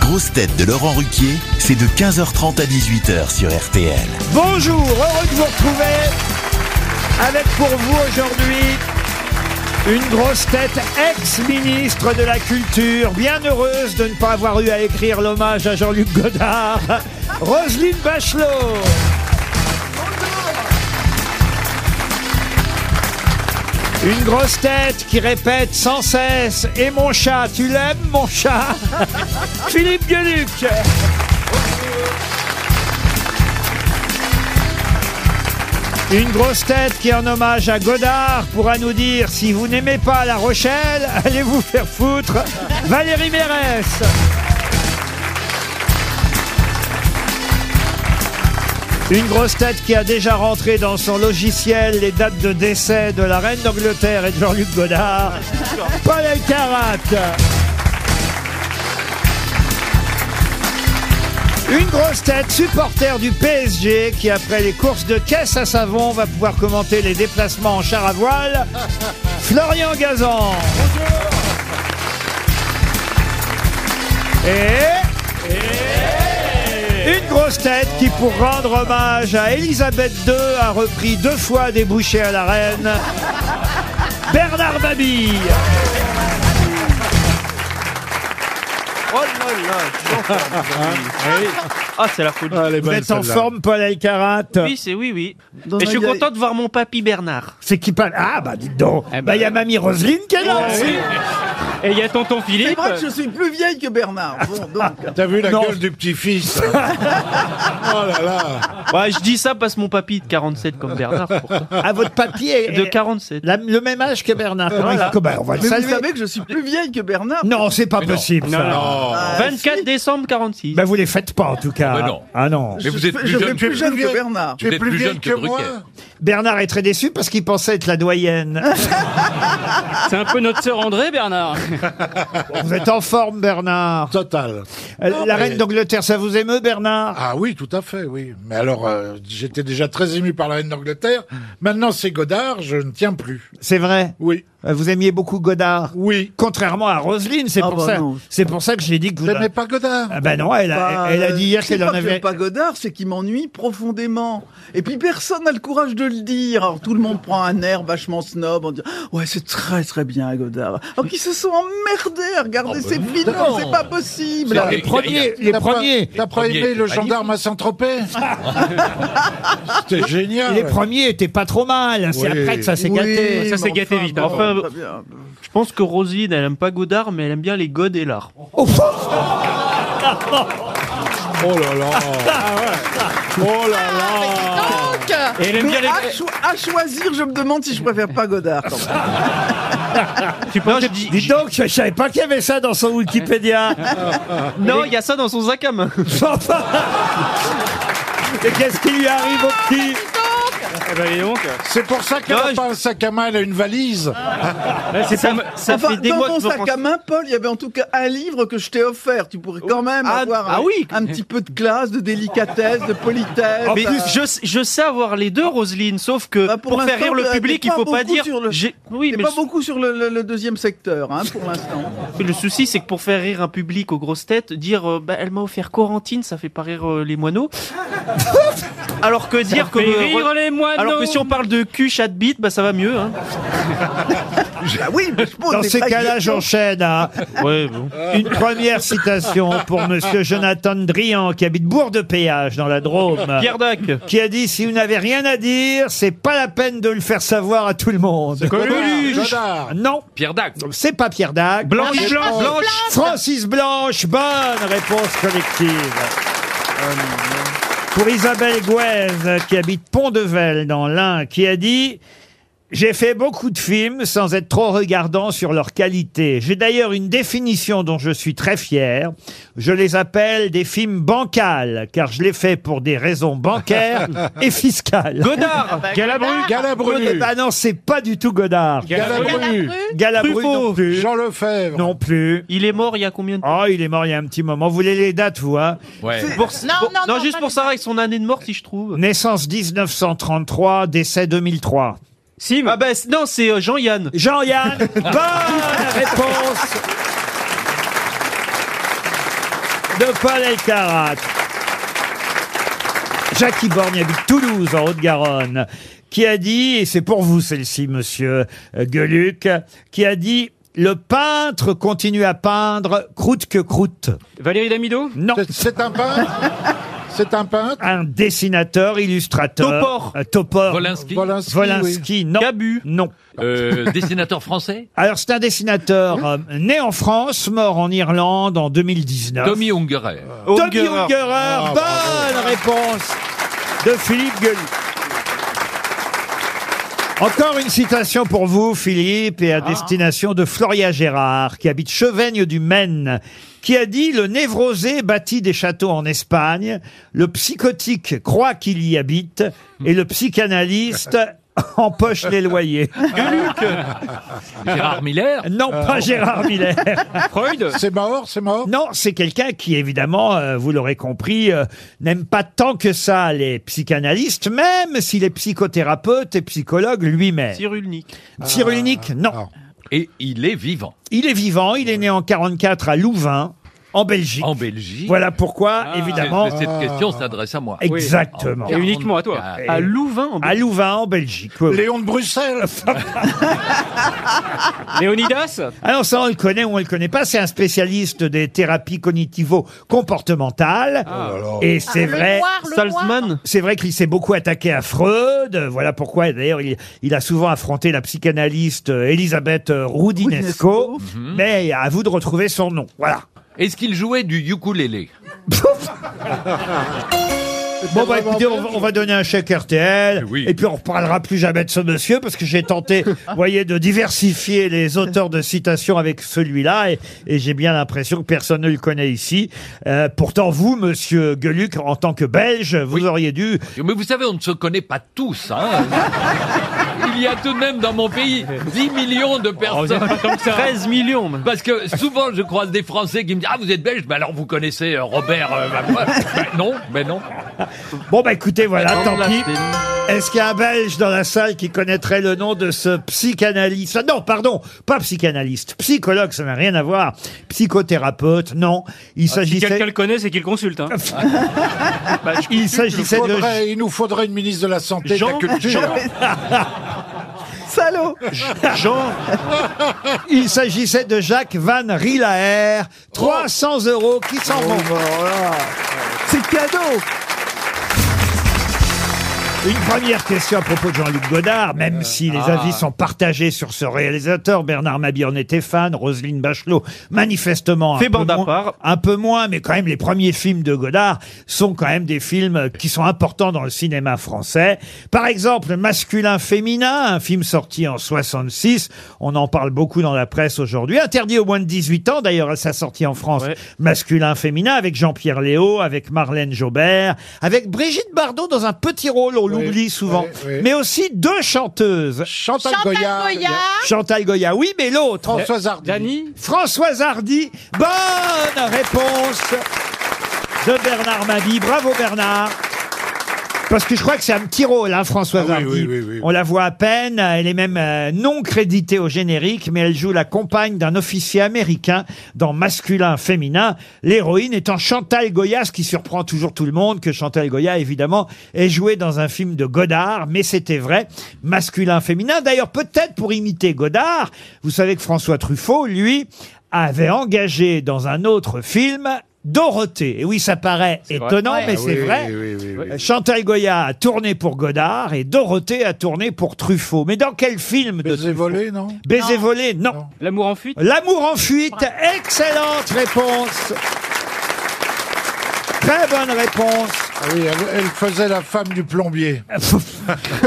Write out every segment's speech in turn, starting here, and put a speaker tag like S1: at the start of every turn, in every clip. S1: grosses têtes de Laurent Ruquier, c'est de 15h30 à 18h sur RTL.
S2: Bonjour, heureux de vous retrouver avec pour vous aujourd'hui une grosse tête ex-ministre de la Culture, bien heureuse de ne pas avoir eu à écrire l'hommage à Jean-Luc Godard, Roselyne Bachelot. Une grosse tête qui répète sans cesse Et mon chat, tu l'aimes mon chat Philippe Gueluc Une grosse tête qui, en hommage à Godard, pourra nous dire si vous n'aimez pas La Rochelle, allez vous faire foutre. Valérie Mérès. Une grosse tête qui a déjà rentré dans son logiciel les dates de décès de la reine d'Angleterre et de Jean-Luc Godard, Paul Elkarat. Une grosse tête supporter du PSG qui, après les courses de caisse à savon, va pouvoir commenter les déplacements en char à voile. Florian Gazan. Et... Une grosse tête qui, pour rendre hommage à Elisabeth II, a repris deux fois des bouchées à la reine. Bernard Mabille.
S3: Oh là là, Ah, c'est la folie.
S2: Vous êtes en forme, Paul Elkarat
S3: Oui, c'est oui, oui. Et je suis content de voir mon papy Bernard.
S2: C'est qui parle Ah, bah dites donc
S4: Eh
S2: Bah, Il y
S4: ben,
S2: a mamie Roselyne qui est là aussi.
S3: Et il y a tonton
S5: C'est
S3: Philippe.
S5: vrai que je suis plus vieille que Bernard. Bon, donc.
S6: T'as vu la
S2: Non.
S6: gueule du petit-fils Oh là là
S3: Ouais, je dis ça parce que mon papy est de 47 comme Bernard. pour ça.
S2: À Ah, votre papier
S3: De 47.
S2: La- le même âge que Bernard. hein. Comment il- comment- on va le
S5: Mais vous
S2: saluer.
S5: savez que je suis plus vieille que Bernard.
S2: Non, c'est pas possible. ça.
S6: Oh.
S5: Ah,
S3: 24
S5: si.
S3: décembre 46.
S2: Ben, vous les faites pas en tout cas.
S4: Ah, bah non.
S2: Ah non.
S4: Mais
S5: Je
S4: vous êtes
S5: fais-
S4: plus
S5: je
S4: jeune-
S5: fais
S6: tu es
S5: plus
S6: plus
S5: jeune que
S6: vieille.
S5: Bernard.
S6: Tu es
S4: Vous êtes
S6: plus
S4: plus
S6: vieille
S4: jeune
S6: que,
S4: que
S6: moi
S4: Drucker.
S2: Bernard est très déçu parce qu'il pensait être la doyenne.
S7: C'est un peu notre sœur André, Bernard.
S2: vous êtes en forme, Bernard.
S6: Total.
S2: Euh,
S6: Non,
S2: La
S6: mais-
S2: reine d'Angleterre, ça vous émeut, Bernard
S6: Ah oui, tout à fait, oui. Mais alors, euh, j'étais déjà très ému par la reine d'Angleterre. Maintenant, c'est Godard, je ne tiens plus.
S2: C'est vrai.
S6: Oui,
S2: Euh, Vous aimiez beaucoup Godard.
S6: oui.
S2: Contrairement à Roselyne, c'est
S5: Ah,
S2: pour
S5: bah
S2: ça.
S5: non.
S2: C'est pour ça que j'ai dit que vous.
S6: T'aimais pas Godard
S2: Ah ben non, elle a,
S5: Bah,
S2: elle a
S5: euh,
S2: dit hier
S5: c'est
S2: qu'elle
S5: pas
S2: en
S5: que j'aime
S2: avait.
S5: pas Godard, c'est qu'il m'ennuie profondément. Et puis personne n'a le courage de le dire. Alors tout le monde prend un air vachement snob en disant Ouais, c'est très très bien Godard. Alors qu'ils se sont emmerdés à regarder ces films, c'est pas possible.
S6: Oh, bah C'est-
S2: Les premiers, les
S6: T'as pas-
S2: premiers,
S6: T'as pas
S4: premiers
S6: aimé
S4: étaient
S6: le
S4: pas
S6: gendarme à Saint-Tropez C'était génial.
S2: les premiers étaient pas trop mal. hein. C'est
S6: Oui.
S2: après que ça s'est gâté.
S5: Oui,
S7: Ça s'est
S5: mais
S7: gâté vite, hein.
S5: bon,
S3: Enfin,
S5: très bien.
S3: Je pense que Rosine, elle aime pas Godard, mais elle aime bien les God et l'art.
S6: Oh là là Oh là là
S7: Et elle aime
S5: Ah,
S7: bien
S5: Mais
S7: les.
S5: à, cho- à choisir, je me demande si je préfère pas Godard. quand même.
S3: Tu non, je dis-
S2: Dis donc, je savais pas qu'il y avait ça dans son Wikipédia.
S3: non, il y a ça dans son sac à main.
S2: Et qu'est-ce qui lui arrive au petit
S7: Eh ben, dis donc.
S6: C'est pour ça qu'elle
S3: Non,
S6: a
S3: je- Ah,
S6: pas un sac à main, elle a une valise.
S3: ça ça
S5: Enfin,
S3: fait des
S5: dans
S3: mois
S5: mon
S3: que je
S5: sac
S3: pense-
S5: à main, Paul, il y avait en tout cas un livre que je t'ai offert. Tu pourrais quand même
S3: Ah,
S5: avoir
S3: ah
S5: un,
S3: oui.
S5: un petit peu de classe, de délicatesse, de politesse.
S3: Mais
S5: euh,
S3: je, sais- je sais avoir les deux, Roselyne, sauf que
S5: Bah,
S3: pour,
S5: pour
S3: faire
S5: l'instant,
S3: rire le
S5: t'es
S3: public, il
S5: pas
S3: faut pas
S5: beaucoup
S3: dire.
S5: sur le-
S3: j'ai- Oui,
S5: T'es
S3: mais
S5: pas
S3: le-
S5: beaucoup sur le, le- le deuxième secteur, hein, pour l'instant.
S3: Le souci, c'est que pour faire rire un public aux grosses têtes, dire euh, bah, elle m'a offert Corentine, ça fait pas rire euh, les moineaux. alors que dire que.
S7: Fais rire les moineaux.
S3: alors que si on parle de cul, chat de bite, bah ça va mieux. Hein.
S5: Bah oui, mais je pose
S2: Dans
S5: des
S2: ces
S5: blagues
S2: cas-là,
S5: de-
S2: j'enchaîne à
S3: Ouais, bon.
S2: une première citation pour Monsieur Jonathan Drian, qui habite Bourg-de-Péage, dans la Drôme,
S3: Pierre Dac.
S2: qui a dit « Si vous n'avez rien à dire, c'est pas la peine de le faire savoir à tout le monde.
S6: Coluche Godard ».
S2: Non,
S4: Pierre Dac.
S2: c'est pas Pierre Dac.
S3: Ah, Blanche, Blanche, Blanche.
S2: Francis Blanche, bonne réponse collective. Euh, Pour Isabelle Gouez, qui habite Pont-de-Vel dans l'Ain, qui a dit J'ai fait beaucoup de films sans être trop regardant sur leur qualité. J'ai d'ailleurs une définition dont je suis très fier. Je les appelle des films bancals, car je les fais pour des raisons bancaires et fiscales.
S3: Godard.
S7: Galabru.
S6: Galabru
S2: Ah non, c'est pas du tout Godard.
S6: Galabru
S2: Galabru
S3: Truffaut.
S2: non plus.
S6: Jean Lefebvre
S2: Non plus.
S3: Il est mort il y a combien de temps
S2: Oh, il est mort il y a un petit moment. Vous voulez les dates, vous, hein
S4: Ouais.
S3: Pour- pour- non, juste pour Sarah et son année de mort, si je trouve.
S2: Naissance 1933, décès 2003.
S7: Sim.
S3: Ah bah c'est- non, c'est euh, Jean-Yann.
S2: Jean-Yann, bonne réponse de Paul Elkarat. Jackie Borgne habite Toulouse, en Haute-Garonne, qui a dit, et c'est pour vous celle-ci, monsieur euh, Gueluc, qui a dit Le peintre continue à peindre croûte que croûte.
S7: Valérie Damido
S2: Non,
S6: C'est- C'est un peintre C'est un peintre
S2: un dessinateur, illustrateur.
S3: Topor.
S2: Euh, Topor.
S4: Volinsky,
S6: Volinsky, oui.
S2: Volinsky, non.
S3: Gabu.
S2: Non.
S4: euh, dessinateur français,
S2: Alors, c'est un dessinateur euh, né en France, mort en Irlande en 2019.
S4: Tommy Ungerer.
S2: Tommy
S3: Ungerer.
S2: Ungerer.
S3: Ah,
S2: Bonne réponse de Philippe Gueluc. Encore une citation pour vous, Philippe,
S4: Ah.
S2: et à destination de Floria Gérard, qui habite Chevaigne du Maine, qui a dit Le névrosé bâtit des châteaux en Espagne, le psychotique croit qu'il y habite, et le psychanalyste empoche les loyers.
S4: Gérard Miller. Ah.
S2: Non, pas Gérard Miller.
S7: Freud
S6: C'est mort, c'est mort
S2: Non, c'est quelqu'un qui, évidemment, euh, vous l'aurez compris, euh, n'aime pas tant que ça les psychanalystes, même s'il est psychothérapeute et psychologue lui-même.
S3: Cyrulnik.
S2: Cyrulnik, non.
S6: Ah.
S4: Et il est vivant
S2: Il est vivant, il est né en 44 à Louvain, en Belgique.
S4: en Belgique.
S2: Voilà pourquoi,
S7: Ah.
S2: évidemment, Ah.
S4: Cette, cette question s'adresse à moi.
S2: exactement.
S4: En
S7: Et uniquement à toi.
S4: 44.
S2: Ah, Et-
S3: À Louvain, en
S2: À Louvain, en Belgique. oui, oui.
S6: Léon de Bruxelles
S7: Léonidas
S2: Alors ça, on le connaît ou on le connaît pas. C'est un spécialiste des thérapies cognitivo-comportementales.
S7: Ah.
S2: Et c'est vrai.
S3: Salzman.
S2: C'est vrai qu'il s'est beaucoup attaqué à Freud. euh, Voilà pourquoi, d'ailleurs, il, il a souvent affronté la psychanalyste euh, Elisabeth euh, Roudinesco. Mais à vous de retrouver son nom. Voilà.
S4: Est-ce qu'il jouait du ukulélé
S2: Bon, bah écoutez, on, va- on va donner un chèque RTL.
S4: Oui.
S2: Et puis on reparlera plus jamais de ce monsieur parce que j'ai tenté, vous voyez, de diversifier les auteurs de citations avec celui-là. Et, et j'ai bien l'impression que personne ne le connaît ici. Euh, pourtant, vous, monsieur Gueluc, en tant que Belge, vous auriez dû
S4: Mais vous savez, on ne se connaît pas tous. hein. il y a tout de même dans mon pays 10 millions de
S7: Oh,
S4: personnes.
S3: 13 millions. même.
S4: Parce que souvent, je croise des Français qui me disent Ah, vous êtes belge Mais alors, vous connaissez euh, Robert euh, Macron Ben Non, mais non.
S2: Bon bah écoutez, voilà, tant
S3: Lars
S2: pis.
S3: Lennon.
S2: Est-ce qu'il y a un Belge dans la salle qui connaîtrait le nom de ce psychanalyste Ah Non, pardon, pas psychanalyste, psychologue, ça n'a rien à voir. Psychothérapeute, non. Il
S7: Si quelqu'un
S2: s'agissait,
S7: le connaît, c'est qu'il consulte. hein.
S2: Ah, il s'agissait de
S6: Faudrait- Il nous faudrait une ministre de la Santé et de
S3: Jean-
S6: la Culture.
S3: Jean-
S5: Salaud
S3: Jean.
S2: il s'agissait de Jacques Van Rilaer. 300 euros qui s'en vont.
S5: C'est cadeau
S2: Une première question à propos de Jean-Luc Godard, même si les avis sont partagés sur ce réalisateur. Bernard Mabie en était fan, Roselyne Bachelot, manifestement. un
S3: Fait
S2: peu
S3: bande à
S2: moins-
S3: part.
S2: Un peu moins, mais quand même, les premiers films de Godard sont quand même des films qui sont importants dans le cinéma français. Par exemple, Masculin Féminin, un film sorti en 66. On en parle beaucoup dans la presse aujourd'hui. Interdit au moins de 18 ans, d'ailleurs, à sa sortie en France.
S3: Ouais.
S2: Masculin Féminin, avec Jean-Pierre Léo, avec Marlène Jobert, avec Brigitte Bardot dans un petit rôle, on
S6: Oui,
S2: l'oublie souvent.
S6: oui, oui.
S2: Mais aussi deux chanteuses.
S6: Chantal, Goya,
S2: Chantal Goya, oui, mais l'autre.
S6: François Hardy.
S7: Dany
S2: Françoise Hardy. Bonne réponse de Bernard Mabie. Bravo Bernard. Parce que je crois que c'est un petit rôle, hein, Françoise
S6: Ah oui, oui,
S2: Hardy.
S6: oui, oui.
S2: On la voit à peine. Elle est même euh, non créditée au générique, mais elle joue la compagne d'un officier américain dans masculin-féminin. L'héroïne étant Chantal Goya, ce qui surprend toujours tout le monde, que Chantal Goya, évidemment, est jouée dans un film de Godard, mais c'était vrai, masculin-féminin. D'ailleurs, peut-être pour imiter Godard, vous savez que François Truffaut, lui, avait engagé dans un autre film Dorothée. Et oui, ça paraît
S7: vrai.
S2: étonnant, mais
S6: Ah
S2: c'est
S6: oui,
S2: vrai.
S6: oui, oui, oui, oui.
S2: Euh, Chantal Goya a tourné pour Godard et Dorothée a tourné pour Truffaut. Mais dans quel film de
S6: Baiser
S2: Truffaut
S6: volé, non
S2: Baiser volé Non.
S6: Non.
S7: L'amour en fuite
S2: L'amour en fuite, excellente réponse. Très bonne réponse.
S6: Ah oui, elle, elle faisait la femme du plombier.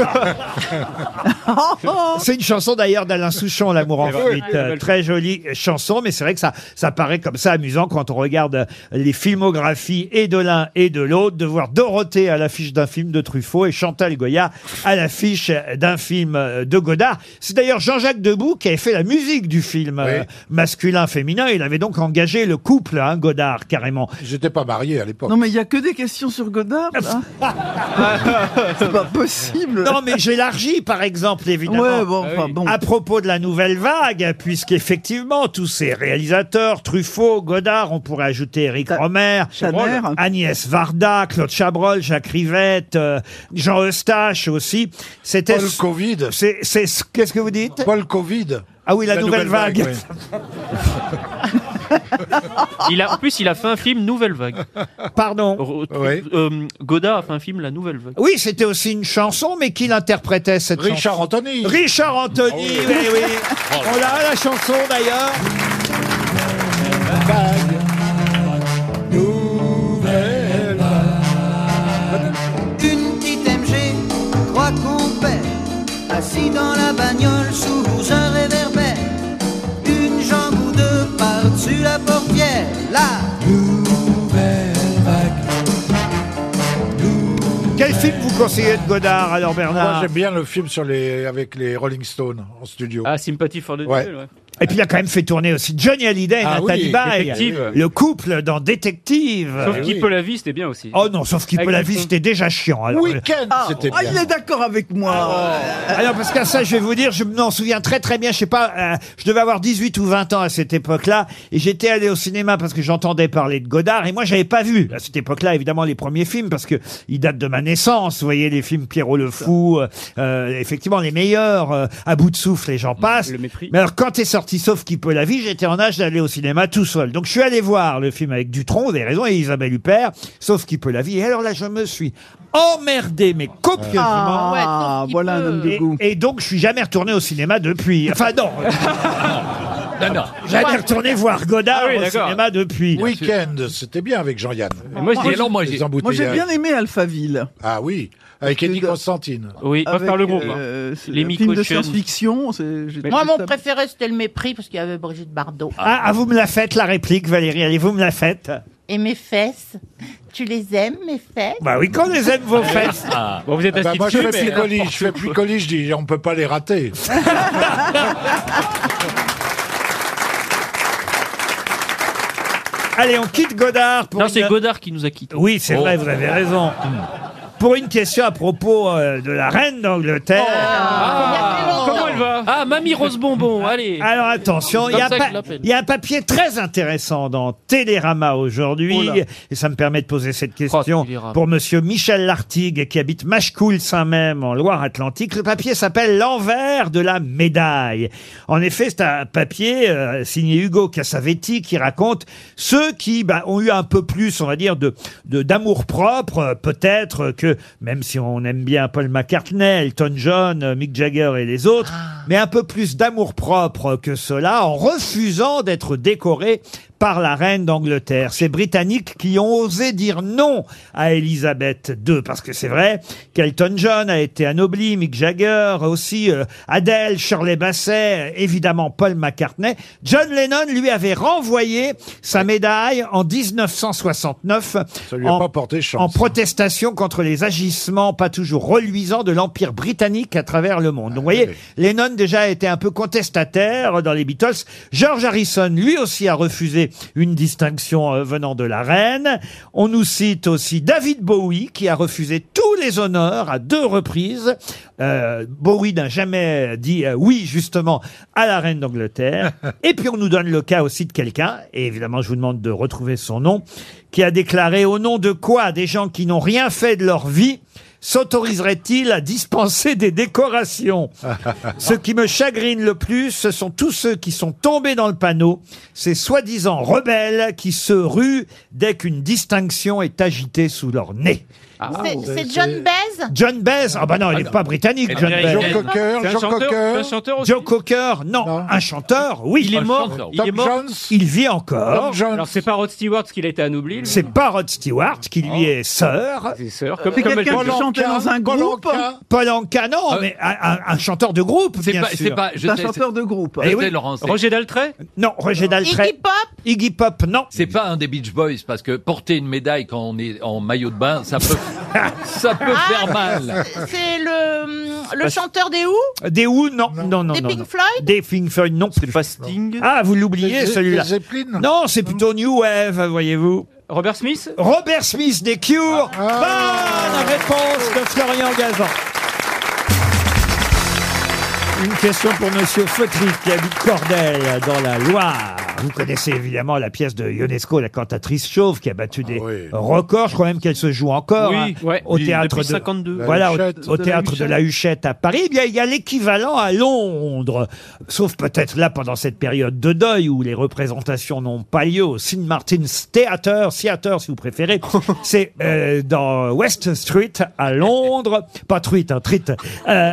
S2: C'est une chanson d'ailleurs d'Alain Souchon, L'amour en
S7: C'est vrai.
S2: fuite. Euh, Très jolie chanson, mais c'est vrai que ça, ça paraît comme ça amusant quand on regarde les filmographies et de l'un et de l'autre, de voir Dorothée à l'affiche d'un film de Truffaut et Chantal Goya à l'affiche d'un film euh, de Godard. C'est d'ailleurs Jean-Jacques Debout qui avait fait la musique du film euh,
S6: Oui.
S2: masculin-féminin. Il avait donc engagé le couple, hein, Godard, carrément.
S6: J'étais pas marié à l'époque.
S5: Non mais il y a que des questions sur Godard hein. là C'est pas possible.
S2: Non, mais j'élargis, par exemple, évidemment.
S5: ouais, bon, enfin bon.
S2: À propos de la nouvelle vague, puisqu'effectivement, tous ces réalisateurs, Truffaut, Godard, on pourrait ajouter Eric
S5: Ta-
S2: Romer,
S5: Chaner.
S2: Agnès Varda, Claude Chabrol, Jacques Rivette, euh, Jean Eustache aussi. C'était.
S6: Paul Covid.
S2: c'est- c'est ce- Qu'est-ce que vous dites
S6: Paul Covid.
S2: Ah oui, la, nouvelle, vague.
S3: Il a, en plus, il a fait un film Nouvelle Vague.
S2: Pardon.
S3: Re-
S6: Ouais.
S3: euh, Godard a fait un film La Nouvelle Vague.
S2: Oui, c'était aussi une chanson, mais qui l'interprétait cette
S6: oui.
S2: chanson
S6: Richard Anthony.
S2: Richard Anthony,
S4: Ah oui.
S2: oui, oui. On l'a, la chanson d'ailleurs.
S8: Une petite MG, trois compères, assis dans la bagnole sous un réverbère. Une jambe ou deux par-dessus la portière, là.
S2: Quel film vous conseillez de Godard alors
S6: Moi,
S2: Bernard
S6: j'aime bien le film sur les... avec les Rolling Stones en studio.
S7: Ah, Sympathie for the
S6: Ouais.
S7: Devil, ouais.
S2: Et puis il a quand même fait tourner aussi Johnny Hallyday et
S6: Ah oui,
S2: Nathalie Baye.
S7: Détective.
S2: Le couple dans Détective.
S7: Sauf
S6: Eh
S7: qu'il
S6: oui.
S7: peut la vie, c'était bien aussi.
S2: bah Oh non, sauf qu'il peut la vie,
S7: Exactement.
S2: c'était déjà chiant. Alors,
S6: Weekend,
S5: Ah,
S6: c'était
S5: ah,
S6: bien.
S5: il est d'accord avec
S2: Ah,
S5: moi.
S2: Alors, parce qu'à ça, je vais vous dire, je m'en souviens très très bien. Je sais pas, euh, je devais avoir 18 ou 20 ans à cette époque-là, et j'étais allé au cinéma parce que j'entendais parler de Godard, et moi j'avais pas vu à cette époque-là évidemment les premiers films parce que ils datent de ma naissance. Vous voyez les films Pierrot le fou, euh, euh, effectivement les meilleurs, euh, à bout de souffle et j'en passe.
S7: Le mépris.
S2: Mais alors quand est sorti Sauf qui peut la vie, j'étais en âge d'aller au cinéma tout seul. Donc je suis allé voir le film avec Dutronc, vous avez raison, et Isabelle Huppert, Sauf qui peut la vie. Et alors là, je me suis emmerdé, mais copieusement.
S5: Ah, voilà un homme de
S2: Et,
S5: goût.
S2: et donc, je suis jamais retourné au cinéma depuis. Enfin, non,
S4: Non, non.
S2: jamais retourné voir Godard
S7: Ah oui,
S2: au
S7: d'accord.
S2: cinéma depuis.
S6: Weekend, c'était bien avec Jean-Yann.
S7: Et moi, je
S4: Et
S7: dis,
S4: alors, moi, j'ai-
S6: Les
S5: Moi, j'ai
S6: embouteillages.
S5: bien aimé Alphaville.
S6: Ah oui, avec Eddie Constantine.
S3: Oui.
S7: Pas faire le groupe,
S5: euh, c'est
S3: Les
S5: un film de
S3: Mycochènes.
S5: science-fiction. c'est- j'ai
S9: Moi,
S5: trouvé
S9: mon
S5: ça-
S9: préféré, c'était le mépris parce qu'il y avait Brigitte Bardot.
S2: Ah, ah, vous me la faites, la réplique, Valérie. Allez, vous me la faites.
S9: Et mes fesses, tu les aimes, mes fesses
S2: Bah oui, quand les aime vos fesses.
S7: bon, vous êtes
S6: Bah,
S7: assis
S6: moi, je
S7: dessus,
S6: fais
S7: mais...
S6: Piccoli, je fais Piccoli, je dis, on peut pas les rater.
S2: Allez, on quitte Godard pour.
S3: Non,
S2: une-
S3: c'est Godard qui nous a quittés. Oh.
S2: Oui, c'est vrai, vous avez raison. Pour une question à propos euh, de la reine
S3: Oh.
S2: d'Angleterre.
S7: Comment elle va
S3: Ah, Mamie Rose Bonbon, allez.
S2: Ah. Alors attention, il y, a
S3: Comme ça
S2: pas-
S3: que je l'appelle.
S2: il y a un papier très intéressant dans Télérama aujourd'hui,
S3: Oh là.
S2: et ça me permet de poser cette question
S3: Télérama.
S2: pour Monsieur Michel Lartigue qui habite Machecoul Saint-Même en Loire-Atlantique. Le papier s'appelle l'envers de la médaille. En effet, c'est un papier euh, signé Hugo Cassavetti qui raconte ceux qui bah, ont eu un peu plus, on va dire, de de- d'amour propre, euh, peut-être euh, que même si on aime bien Paul McCartney, Elton John, euh, Mick Jagger et les autres, mais un peu plus d'amour propre que cela en refusant d'être décoré par la reine d'Angleterre. Ces Britanniques qui ont osé dire non à Elisabeth II, parce que c'est vrai qu'Elton John a été anobli, Mick Jagger aussi, euh, Adele, Shirley Basset, euh, évidemment Paul McCartney. John Lennon lui avait renvoyé sa médaille en 1969
S6: Ça lui a
S2: en-
S6: pas porté
S2: en
S6: chance.
S2: protestation contre les agissements pas toujours reluisants de l'Empire britannique à travers le monde. Donc vous voyez,
S6: Ah, oui.
S2: Lennon déjà était un peu contestataire dans les Beatles. George Harrison, lui aussi, a refusé une distinction euh, venant de la reine. On nous cite aussi David Bowie, qui a refusé tous les honneurs à deux reprises. Euh, Bowie n'a jamais dit euh, oui, justement, à la reine d'Angleterre. Et puis on nous donne le cas aussi de quelqu'un, et évidemment je vous demande de retrouver son nom, qui a déclaré au nom de quoi des gens qui n'ont rien fait de leur vie s'autoriserait-il à dispenser des décorations Ce qui me chagrine le plus, ce sont tous ceux qui sont tombés dans le panneau, ces soi-disant rebelles qui se ruent dès qu'une distinction est agitée sous leur nez.
S10: Ah.
S2: Euh,
S9: C'est-
S6: c'est-
S9: C'est John Baez
S2: Bah, John Baez, ah bah non, il n'est pas britannique,
S4: Elle
S2: John
S4: est
S2: Baez.
S6: Joe Cocker,
S7: C'est un
S6: Joe
S7: chanteur, c'est
S6: Cocker,
S7: un chanteur aussi.
S2: Joe Cocker, non.
S6: Non.
S2: Un chanteur, oui.
S3: Il est mort.
S4: chanteur.
S3: Il est
S6: Tom
S3: mort.
S6: Jones,
S2: Il vit
S6: Tom
S2: encore.
S6: Jones.
S7: Alors, c'est pas Rod Stewart qu'il a été anobli, lui.
S2: C'est pas Rod Stewart qui lui est sœur.
S7: ses sœurs. Comme,
S5: Euh, C'est
S7: comme
S5: quelqu'un
S7: Elton
S5: qui
S7: John.
S5: chantait dans un
S6: Paul
S5: groupe.
S6: Anka.
S2: Paul Anka, non,
S4: Ah.
S2: mais un, un- un chanteur de groupe,
S4: C'est
S2: bien
S4: pas, c'est
S2: sûr.
S4: pas,
S5: C'est
S4: je
S5: un
S4: sais,
S5: chanteur de groupe.
S4: c'est-
S2: Eh oui.
S4: c'est Laurent, c'est-
S7: Roger Daltrey
S2: Non, Roger
S9: Iggy
S2: Daltrey.
S9: Pop
S2: Iggy Pop, non.
S4: c'est pas un des Beach Boys parce que porter une médaille quand on est en maillot de bain, ça peut, ça peut faire mal.
S9: Ah, C'est le, hum, le chanteur des Who
S2: Des Who, non, non, non, non.
S9: Des
S2: non.
S9: Pink Floyd
S2: Des Pink Floyd, non.
S3: C'est pas Sting.
S2: Ah, vous
S6: Les-
S2: l'oubliez
S6: les-
S2: celui-là.
S6: les Zeppelin.
S2: Non, c'est plutôt New Wave, voyez-vous.
S7: Robert Smith
S2: Robert Smith des Cures. Bonne réponse de Florian Gazan. Une question pour Monsieur Feutry qui habite Cordel dans la Loire. Vous connaissez évidemment la pièce de Ionesco, la cantatrice chauve, qui a battu des
S6: oui.
S2: records. Je crois même qu'elle se joue encore
S3: Oui,
S2: hein,
S3: ouais.
S2: au
S3: Oui,
S2: théâtre
S3: depuis
S2: de
S3: 52. La
S2: Voilà, au-
S6: Huchette.
S2: au,
S3: De la
S2: théâtre de la
S3: Huchette.
S2: Huchette à Paris. Eh bien, il y a l'équivalent à Londres, sauf peut-être là pendant cette période de deuil où les représentations n'ont pas lieu au St Martin's Theatre, Theatre si vous préférez. C'est euh, dans West Street à Londres, pas truite, hein, trite. Euh,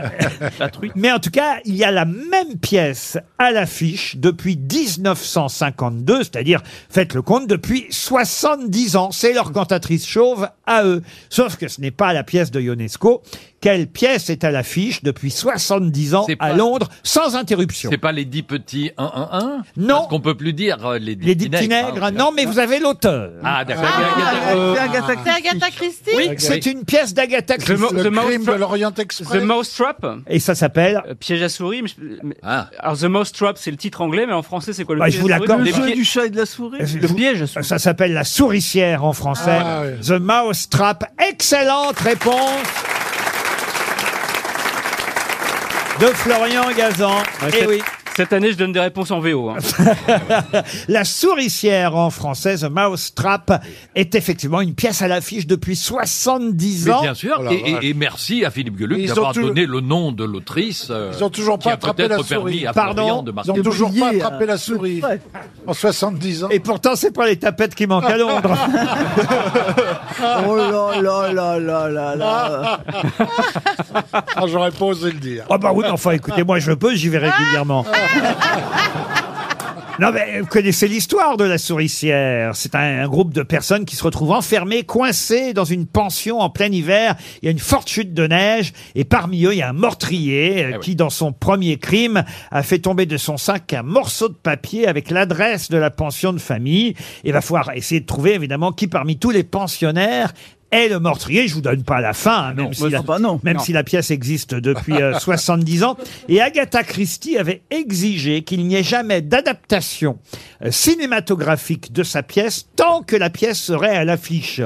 S3: La truite.
S2: mais en tout cas, il y a la même pièce à l'affiche depuis 1952, c'est-à-dire, faites le compte, depuis 70 ans. C'est leur cantatrice chauve à eux. Sauf que ce n'est pas la pièce de Ionesco. Quelle pièce est à l'affiche depuis 70 ans
S4: C'est
S2: à
S4: pas-
S2: Londres, sans interruption
S4: C'est pas les dix petits 1-1-1
S2: Non.
S4: Parce qu'on peut plus dire euh, les dix
S2: Les dix petits nègres,
S4: hein.
S2: non, mais vous avez l'auteur.
S4: Ah, d'accord. Il y a- il y a-
S5: Ah, c'est Agatha
S9: C'est
S5: Christie.
S9: Agatha Christie
S2: Oui, c'est une pièce d'Agatha Christie.
S7: mo-
S6: Le
S7: The Mouse
S6: crime de
S7: Trap-
S6: l'Orient
S7: The
S6: Express.
S7: Mousetrap
S2: Et ça s'appelle
S7: euh, Piège à souris. mais je- mais-
S4: Ah.
S7: Alors, The Mousetrap, c'est le titre anglais, mais en français, c'est quoi le
S2: Bah, je
S7: piège
S2: vous
S7: à souris
S2: l'accorde.
S5: Le
S7: Les
S5: jeu
S7: pieds-
S5: du chat et de la souris.
S2: Je
S7: Le
S2: vous-
S7: piège à souris.
S2: Ça s'appelle La souricière en français.
S6: Ah, ouais.
S2: The Mouse Trap. Excellente réponse de Florian Gazan.
S7: Ouais,
S2: Eh
S7: c'est-
S2: oui.
S7: Cette année, je donne des réponses en VO. hein.
S2: La souricière en français, The Mouse Trap, est effectivement une pièce à l'affiche depuis 70
S4: Mais
S2: ans.
S4: bien sûr,
S6: Oh la
S4: et, et-
S6: vache.
S4: et merci à Philippe Gueluc
S6: Ils ont
S4: d'avoir
S6: tout-
S4: donné le nom de l'autrice euh,
S6: Ils ont toujours
S4: qui
S6: pas
S4: a
S6: attrapé la
S4: peut-être
S6: souris.
S4: permis à
S2: Pardon.
S4: Florian de
S6: Ils
S4: marquer.
S6: ont toujours pas
S5: briller,
S6: attrapé
S5: hein.
S6: la souris.
S5: Ouais.
S6: En 70 ans.
S2: Et pourtant, c'est pas les tapettes qui manquent à Londres.
S5: Oh là là là là là là.
S6: Ah, j'aurais pas osé le dire.
S2: Ah bah oui, mais enfin, écoutez, moi je peux, j'y vais régulièrement. Non mais euh, vous connaissez l'histoire de la souricière. C'est un, un groupe de personnes qui se retrouvent enfermées, coincées dans une pension en plein hiver. Il y a une forte chute de neige et parmi eux il y a un meurtrier euh,
S4: Eh oui.
S2: qui, dans son premier crime, a fait tomber de son sac un morceau de papier avec l'adresse de la pension de famille. Et va falloir essayer de trouver évidemment qui parmi tous les pensionnaires est le meurtrier. Je vous donne pas la fin, hein, même si la-
S5: Ah bah non.
S2: même
S7: Non.
S2: si la pièce existe depuis euh, 70 ans. Et Agatha Christie avait exigé qu'il n'y ait jamais d'adaptation euh, cinématographique de sa pièce tant que la pièce serait à l'affiche.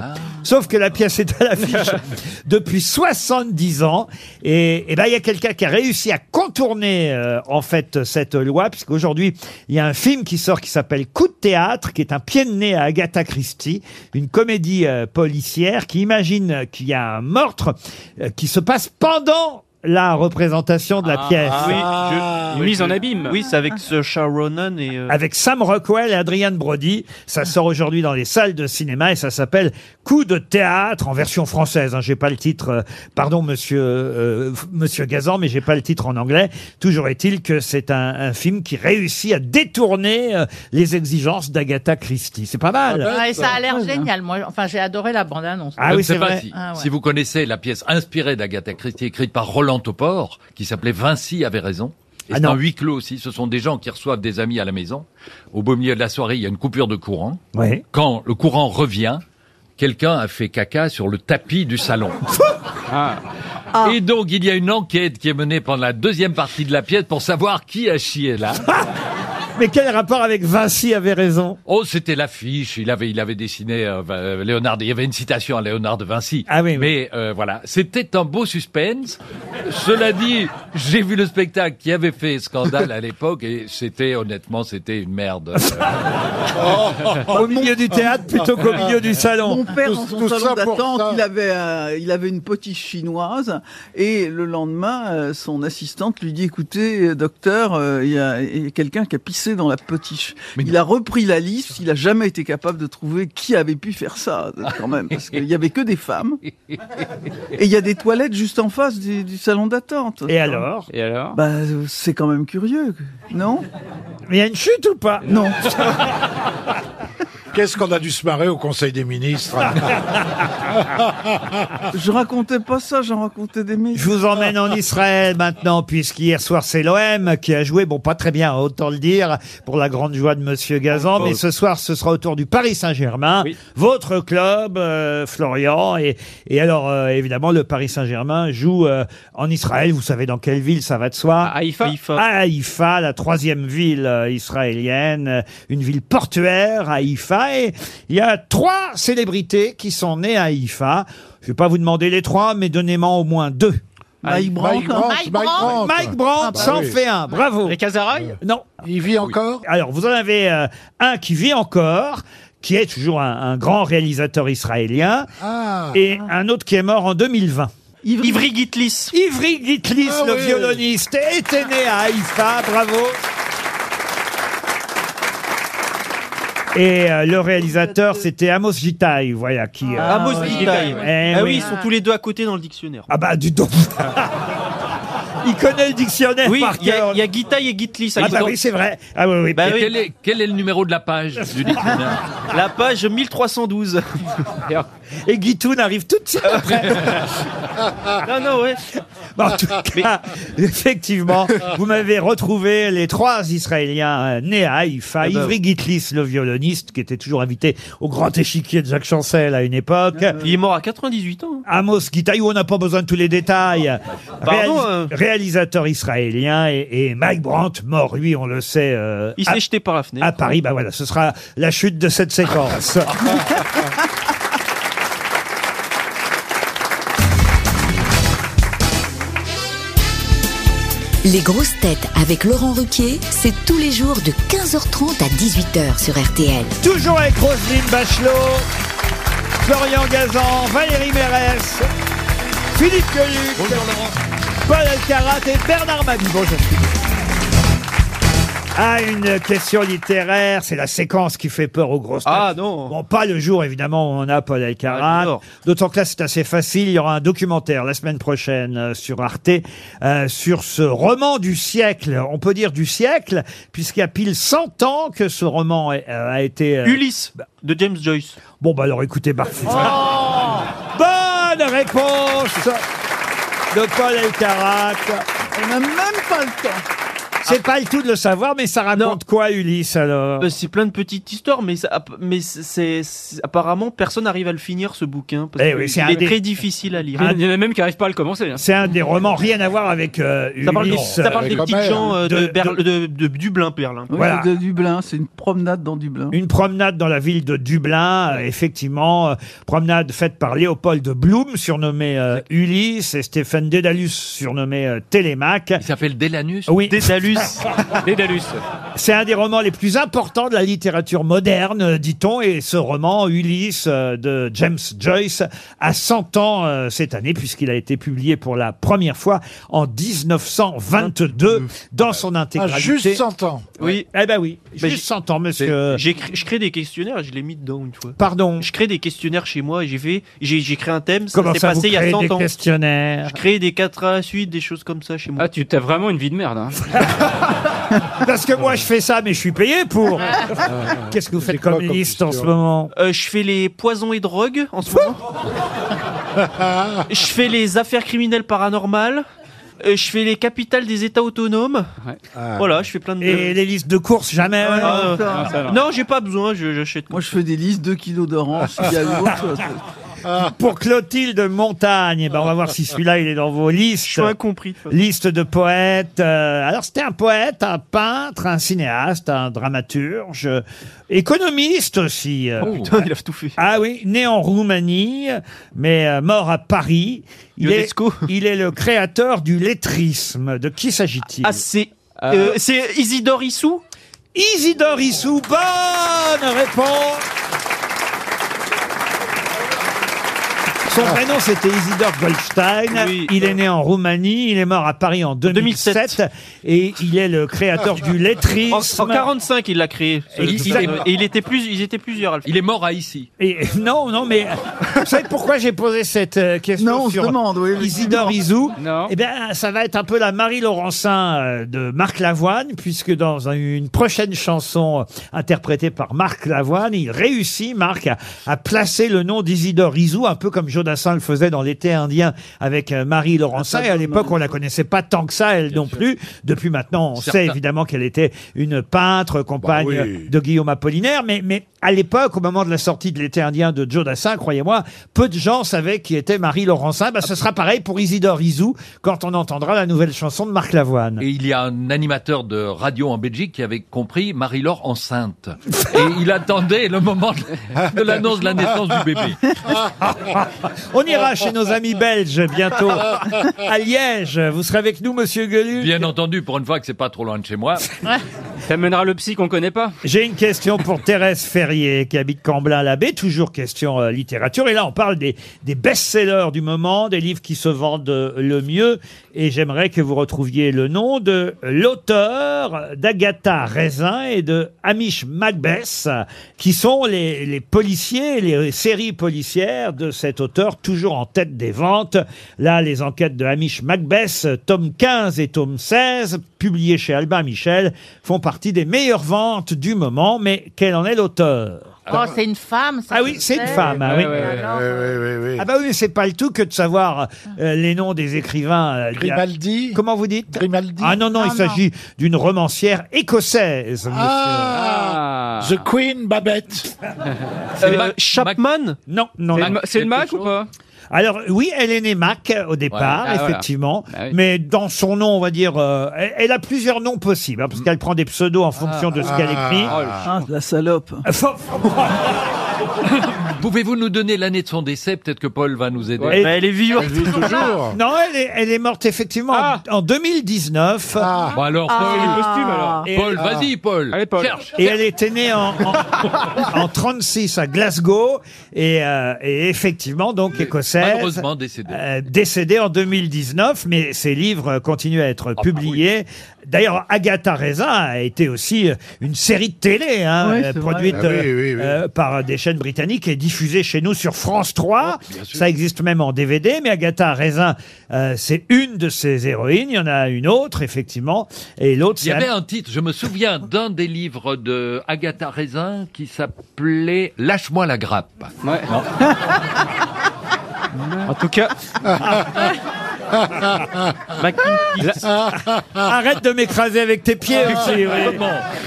S2: Sauf que la pièce est à l'affiche depuis 70 ans. Et, et ben, il y a quelqu'un qui a réussi à contourner, euh, en fait, cette loi, puisqu'aujourd'hui, il y a un film qui sort qui s'appelle Coup de théâtre, qui est un pied de nez à Agatha Christie, une comédie euh, policière qui imagine euh, qu'il y a un meurtre euh, qui se passe pendant la représentation de la pièce.
S7: Ah, oui, je- une mise en abîme.
S3: Oui, c'est avec ce Sharonan et. euh,
S2: Avec Sam Rockwell et Adrian Brody. Ça sort aujourd'hui dans les salles de cinéma et ça s'appelle Coup de théâtre en version française. Hein, j'ai pas le titre, euh, pardon monsieur, euh, f- monsieur Gazan, mais j'ai pas le titre en anglais. Toujours est-il que c'est un, un film qui réussit à détourner euh, les exigences d'Agatha Christie. bah, C'est pas mal.
S6: Ah
S9: Ouais, Ça a l'air génial. Moi, enfin, j'ai adoré la bande-annonce.
S2: Ah
S4: Je
S2: oui,
S4: ne sais
S2: c'est
S4: pas
S2: vrai.
S4: Si,
S9: Ah ouais.
S4: si vous connaissez la pièce inspirée d'Agatha Christie, écrite par Roland Topor, qui s'appelait Vinci avait raison. Et
S2: Ah
S4: c'est
S2: non.
S4: un huis clos aussi. Ce sont des gens qui reçoivent des amis à la maison. Au beau milieu de la soirée, il y a une coupure de courant.
S2: Ouais.
S4: Quand le courant revient, quelqu'un a fait caca sur le tapis du salon. Ah.
S2: Ah.
S4: Et donc, il y a une enquête qui est menée pendant la deuxième partie de la pièce pour savoir qui a chié là.
S2: Mais quel rapport avec Vinci avait raison
S4: Oh, c'était l'affiche. Il avait, il avait dessiné euh, Va- euh, Léonard. Il y avait une citation à Léonard de Vinci.
S2: Ah oui, oui.
S4: Mais euh, voilà, c'était un beau suspense. Cela dit, j'ai vu le spectacle qui avait fait scandale à l'époque et c'était honnêtement, c'était une merde.
S2: Oh,
S4: Oh.
S2: Au milieu du théâtre plutôt qu'au milieu du salon.
S5: Mon père,
S6: Tout-
S5: dans son
S6: tout
S5: salon
S6: ça pour
S5: d'attente,
S6: ça.
S5: il avait, euh, il avait une potiche chinoise. Et le lendemain, euh, son assistante lui dit, écoutez, euh, docteur, euh, il y a, il y a quelqu'un qui a pissé dans la potiche. il a repris la liste. Il a jamais été capable de trouver qui avait pu faire ça, euh, quand même. Parce qu'il y avait que des femmes. Et il y a des toilettes juste en face du, du salon d'attente.
S2: Et alors
S7: Et alors
S5: Bah, euh, c'est quand même curieux, non
S2: Mais il y a une chute ou pas
S5: Non.
S6: Qu'est-ce qu'on a dû se marrer au Conseil des ministres
S5: Je racontais pas ça, j'en racontais des meilleurs.
S2: Je vous emmène en Israël maintenant, puisqu'hier soir c'est l'OM qui a joué, bon pas très bien, autant le dire, pour la grande joie de Monsieur Gazan, mais ce soir ce sera au tour du Paris Saint-Germain,
S7: Oui.
S2: votre club, euh, Florian, et, et alors euh, évidemment le Paris Saint-Germain joue euh, en Israël, vous savez dans quelle ville ça va de soi
S7: À Haïfa
S3: Haïfa.
S2: à Haïfa, la troisième ville euh, israélienne, euh, une ville portuaire, à Haïfa. IFA. Et il y a trois célébrités qui sont nées à IFA. Je vais pas vous demander les trois, mais donnez-moi au moins deux.
S5: Mike Brandt. Mike Brandt,
S9: Mike Mike Brandt. Brandt.
S2: Mike Brandt
S6: Ah bah
S2: s'en
S6: oui.
S2: fait un. Bravo. Euh,
S7: Les Casaroy
S2: Non.
S6: Il vit encore
S2: Alors, vous en avez euh, un qui vit encore, qui est toujours un, un grand réalisateur israélien,
S6: Ah
S2: et un autre qui est mort en 2020.
S3: Ivry Gitlis.
S2: Ivry Gitlis,
S6: Ah
S2: le
S6: oui.
S2: violoniste, était né à Haïfa, bravo Et euh, le réalisateur, c'était Amos Gitaï, voilà, qui... euh,
S3: Ah, Amos Gitaï.
S2: Eh
S3: ah
S2: oui.
S3: oui, ils sont tous les deux à côté dans le dictionnaire.
S2: Ah bah, du don Il connaît le dictionnaire
S3: Oui,
S2: par
S3: il y, a-
S2: cœur
S3: il y a Guitaï et Gitlis.
S2: Ah bah oui, c'est vrai Ah oui, oui.
S3: Bah
S4: Et
S3: oui.
S4: quel, est, quel est le numéro de la page du dictionnaire
S3: La page 1312.
S2: Et Guitoun arrive tout de suite
S3: Euh,
S2: après
S3: non, non, ouais.
S2: Bon, en tout cas, Ah, effectivement, vous m'avez retrouvé les trois Israéliens euh, nés à Haïfa.
S3: bah
S2: Ivry Gitlis, le violoniste, qui était toujours invité au grand échiquier de Jacques Chancel à une époque.
S3: Ah, Il est mort à 98 ans. Ah,
S2: Amos Gitaï, où on n'a pas besoin de tous les détails.
S3: Pardon,
S2: Réalis-
S3: euh.
S2: Réalisateur israélien et, et Mike Brandt, mort lui, on le sait, euh,
S3: Il
S2: à,
S3: s'est jeté par la fenêtre.
S2: à Paris. Bah voilà, ce sera la chute de cette séquence.
S11: Les grosses têtes avec Laurent Ruquier, c'est tous les jours de 15h30 à 18h sur RTL.
S2: Toujours avec Roselyne Bachelot, Florian Gazan, Valérie Mérès, Philippe Gueluc, Paul Alcarat et Bernard Mabie. Bonjour Philippe. Ah, une question littéraire, c'est la séquence qui fait peur aux grosses têtes.
S3: Ah non.
S2: Bon, pas le jour, évidemment, où on a Paul
S3: Ah,
S2: Alcarat.
S3: j'adore.
S2: D'autant que là, c'est assez facile. Il y aura un documentaire la semaine prochaine euh, sur Arte euh, sur ce roman du siècle. On peut dire du siècle, puisqu'il y a pile 100 ans que ce roman euh, a été... euh,
S3: Ulysse de James Joyce.
S2: Bon, bah alors écoutez, bah, Bonne réponse de Paul Elkarat.
S5: On n'a même pas le temps.
S2: C'est pas le tout de le savoir, mais ça raconte
S3: Non.
S2: quoi, Ulysse, alors
S3: Euh, c'est plein de petites histoires, mais, ça- mais c'est, c'est- apparemment personne n'arrive à le finir ce bouquin. Parce
S2: Eh
S3: que
S2: oui, c'est
S3: il
S2: un
S3: est
S2: des-
S3: très difficile à lire.
S7: Il y en a même qui n'arrivent pas à le commencer. hein.
S2: C'est un des romans, rien à voir avec euh,
S3: ça parle des,
S2: Ulysse.
S3: ça parle des
S6: Avec
S3: petites
S6: Homer.
S3: gens euh,
S2: De-
S3: de, Berl-
S2: de-
S3: de- de Dublin, Perlin.
S5: Oui,
S2: Voilà.
S5: c'est de Dublin, c'est une promenade dans Dublin.
S2: Une promenade dans la ville de Dublin, euh, effectivement, euh, promenade faite par Léopold Bloom, surnommé euh, Ulysse, et Stéphane Dédalus, surnommé euh, Télémaque.
S4: Il s'appelle Delanus.
S2: Oui,
S3: Dédalus.
S7: Dédalus.
S2: c'est un des romans les plus importants de la littérature moderne, euh, dit-on, et ce roman, Ulysse, euh, de James Joyce, a 100 ans euh, cette année, puisqu'il a été publié pour la première fois en 1922, dans son
S6: Ah,
S2: intégralité.
S6: Juste 100 ans
S3: Oui.
S2: Eh ben oui,
S3: Mais
S2: juste
S3: j'ai-
S2: 100 ans, monsieur.
S3: J'ai cré- je crée des questionnaires, et je l'ai mis dedans une fois.
S2: Pardon.
S3: Je crée des questionnaires chez moi et j'ai fait, j'ai, j'ai créé un thème,
S2: Comment
S3: ça s'est
S2: ça, vous
S3: passé il y a
S2: créez
S3: 100
S2: des
S3: ans.
S2: questionnaires
S3: Je crée des 4 à la suite, des choses comme ça chez moi.
S7: Ah, tu as vraiment une vie de merde. hein.
S2: Parce que moi, je fais ça, mais je suis payé pour. Qu'est-ce que vous faites
S6: quoi
S2: comme
S6: comme
S2: liste en ce
S6: question
S2: moment
S3: Euh, je fais les poisons et drogues en ce moment. je fais les affaires criminelles paranormales. Euh, je fais les capitales des États autonomes.
S7: Ouais.
S3: Voilà, je fais plein de.
S2: Et les listes de courses, jamais.
S3: Ah, euh,
S5: Ça.
S7: Ah, ça va.
S3: non, j'ai pas besoin, je- j'achète.
S5: Moi, je fais des listes, 2 kilos d'oranges, il y a l'autre.
S2: Ah. Pour Clotilde Montagne, eh ben, on va voir si celui-là, il est dans vos listes.
S3: Je suis incompris. de toute façon.
S2: Liste de poètes. euh, alors, c'était un poète, un peintre, un cinéaste, un dramaturge, euh, économiste aussi. euh.
S4: Oh.
S3: Putain, il a tout fait.
S2: Ah oui, né en Roumanie, mais euh, mort à Paris. Il est,
S3: Ionesco.
S2: il est le créateur du lettrisme. De qui s'agit-il
S3: Ah, c'est. euh, c'est Isidore Issou
S2: Isidore Issou, bonne réponse Son prénom, c'était Isidore Goldstein.
S3: Ah. Oui.
S2: Il est né en Roumanie. Il est mort à Paris en 2007.
S3: 2007.
S2: Et il est le créateur du lettrisme.
S3: Ah, En, en 45, il l'a créé. ce-
S2: Et il-
S3: tout
S2: il
S3: ça.
S2: est-
S3: Et il était plus, ils étaient plusieurs. à le faire.
S4: Il est mort à ici.
S2: Et- non, non, mais vous savez pourquoi j'ai posé cette euh, question
S5: Non, on se
S2: sur
S5: demande, oui.
S2: Isidore Isou
S7: Non.
S2: Eh bien, ça va être un peu la Marie Laurencin euh, de Marc Lavoine, puisque dans un- une prochaine chanson euh, interprétée par Marc Lavoine, il réussit, Marc, à, à placer le nom d'Isidore Isou, un peu comme Jodassin le faisait dans l'été indien avec euh, Marie
S5: Ah,
S2: Laurencin. Et à l'époque, on la connaissait pas tant que ça, elle non plus. Depuis maintenant, on
S4: Certain.
S2: sait évidemment qu'elle était une peintre, compagne
S6: oui.
S2: de Guillaume Apollinaire, mais, mais à l'époque, au moment de la sortie de l'été indien de Joe Dassin, croyez-moi, peu de gens savaient qui était Marie Laurencin. Bah, ce sera pareil pour Isidore Isou quand on entendra la nouvelle chanson de Marc Lavoine.
S4: Et il y a un animateur de radio en Belgique qui avait compris Marie-Laure enceinte. Et il attendait le moment de- de l'annonce de la naissance du bébé.
S2: On ira chez nos amis belges bientôt à Liège. Vous serez avec nous, monsieur Gueulu
S4: Bien entendu, pour une fois que c'est pas trop loin de chez moi.
S2: T'amèneras le psy qu'on connaît pas. J'ai une question pour Thérèse Ferrier qui habite Camblin-l'Abbé, toujours question euh, littérature. Et là, on parle des, des best-sellers du moment, des livres qui se vendent euh, le mieux. Et j'aimerais que vous retrouviez le nom de l'auteur d'Agatha Raisin et de Hamish Macbeth, qui sont les, les policiers, les euh, séries policières de cet auteur, toujours en tête des ventes. Là, les enquêtes de Hamish Macbeth, tome 15 et tome 16, publiés chez Albin Michel, font partie des meilleures ventes du moment. Mais quel en est
S6: Ah,
S2: l'auteur
S9: Oh, c'est une femme, ça
S2: Ah
S9: je
S2: oui, c'est une
S9: sais.
S2: femme, ah oui.
S9: Ah non.
S2: Ah bah oui, mais c'est pas le tout que de savoir euh, les noms des écrivains. euh, d'il y a-
S6: Grimaldi
S2: Comment vous dites Grimaldi. Ah non, non, il s'agit d'une romancière écossaise, monsieur.
S6: Ah, The Queen Babette.
S2: Euh, Chapman Non, non.
S6: C'est une-
S2: non.
S6: c'est une Mac ou
S7: pas
S2: alors oui, elle est née Mac euh, au départ,
S7: Ah, voilà.
S2: effectivement,
S7: Ah oui.
S2: mais dans son nom, on va dire, euh, elle, elle a plusieurs noms possibles, hein, parce qu'elle prend des pseudos en fonction de ce qu'elle écrit.
S5: Ah, la salope.
S4: Pouvez-vous nous donner l'année de son décès Peut-être que Paul va nous aider.
S2: Ouais. Mais Bah, elle est vivante. Elle
S6: vit toujours.
S2: Ah. Non, elle est, elle est morte effectivement en en 2019.
S4: Bon alors, Paul,
S2: Ah. Et-
S4: Paul, vas-y, Paul. Cherche.
S2: Et elle était née en, en, en 36 à Glasgow et, euh, et effectivement donc écossaise.
S4: Malheureusement décédée.
S2: Euh, décédée en 2019, mais ses livres euh, continuent à être publiés. D'ailleurs, Agatha Raisin a été aussi euh, une série de télé hein,
S6: Ouais,
S2: euh,
S6: c'est vrai.
S2: produite
S6: Ah oui,
S2: euh,
S6: oui, oui.
S2: euh, par des chaînes britanniques et diffusée chez nous sur France 3. Ça existe même en DVD, mais Agatha Raisin, euh, c'est une de ses héroïnes. Il y en a une autre, effectivement, et l'autre,
S4: Il y
S2: c'est
S4: avait un titre, je me souviens d'un des livres de Agatha Raisin qui s'appelait Lâche-moi la grappe. Non.
S7: En tout cas.
S2: Arrête de m'écraser avec tes pieds aussi. oui.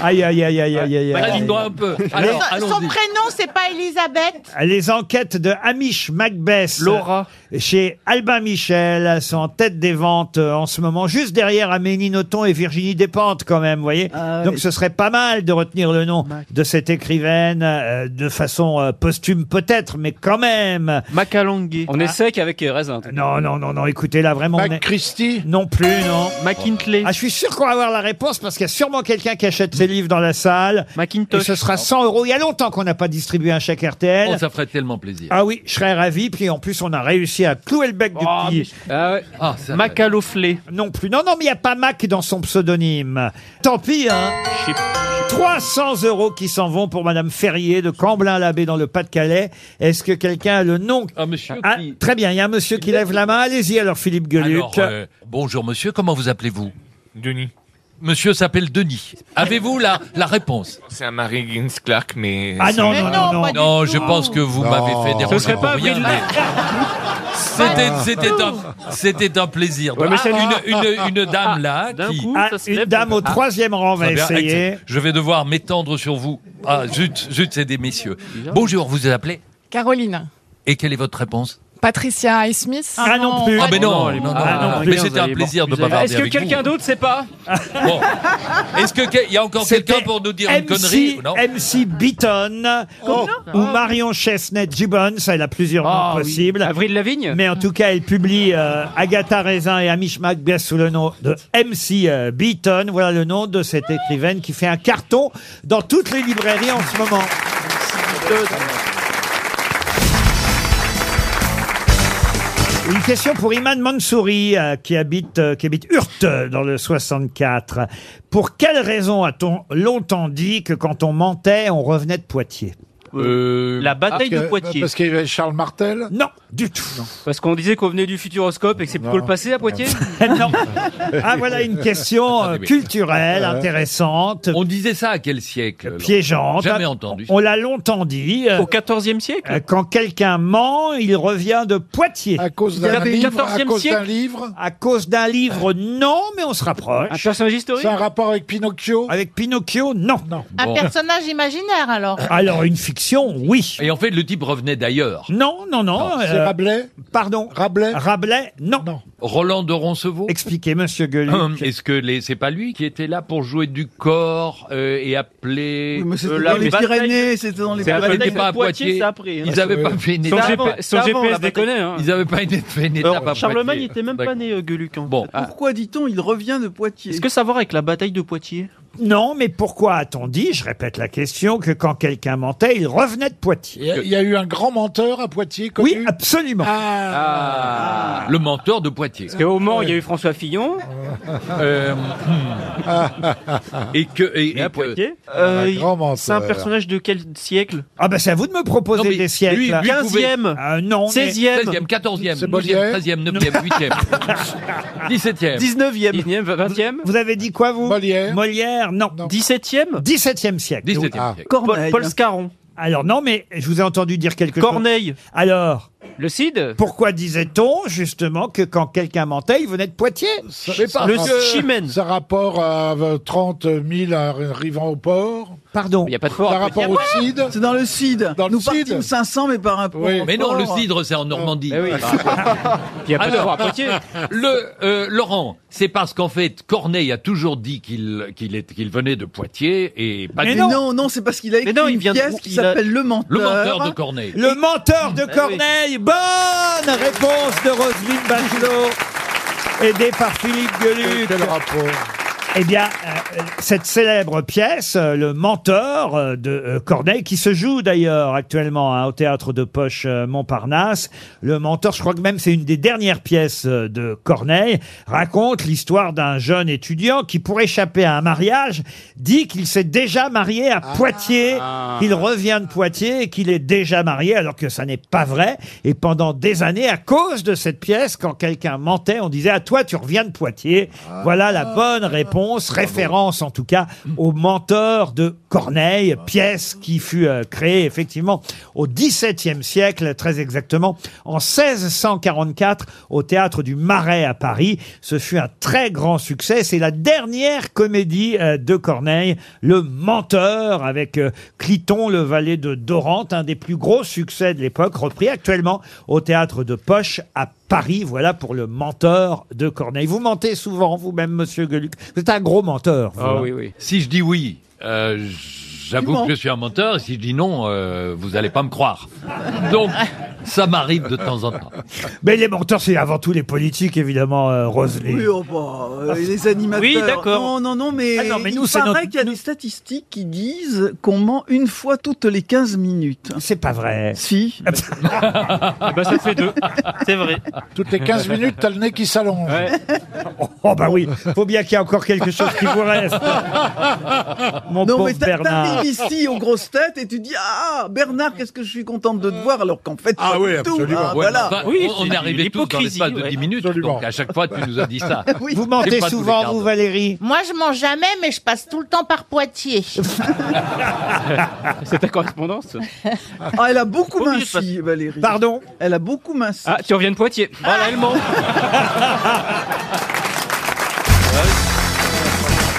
S2: Aïe, aïe, aïe, aïe, aïe, aïe. aïe.
S4: Imagine-toi un peu.
S9: Mais
S4: Alors,
S9: son- son
S4: allons-y.
S9: prénom, c'est pas Elisabeth
S2: Les enquêtes de Hamish Macbeth Laura. chez Albin Michel sont en tête des ventes euh, en ce moment, juste derrière Amélie Nothomb et Virginie Despentes quand même, vous voyez. Donc ce serait pas mal de retenir le nom de cette écrivaine euh, de façon euh, posthume peut-être, mais quand même.
S7: Macalongi. On est sec avec euh, raisin.
S2: Non, non, non, non, écoutez, là, vraiment...
S6: Christie
S2: Non plus, non.
S7: McKinley.
S2: Ah, je suis sûr qu'on va avoir la réponse parce qu'il y a sûrement quelqu'un qui achète ses livres dans la salle.
S7: Macintosh.
S2: Et ce sera 100 euros. Il y a longtemps qu'on n'a pas distribué un chèque RTL.
S4: Oh, ça ferait tellement plaisir.
S2: Ah oui, je serais ravi. Puis en plus, on a réussi à clouer le bec du petit.
S7: Ah ouais.
S2: Non plus. Non, non, mais il n'y a pas Mac dans son pseudonyme. Tant pis, hein. 300 euros qui s'en vont pour Madame Ferrier de Camblin-l'Abbé dans le Pas-de-Calais. Est-ce que quelqu'un a le nom
S4: Un monsieur
S2: Ah,
S4: qui-
S2: Très bien, il y a un monsieur qui lève la main. Allez-y alors, Philippe Gueluc.
S4: Alors, euh, bonjour monsieur, comment vous appelez-vous Denis. Monsieur s'appelle Denis. Avez-vous la, la réponse
S12: C'est un Mary Gaines Clark, mais.
S4: Ah non,
S12: c'est-
S4: non, Mais non, non, pas non. du Non, tout. je pense que vous m'avez fait des Ce serait pas pour rien. Avril C'était
S12: Ah.
S4: c'était un, c'était un plaisir.
S12: Ouais, mais
S4: Ah,
S12: c'est-
S4: une, une, une dame là qui...
S2: Ah, une dame au troisième rang va
S4: Très bien,
S2: essayer.
S4: excellent. Je vais devoir m'étendre sur vous. Ah zut, zut, c'est des messieurs. Bonjour, vous vous appelez
S13: Caroline.
S4: Et quelle est votre réponse
S13: Patricia Highsmith
S2: Ah non plus.
S4: Ah mais non, non, non, non, non. mais c'était un plaisir de bavarder
S7: Est-ce que
S4: avec vous.
S7: quelqu'un d'autre sait pas
S4: Bon. Est-ce que quel- il y a encore quelqu'un pour nous dire une
S2: MC,
S4: connerie Non.
S2: MC Beaton
S4: Comment
S2: ou Marion Chesney Gibbons, elle a plusieurs noms possibles. Ah Avril Lavigne Mais en tout cas, elle publie euh, Agatha Raisin et Amish Macbeth sous le nom de MC euh, Beaton. Voilà le nom de cette écrivaine qui fait un carton dans toutes les librairies en ce moment. Euh, Une question pour Iman Mansouri, euh, qui habite, euh, qui habite Hurte, euh, dans le 64. Pour quelle raison a-t-on longtemps dit que quand on mentait, on revenait de Poitiers
S7: Euh,
S3: La bataille
S6: parce
S3: de
S6: que-
S3: Poitiers.
S6: Parce qu'il y avait Charles Martel
S2: Non, du tout.
S7: Parce qu'on disait qu'on venait du Futuroscope et que c'est plutôt le passé à Poitiers
S2: Non. Ah, voilà une question euh, culturelle intéressante.
S4: On disait ça à quel siècle Laurent
S2: Piégeante.
S4: Jamais entendu.
S2: On l'a longtemps dit. Au
S3: XIVe siècle
S2: Quand quelqu'un ment, il revient de Poitiers. À
S6: cause d'un Il y a livre, à 14e cause d'un siècle livre
S2: À cause d'un livre, non, mais on se rapproche. Un
S7: personnage historique
S6: C'est un rapport avec Pinocchio
S2: Avec Pinocchio, non.
S9: Un personnage imaginaire, alors
S2: Alors, une fiction, oui. Hmm.
S4: Et en fait, le type revenait d'ailleurs.
S2: Non, non, non.
S4: Non, c'est
S6: Rabelais
S2: Pardon.
S6: Rabelais
S2: Rabelais, non.
S4: Roland de Roncevaux
S2: Expliquez, monsieur
S4: Hum,
S2: Gueuluc.
S4: Est-ce que les- c'est pas lui qui était là pour jouer du corps euh, et appeler
S5: Oui, mais c'était
S4: euh,
S5: dans
S4: la
S5: les
S4: bataille-
S5: Pyrénées, c'était dans les
S4: C'est après,
S5: Pyrénées.
S4: c'était pas à
S5: Poitiers,
S4: Poitiers.
S5: c'est après, hein.
S4: Ils avaient
S5: Ouais.
S4: pas fait une
S5: Son
S4: étape.
S5: GP- son
S4: avant
S5: GPS
S4: la bataille.
S5: déconnait, hein.
S4: Ils avaient pas une- fait une étape à
S3: Charlemagne
S4: Poitiers.
S3: n'était même pas
S4: D'accord.
S3: né euh, Gueuluc. hein.
S2: Ah.
S4: Bon.
S3: Pourquoi dit-on il revient de Poitiers Est-ce que ça a à voir avec la bataille de Poitiers
S2: Non, mais pourquoi a-t-on dit, je répète la question, que quand quelqu'un mentait, il revenait de
S6: Il y, a,
S2: Poitiers
S6: il y a eu un grand menteur à Poitiers connu
S2: Oui, absolument.
S4: Ah, Le mentor de Poitiers.
S7: Parce qu'au Mans, il y a eu François Fillon.
S4: Euh,
S7: hmm.
S6: ah.
S4: et que et, et que-
S3: Euh,
S6: Un grand
S3: il- C'est un
S6: menteur.
S3: personnage de quel siècle
S2: Ah bah c'est à vous de me proposer
S3: Non, mais
S2: des siècles.
S3: lui- lui 15e. pouvait-
S2: Ah, non. mais-
S3: 16e.
S4: 16e, 14e,
S2: C'est
S4: 12e,
S2: Molière
S4: 13e, 9e, 8e, 17e.
S3: 19e.
S7: 19e, 20e
S2: Vous avez dit quoi vous Molière. Molière, non. Ah.
S3: 17e
S2: 17e siècle.
S4: 17e
S2: oui.
S4: siècle.
S3: Corneille. Paul Scarron.
S2: Alors non, mais je vous ai entendu dire quelque
S3: Corneille.
S2: chose. Corneille. Alors,
S7: Le Cid
S2: pourquoi disait-on justement que quand quelqu'un mentait, il venait de Poitiers
S6: Le Ça rapport à euh, 30 000 arrivant au port.
S2: Pardon.
S7: Il n'y a pas de
S6: Ça rapport au CID.
S5: C'est dans le Cid. Nous partîmes 500, mais par un
S6: Oui.
S4: Mais non, le
S5: fort.
S4: cidre, c'est en Normandie.
S7: Eh oui. Il y a pas de
S4: Alors,
S7: fort à Poitiers.
S4: Le, euh, Laurent, c'est parce qu'en fait, Corneille a toujours dit qu'il qu'il est- qu'il venait de Poitiers et pas
S5: Mais
S4: du-
S5: non, non, c'est parce qu'il a écrit
S3: non, il
S5: une
S3: vient de-
S5: pièce qui
S3: il a-
S5: s'appelle Le Menteur.
S4: Le menteur de Corneille.
S2: Le menteur de
S3: oui.
S2: Corneille. Bonne réponse de Roselyne Bachelot, aidée par Philippe Gueluc.
S6: Quel rapport
S2: Eh bien, euh, cette célèbre pièce, euh, Le Menteur euh, de euh, Corneille, qui se joue d'ailleurs actuellement hein, au théâtre de Poche euh, Montparnasse, Le Menteur, je crois que même c'est une des dernières pièces euh, de Corneille, raconte l'histoire d'un jeune étudiant qui, pour échapper à un mariage, dit qu'il s'est déjà marié à Poitiers, qu'il revient de Poitiers et qu'il est déjà marié, alors que ça n'est pas vrai. Et pendant des années, à cause de cette pièce, quand quelqu'un mentait, on disait à toi, tu reviens de Poitiers. Voilà la bonne réponse, référence en tout cas au menteur de Corneille, pièce qui fut euh, créée effectivement au XVIIe siècle, très exactement en 1644 au théâtre du Marais à Paris. Ce fut un très grand succès. C'est la dernière comédie euh, de Corneille, Le Menteur, avec euh, Cliton, le valet de Dorante, un des plus gros succès de l'époque, repris actuellement au théâtre de Poche à Paris. Voilà pour le menteur de Corneille. Vous mentez souvent, vous-même, monsieur Gueluc. Vous êtes un gros menteur. vous,
S7: Ah
S2: hein.
S7: oui, oui.
S4: Si je dis oui, euh,
S2: Tu
S4: j'avoue
S2: mens.
S4: que je suis un menteur. Et si je dis non, euh, vous allez pas me croire. Donc, ça m'arrive de temps en temps.
S2: Mais les menteurs, c'est avant tout les politiques, évidemment, euh, Roselyne.
S5: Oui, oh, bah, euh, les animateurs.
S7: Oui, d'accord.
S5: Non, non, non, mais,
S2: Ah non, mais
S5: il
S2: nous, c'est
S5: paraît
S2: notre-
S5: qu'il y a des statistiques qui disent qu'on ment une fois toutes les 15 minutes.
S2: C'est pas vrai.
S5: Si.
S7: Eh ben, ça fait deux.
S3: C'est vrai.
S6: Toutes les 15 minutes, t'as le nez qui s'allonge.
S2: Oh bah oui, faut bien qu'il y ait encore quelque chose qui vous reste. Mon
S5: non,
S2: pauvre
S5: mais t'a-
S2: Bernard.
S5: t'arrives ici aux grosses têtes et tu dis Ah, Bernard, qu'est-ce que je suis contente de te voir, alors qu'en fait,
S6: Ah
S5: pas
S6: oui,
S5: du tout.
S6: absolument.
S5: Ah,
S6: Ouais,
S5: voilà.
S4: Enfin,
S7: Oui,
S4: on
S7: c'est
S4: on est arrivés tous dans
S7: l'hypocrisie,
S4: l'espace de
S7: ouais.
S4: 10 minutes.
S6: Absolument.
S4: Donc, à chaque fois, tu nous as dit ça.
S2: Vous mentez
S4: C'est pas tous les
S2: souvent,
S4: quarts
S2: vous,
S4: d'heure.
S2: Valérie
S9: Moi, je mens jamais, mais je passe tout le temps par Poitiers.
S7: C'est ta correspondance
S5: Ah, elle a beaucoup
S3: Au milieu de
S5: minci, Valérie.
S2: Pardon
S5: Elle a beaucoup minci.
S7: Ah, tu reviens de Poitiers. Voilà, elle ment.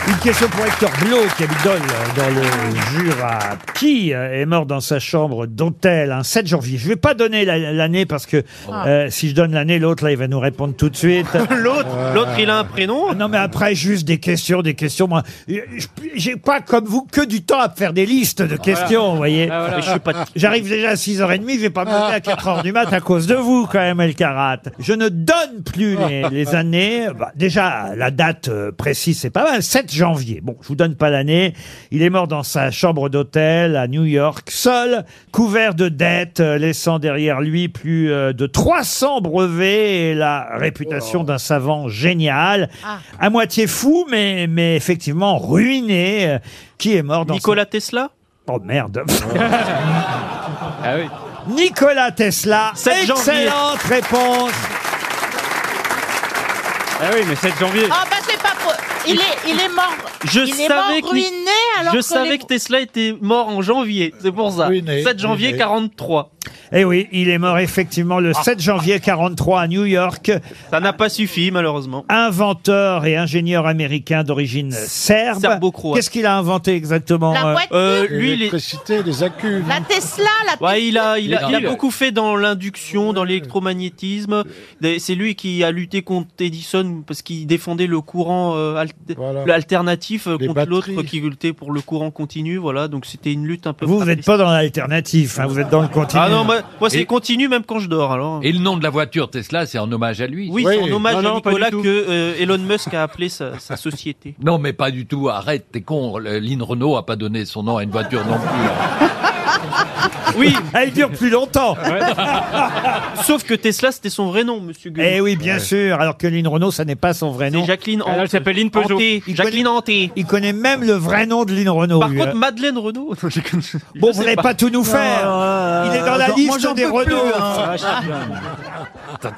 S2: Une question pour Hector Blo, qui habite Dole, dans le Jura, qui euh, est mort dans sa chambre d'hôtel un 7 janvier. Je vais pas donner la- l'année parce que
S3: Oh.
S2: euh, si je donne l'année, l'autre, là, il va nous répondre tout de suite.
S3: L'autre, l'autre, il a un prénom.
S2: Ah Non, mais après, juste des questions, des questions. Moi, je- je- j'ai pas, comme vous, que du temps à me faire des listes de questions, vous voyez.
S7: Ah, voilà.
S3: Mais je suis pas.
S2: J'arrive déjà à 6h30, je vais pas me lever à 4h du mat à cause de vous, quand même, El Karat. Je ne donne plus les, les années. Bah, déjà, la date euh, précise, c'est pas mal. 7 janvier. Bon, je vous donne pas l'année. Il est mort dans sa chambre d'hôtel à New York, seul, couvert de dettes, euh, laissant derrière lui plus euh, de 300 brevets et la
S7: Oh.
S2: réputation d'un savant génial.
S7: Ah.
S2: À moitié fou, mais, mais effectivement ruiné, euh, qui est mort dans sa-
S3: Nicolas Tesla
S2: Oh merde. Nicolas Tesla.
S7: Ah Sept janvier.
S2: Excellente réponse.
S7: Ah oui, mais 7 janvier.
S9: Ah bah c'est pas faux. Il est, il est mort.
S3: Je
S9: il est
S3: savais
S9: mort
S3: que Ni-
S9: ruiné alors
S3: Je
S9: que
S3: savais
S9: les-
S3: que Tesla était mort en janvier, c'est pour ça. 7 janvier
S2: ruiné.
S3: 43.
S2: Eh oui, il est mort effectivement le
S3: Ah.
S2: 7 janvier 43 à New York.
S3: Ça n'a pas suffi malheureusement.
S2: Inventeur et ingénieur américain d'origine serbe.
S3: Serbo-croate.
S2: Qu'est-ce qu'il a inventé exactement
S9: La
S2: euh,
S9: voiture. Euh, lui, il est-
S6: L'électricité, les accus.
S9: La Tesla, la
S3: Ouais, Ah, il a, il, a,
S4: Les
S3: il a
S4: piles.
S3: beaucoup fait dans l'induction, dans l'électromagnétisme. Des- C'est lui qui a lutté contre Edison parce qu'il défendait le courant euh, al- l'alternatif euh, contre l'autre qui luttait pour le courant continu. Voilà, donc c'était une lutte un peu.
S2: Vous, vous n'êtes pas dans l'alternatif, hein, vous êtes dans le continu.
S3: Euh, Ah non, moi, moi, c'est
S4: Et-
S3: continu même quand je dors. Alors.
S4: Et le nom de la voiture Tesla, c'est en hommage à lui.
S3: Oui, c'est en hommage à Nicolas que euh, Elon Musk a appelé sa, sa société.
S4: Non, mais pas du tout. Arrête, t'es con. Le- Lynn Renault a pas donné son nom à une voiture non plus.
S3: Oui,
S2: elle dure plus longtemps.
S3: Sauf que Tesla, c'était son vrai nom, monsieur Gueuleux.
S2: Eh oui, bien sûr, alors que Lynn Renault, ça n'est pas son vrai nom.
S3: Jacqueline
S5: Ah,
S3: Elle, elle Hante. s'appelle Lynn Peugeot. Hantée. Jacqueline Hantée.
S2: Il connaît même le vrai nom de Lynn Renault.
S3: Par
S2: lui,
S3: contre,
S2: hein.
S3: Madeleine Renault.
S2: bon, vous n'allez pas tout nous faire. Il est dans la
S5: Attends, moi,
S2: liste
S5: euh, j'en
S2: des
S5: peux
S2: Renault.
S5: plus, hein.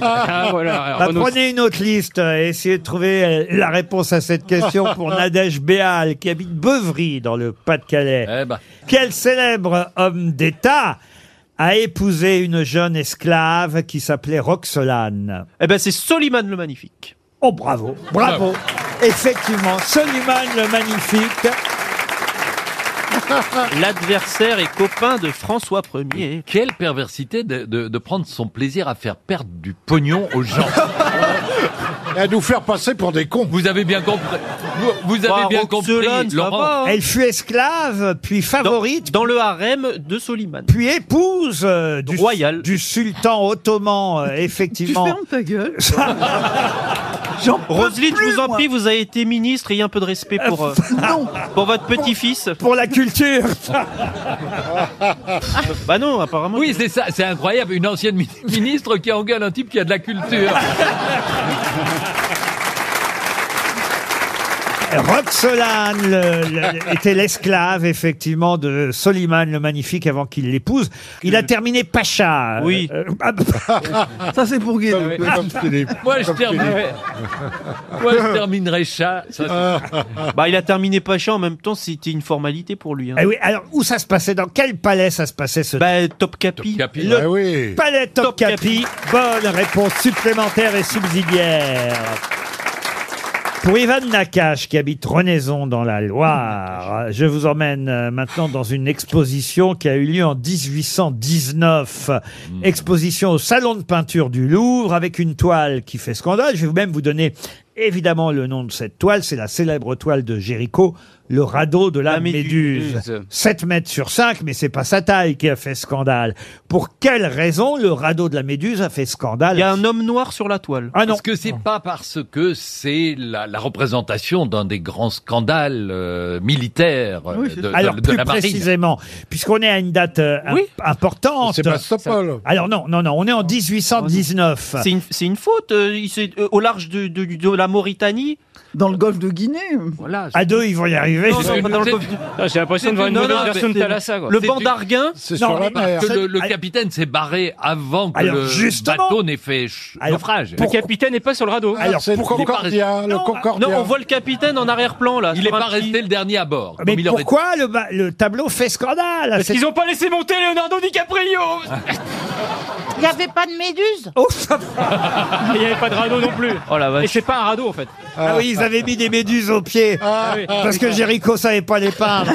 S4: Ah,
S7: voilà,
S2: Bah,
S7: Renault.
S2: prenez une autre liste euh, et essayez de trouver euh, la réponse à cette question pour Nadège Béal, qui habite Beuvry, dans le Pas-de-Calais.
S4: Eh ben.
S2: Quel célèbre homme d'État a épousé une jeune esclave qui s'appelait Roxolane
S3: Eh ben, c'est Soliman le Magnifique.
S2: Oh, bravo,
S4: Ah,
S2: bravo. Effectivement, Soliman le Magnifique.
S3: L'adversaire et copain de François Ier.
S4: Quelle perversité de, de- de prendre son plaisir à faire perdre du pognon aux gens.
S6: Et à nous faire passer pour des cons.
S4: Vous avez bien compris. Vous, vous avez
S3: Bah,
S4: bien compris,
S3: Roxelane, ça
S4: Laurent.
S3: va, hein.
S2: Elle fut esclave, puis favorite,
S3: Dans le harem de Soliman.
S2: puis épouse euh, du, du sultan ottoman, euh,
S5: Tu
S2: effectivement.
S5: fermes ta gueule. J'en peux
S3: Roselyne, je
S5: plus,
S3: vous en
S5: moi.
S3: prie, vous avez été ministre, ayez un peu de respect pour, euh,
S5: Non.
S3: pour votre petit-fils.
S2: Pour la culture
S3: Bah non, apparemment.
S4: Oui, c'est ça, c'est incroyable. Une ancienne mi- ministre qui engueule un type qui a de la culture.
S2: Roxolane le- le- était l'esclave, effectivement, de Soliman le Magnifique avant qu'il l'épouse. Il a terminé Pacha. euh,
S3: Oui.
S2: euh, ah, bah,
S5: Ça, c'est pour Guédou.
S6: Comme Philippe.
S4: Moi, je
S6: Comme Philippe.
S4: terminerai. Moi, je terminerai chat. Ça,
S3: Bah, il a terminé Pacha en même temps, c'était une formalité pour lui. hein.
S2: eh oui, alors, où ça se passait Dans quel palais ça se passait ce
S3: Bah, Top Capi.
S4: c'est-
S2: Le
S6: Ah oui.
S2: palais Topkapi. Bonne réponse supplémentaire et subsidiaire. Pour Ivan Nakache, qui habite Renaison dans la Loire, je vous emmène euh, maintenant dans une exposition qui a eu lieu en 1819. Exposition au Salon de peinture du Louvre avec une toile qui fait scandale. Je vais même vous donner évidemment le nom de cette toile. C'est la célèbre toile de Géricault, le radeau de la,
S7: La
S2: Méduse.
S7: Méduse.
S2: 7 mètres sur 5, mais c'est pas sa taille qui a fait scandale. Pour quelle raison le radeau de la Méduse a fait scandale
S3: Il y a un homme noir sur la toile.
S2: Ah non,
S4: Parce que c'est pas parce que c'est la, la représentation d'un des grands scandales euh, militaires euh,
S5: Oui, c'est-
S4: de, de-
S2: Alors
S4: de
S2: plus
S4: la marine.
S2: précisément, puisqu'on est à une date euh, imp-
S3: Oui.
S2: importante.
S6: Sébastopol.
S2: Alors non, non, non, on est en 1819.
S3: Oh C'est une, c'est une faute. euh, il s'est- euh, au large de, de- de la Mauritanie.
S5: Dans le golfe de Guinée.
S4: Voilà.
S2: À deux, ils vont y arriver.
S3: Non, non,
S4: une-
S3: pas dans le
S4: c'est-
S3: golfe-
S7: Ah, J'ai l'impression de voir une
S3: Non,
S7: nouvelle
S3: non,
S7: version de
S3: mais-
S7: Thalassa, quoi.
S3: Le
S4: C'est
S3: banc
S4: du-
S3: d'arguin.
S6: C'est
S2: Non,
S6: sur la
S2: mais-
S6: mer.
S4: Parce que le, le
S2: Ah,
S4: capitaine s'est barré avant que
S2: Alors,
S4: le
S2: justement.
S4: bateau n'ait fait ch-
S2: Alors,
S4: naufrage.
S7: Le
S2: pour-
S7: capitaine n'est pas sur le radeau.
S2: Alors,
S6: C'est le
S2: pourquoi-
S6: Concordia. Le
S2: Non,
S6: Concordia.
S3: Non, on voit le capitaine en arrière-plan là.
S4: Il
S3: sur
S4: n'est
S3: un
S4: pas
S3: petit-
S4: resté le dernier à bord.
S2: Mais
S4: comme il aurait été.
S2: pourquoi le, ba- le tableau fait scandale à
S7: Parce
S2: cette- Ah.
S7: qu'ils ont pas laissé monter Leonardo DiCaprio
S9: Il n'y avait pas de méduse
S2: Oh, ça-
S7: Il n'y avait pas de radeau non plus.
S3: Oh la
S7: Et
S3: vache.
S7: c'est pas un radeau en fait.
S2: Ah oui, ils avaient mis des méduses aux pieds.
S7: Ah
S2: Parce que Jéricho savait pas les peindre.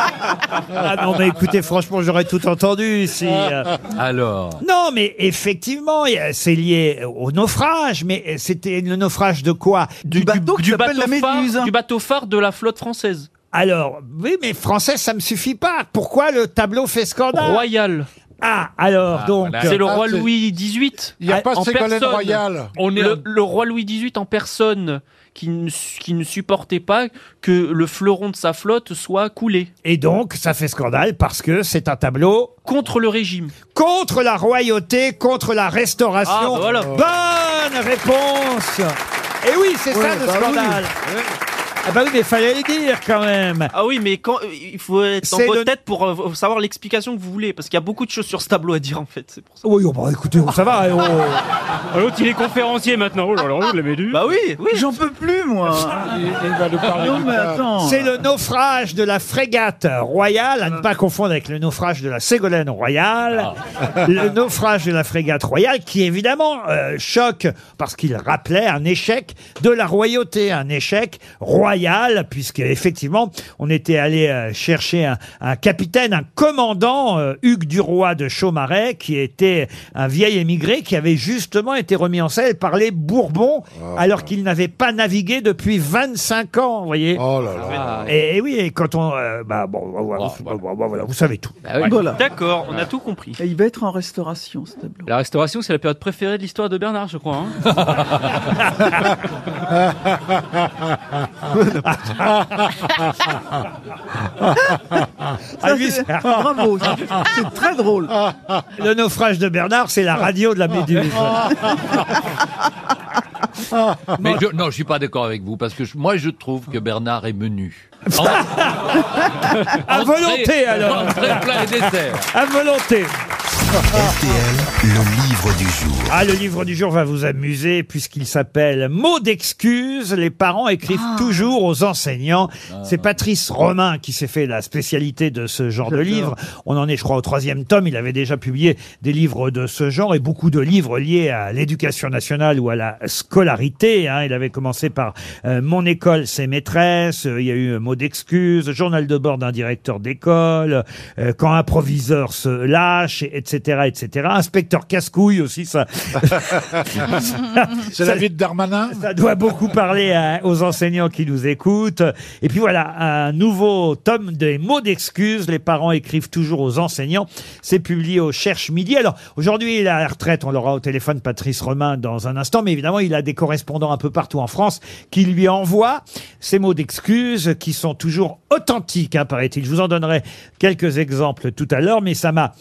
S2: ah non, mais écoutez, franchement, j'aurais tout entendu si.
S7: Ah.
S2: euh,
S4: Alors,
S2: Non, mais effectivement, il y a- c'est lié au naufrage. Mais euh, c'était le naufrage de quoi
S5: Du bateau qui
S3: du
S5: s'appelle
S3: bateau,
S5: la Méduse.
S2: hein.
S3: phare, du bateau phare de la flotte française.
S2: Alors, oui, mais français, ça me suffit pas. Pourquoi le tableau fait scandale
S3: Royal.
S2: Ah, alors
S4: Ah,
S2: donc.
S4: voilà.
S2: euh,
S3: C'est le
S6: Ah,
S3: roi
S6: c'est-
S3: Louis XVIII.
S6: Il n'y a pas
S3: en
S6: Ségolène
S3: personne.
S6: Royal.
S4: on est
S3: Le, le roi Louis XVIII en personne qui ne, su- qui ne supportait pas que le fleuron de sa flotte soit coulé
S2: Et donc, ça fait scandale parce que c'est un tableau
S3: contre le régime.
S2: contre la royauté, contre la restauration.
S3: Ah, bah voilà.
S2: Bonne réponse. Et oui, c'est ça
S6: Ouais,
S2: le
S6: bah oui.
S2: scandale. Ah bah oui, mais fallait le dire quand même.
S3: Ah oui, mais quand il faut être
S2: C'est
S3: en
S2: le-
S3: bonne tête pour euh, savoir l'explication que vous voulez, parce qu'il y a beaucoup de choses sur ce tableau à dire en fait. c'est pour ça.
S2: Oui, oh, bah, écoutez, ça va. oh.
S7: L'autre, il est conférencier maintenant. Oh là là, vous l'avez lu
S3: Bah oui, oui.
S5: J'en peux plus, moi. non, mais attends.
S2: C'est le naufrage de la frégate royale, à ne pas confondre avec le naufrage de la Ségolène royale. Le naufrage de la frégate royale qui, évidemment, euh, choque parce qu'il rappelait un échec de la royauté, un échec royal, puisque effectivement, on était allé euh, chercher un, un capitaine, un commandant, euh, Hugues Duroy de Chaumaret, qui était un vieil émigré qui avait justement été remis en selle par les
S6: Ah,
S2: Bourbons, alors qu'il n'avait pas navigué depuis 25 ans, vous voyez.
S6: Oh là là.
S2: Et, et oui, et quand on... euh, bah, bon, bah, voilà, vous, bah, bah, voilà, vous savez tout.
S5: Ah Voilà.
S3: D'accord, on a tout compris.
S5: Et il va être en restauration, ce tableau.
S7: La restauration, c'est la période préférée de l'histoire de Bernard, je crois. hein.
S2: Ah, lui,
S5: c'est-
S2: c'est-
S5: Bravo, c'est- c'est très drôle.
S2: Le naufrage de Bernard, c'est la radio de la Méduse.
S4: Mais je, non, je suis pas d'accord avec vous parce que je- moi, je trouve que Bernard est menu.
S2: À volonté, alors
S4: Entrée, plat et dessert.
S2: À volonté
S1: RTL, le livre du jour.
S2: Ah, le livre du jour va vous amuser puisqu'il s'appelle Mots d'excuses. Les parents écrivent toujours aux enseignants. C'est Patrice Romain qui s'est fait la spécialité de ce genre de livre. On en est, je crois, au troisième tome. Il avait déjà publié des livres de ce genre et beaucoup de livres liés à l'éducation nationale ou à la scolarité. hein. Il avait commencé par euh, Mon école, ses maîtresses. Euh, Il y a eu euh, Mots d'excuses, Journal de bord d'un directeur d'école, euh, Quand un proviseur se lâche, et- etc., etc. Inspecteur casse-couille aussi, ça,
S6: C'est la vie de Darmanin
S2: ça doit beaucoup parler à- aux enseignants qui nous écoutent. Et puis voilà, un nouveau tome des mots d'excuses. Les parents écrivent toujours aux enseignants. C'est publié au Cherche Midi. Alors aujourd'hui, il est à la retraite. On l'aura au téléphone, Patrice Romain, dans un instant. Mais évidemment, il a des correspondants un peu partout en France qui lui envoient ces mots d'excuses qui sont toujours authentiques, hein, paraît-il. Je vous en donnerai quelques exemples tout à l'heure, mais ça m'a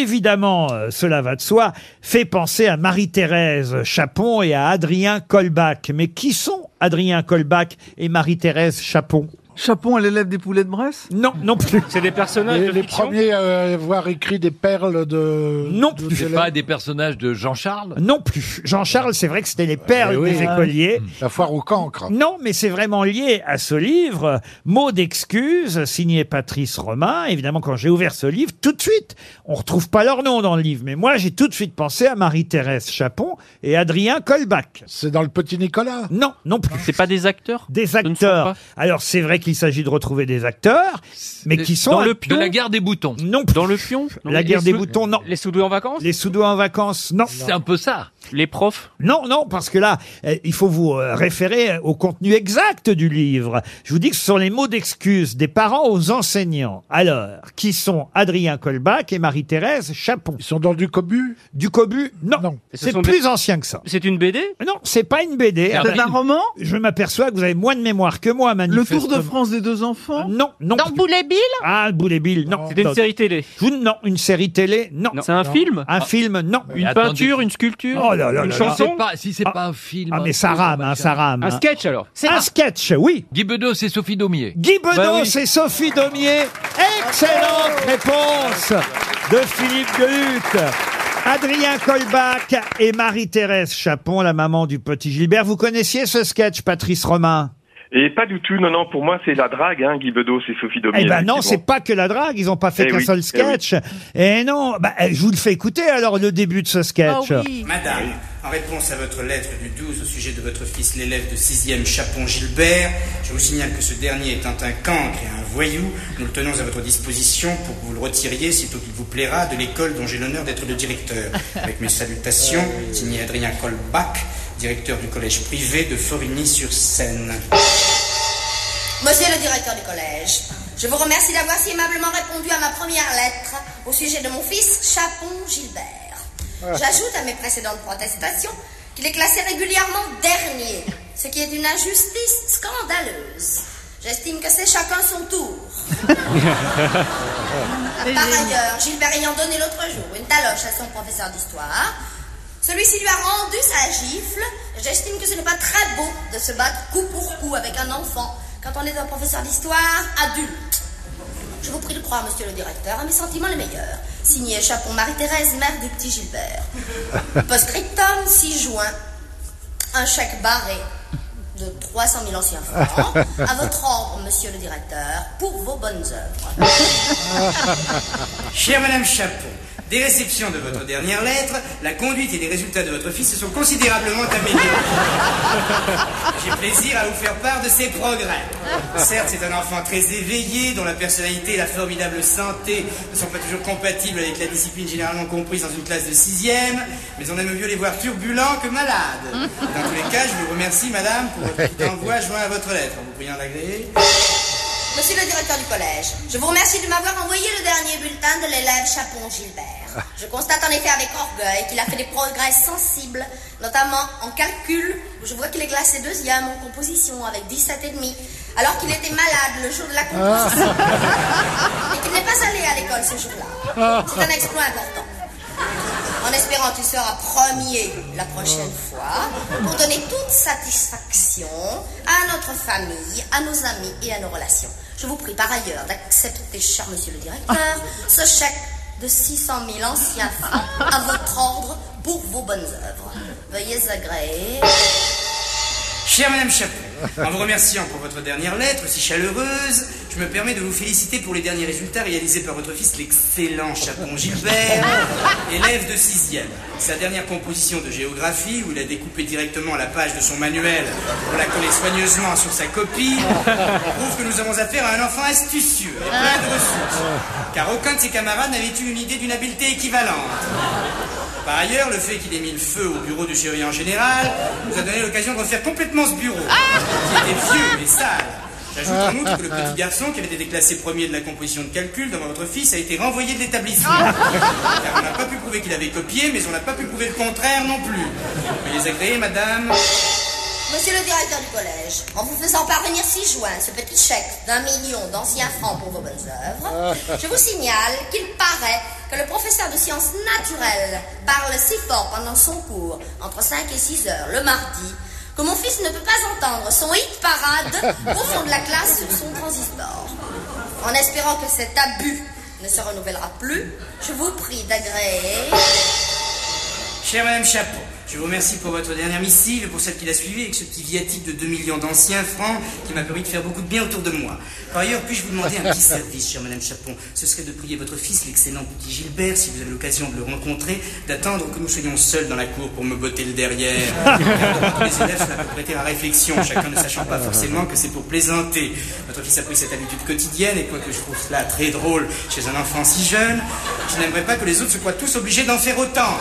S2: évidemment, euh, cela va de soi, fait penser à Marie-Thérèse Chapon et à Adrien Colbach. Mais qui sont Adrien Colbach et Marie-Thérèse Chapon
S5: Chapon à l'élève des poulets de Bresse
S2: Non, non plus.
S7: C'est des personnages
S6: Les,
S7: de
S6: les
S7: fiction
S6: premiers à avoir écrit des perles de.
S2: Non
S6: de-
S4: C'est
S6: de-
S4: pas des personnages de Jean-Charles
S2: Non plus. Jean-Charles, c'est vrai que c'était les perles
S6: Eh oui,
S2: des
S6: hein.
S2: écoliers.
S6: La foire au cancre.
S2: Non, mais c'est vraiment lié à ce livre, Mots d'excuses, signé Patrice Romain. Évidemment, quand j'ai ouvert ce livre, tout de suite, on retrouve pas leur nom dans le livre, mais moi, j'ai tout de suite pensé à Marie-Thérèse Chapon et Adrien Colbach.
S6: C'est dans le petit Nicolas.
S2: Non, non plus.
S3: C'est pas des acteurs
S2: Des
S3: ne sont
S2: acteurs.
S3: pas.
S2: Alors, c'est vrai qu'il s'agit de retrouver des acteurs, mais qui sont...
S3: Dans
S2: à-
S3: le
S4: De
S3: pion
S4: la guerre des boutons.
S2: Non plus.
S3: Dans le pion
S7: Non,
S2: La
S7: les
S2: guerre des
S7: sous-
S2: boutons, non.
S7: Les soudoués en vacances
S2: Les Soudois en vacances, non.
S4: C'est un peu ça.
S3: Les profs
S2: Non, non, parce que là, euh, il faut vous euh, référer au contenu exact du livre. Je vous dis que ce sont les mots d'excuse des parents aux enseignants. Alors, qui sont Adrien Colbach et Marie-Thérèse Chapon
S6: Ils sont dans du cobu.
S2: Du Cobu Non,
S6: Non.
S7: Et ce
S2: c'est
S7: sont
S2: plus ancien que ça.
S7: C'est une BD
S2: Non, c'est pas une BD.
S4: Ah,
S5: C'est
S4: bah,
S5: un roman
S2: Je m'aperçois que vous avez moins de mémoire que moi,
S5: Le
S2: manifestement. Euh,
S5: Tour de France des deux enfants
S2: Non, non.
S9: Dans Boulet Bill
S2: Ah, Boule et Bill, non.
S7: C'était une série télé.
S2: Je vous- Non, une série télé, non.
S7: Non.
S3: C'est un film
S2: Un film, non.
S4: Mais
S7: Une
S4: attendez.
S7: peinture, une sculpture
S2: Oh là là
S7: Une
S2: là
S4: Si
S7: chanson
S4: c'est pas, si c'est
S2: Ah.
S4: pas un film.
S2: Ah, mais
S4: un
S2: ça
S4: truc,
S2: rame, hein,
S4: machin.
S2: ça rame.
S7: Un
S2: hein.
S7: sketch alors
S9: C'est
S2: Un sketch, oui.
S4: Guy Bedos et Sophie Daumier.
S2: Guy Bedos
S7: Bah oui.
S2: et Sophie Daumier. Excellente réponse de Philippe Gueluc. Adrien Colbach et Marie-Thérèse Chapon, la maman du petit Gilbert. Vous connaissiez ce sketch, Patrice Romain
S14: Et pas du tout, non, non, pour moi c'est la drague, hein, Guy Bedos et Sophie Domier.
S2: Eh ben non, c'est
S14: effectivement.
S2: pas que la drague, ils n'ont pas fait
S14: Eh
S2: qu'un
S14: oui,
S2: seul
S14: eh
S2: sketch. Et non, bah, eh, je vous le fais écouter alors le début de ce sketch.
S15: Ah Madame, en réponse à votre lettre du 12 au sujet de votre fils, l'élève de 6e Chapon Gilbert, je vous signale que ce dernier étant un cancre et un voyou, nous le tenons à votre disposition pour que vous le retiriez, sitôt qu'il vous plaira, de l'école dont j'ai l'honneur d'être le directeur. Avec mes salutations, signé Adrien Colbach, directeur du collège privé de Forigny-sur-Seine.
S16: Monsieur le directeur du collège, je vous remercie d'avoir si aimablement répondu à ma première lettre au sujet de mon fils Chapon Gilbert. J'ajoute à mes précédentes protestations qu'il est classé régulièrement dernier, ce qui est une injustice scandaleuse. J'estime que c'est chacun son tour. Par ailleurs, Gilbert ayant donné l'autre jour une taloche à son professeur d'histoire, celui-ci lui a rendu sa gifle. J'estime que ce n'est pas très beau de se battre coup pour coup avec un enfant quand on est un professeur d'histoire adulte. Je vous prie de croire, monsieur le directeur, à mes sentiments les meilleurs. Signé Chapon Marie-Thérèse, mère du petit Gilbert. Post-scriptum, 6 juin. Un chèque barré de 300 000 anciens francs. À votre ordre, monsieur le directeur, pour vos bonnes œuvres.
S15: Chère Madame Chapon, des réceptions de votre dernière lettre, la conduite et les résultats de votre fils se sont considérablement améliorés. J'ai plaisir à vous faire part de ses progrès. Certes, c'est un enfant très éveillé, dont la personnalité et la formidable santé ne sont pas toujours compatibles avec la discipline généralement comprise dans une classe de sixième, mais on aime mieux les voir turbulents que malades. Dans tous les cas, je vous remercie, madame, pour votre petit envoi joint à votre lettre. En vous priant d'agréer.
S16: Monsieur le directeur du collège, je vous remercie de m'avoir envoyé le dernier bulletin de l'élève Chapon Gilbert. Je constate en effet avec orgueil qu'il a fait des progrès sensibles, notamment en calcul, où je vois qu'il est classé deuxième en composition avec 17,5, alors qu'il était malade le jour de la composition et qu'il n'est pas allé à l'école ce jour-là. C'est un exploit important. En espérant qu'il sera premier la prochaine fois, pour donner toute satisfaction à notre famille, à nos amis et à nos relations. Je vous prie par ailleurs d'accepter, cher monsieur le directeur, ce chèque de 600 000 anciens francs à votre ordre pour vos bonnes œuvres. Veuillez agréer.
S15: Chère Madame Chapon, en vous remerciant pour votre dernière lettre si chaleureuse, je me permets de vous féliciter pour les derniers résultats réalisés par votre fils, l'excellent Chapon Gilbert, élève de 6e. Sa dernière composition de géographie, où il a découpé directement la page de son manuel pour la coller soigneusement sur sa copie, prouve que nous avons affaire à un enfant astucieux et plein de ressources, car aucun de ses camarades n'avait eu une idée d'une habileté équivalente. Par ailleurs, le fait qu'il ait mis le feu au bureau du chéri en général nous a donné l'occasion de refaire complètement ce bureau, qui était vieux et sale. J'ajoute en outre que le petit garçon qui avait été déclassé premier de la composition de calcul devant votre fils a été renvoyé de l'établissement. Car on n'a pas pu prouver qu'il avait copié, mais on n'a pas pu prouver le contraire non plus. Veuillez agréer, madame.
S16: Monsieur le directeur du collège, en vous faisant parvenir 6 juin ce petit chèque d'un million d'anciens francs pour vos bonnes œuvres, je vous signale qu'il paraît que le professeur de sciences naturelles parle si fort pendant son cours, entre 5 et 6 heures le mardi, que mon fils ne peut pas entendre son hit parade au fond de la classe sur son transistor. En espérant que cet abus ne se renouvellera plus, je vous prie d'agréer.
S15: Chère Madame Chapeau, je vous remercie pour votre dernière missive et pour celle qui l'a suivie avec ce petit viatique de 2 millions d'anciens francs qui m'a permis de faire beaucoup de bien autour de moi. Par ailleurs, puis-je vous demander un petit service, chère Madame Chapon Ce serait de prier votre fils, l'excellent petit Gilbert, si vous avez l'occasion de le rencontrer, d'attendre que nous soyons seuls dans la cour pour me botter le derrière. Car devant tous les élèves cela peut prêter à réflexion, chacun ne sachant pas forcément que c'est pour plaisanter. Votre fils a pris cette habitude quotidienne et quoique je trouve cela très drôle chez un enfant si jeune, je n'aimerais pas que les autres se croient tous obligés d'en faire autant.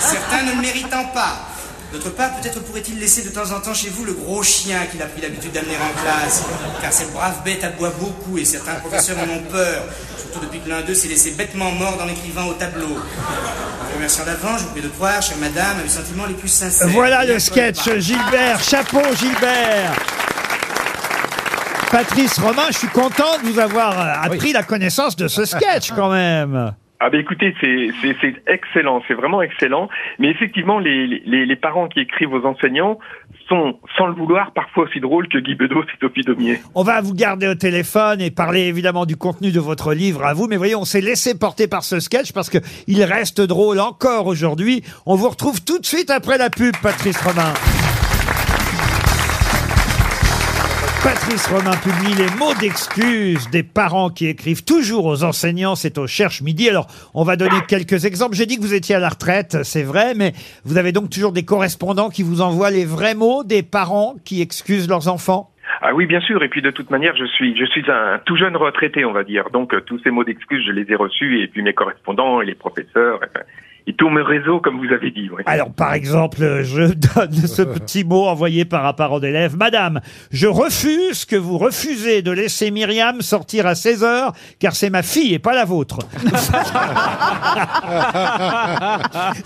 S15: Certains ne le méritant pas. D'autre part, peut-être pourrait-il laisser de temps en temps chez vous le gros chien qu'il a pris l'habitude d'amener en classe, car cette brave bête aboie beaucoup et certains professeurs en ont peur, surtout depuis que l'un d'eux s'est laissé bêtement mort en écrivant au tableau. En vous remerciant d'avant, je vous prie de croire, chère madame, à mes sentiments les plus sincères.
S2: Voilà
S15: Et
S2: le
S15: à
S2: sketch
S15: Paul
S2: Gilbert, chapeau Gilbert. Patrice Romain, je suis content de vous avoir euh, appris la connaissance de ce sketch quand même.
S14: Ah ben écoutez, c'est- c'est c'est excellent, c'est vraiment excellent. Mais effectivement, les, les, les parents qui écrivent aux enseignants sont, sans le vouloir, parfois aussi drôles que Guy Bedos et Sophie Daumier.
S2: On va vous garder au téléphone et parler évidemment du contenu de votre livre à vous. Mais voyez, on s'est laissé porter par ce sketch parce que il reste drôle encore aujourd'hui. On vous retrouve tout de suite après la pub, Patrice Romain. Patrice Romain publie les mots d'excuse des parents qui écrivent toujours aux enseignants. C'est au Cherche Midi. Alors, on va donner quelques exemples. J'ai dit que vous étiez à la retraite, c'est vrai, mais vous avez donc toujours des correspondants qui vous envoient les vrais mots des parents qui excusent leurs enfants
S14: Ah oui, bien sûr. Et puis de toute manière, je suis, je suis un tout jeune retraité, on va dire. Donc euh, tous ces mots d'excuses, je les ai reçus. Et puis mes correspondants et les professeurs, et, ben, et tout mon réseau, comme vous avez dit. oui.
S2: Alors, par exemple, euh, je donne ce petit mot envoyé par un parent d'élève. Madame, je refuse que vous refusez de laisser Myriam sortir à 16 heures, car c'est ma fille et pas la vôtre.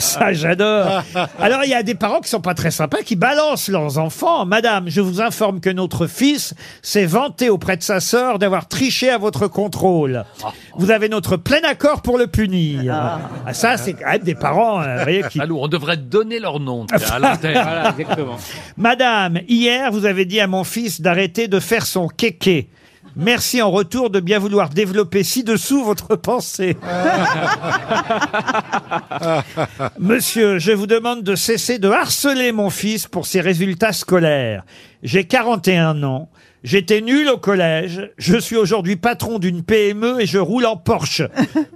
S2: Ça, j'adore. Alors, il y a des parents qui sont pas très sympas, qui balancent leurs enfants. Madame, je vous informe que notre fils s'est vanté auprès de sa sœur d'avoir triché à votre contrôle. Vous avez notre plein accord pour le punir. Ah, ça, c'est quand même des des parents, euh, vous voyez, qui...
S4: Allô, on devrait donner leur nom tiens, à l'antenne. Euh,
S2: Voilà, exactement. Madame, hier, vous avez dit à mon fils d'arrêter de faire son kéké. Merci en retour de bien vouloir développer ci-dessous votre pensée. Monsieur, je vous demande de cesser de harceler mon fils pour ses résultats scolaires. J'ai 41 ans. J'étais nul au collège. Je suis aujourd'hui patron d'une PME et je roule en Porsche.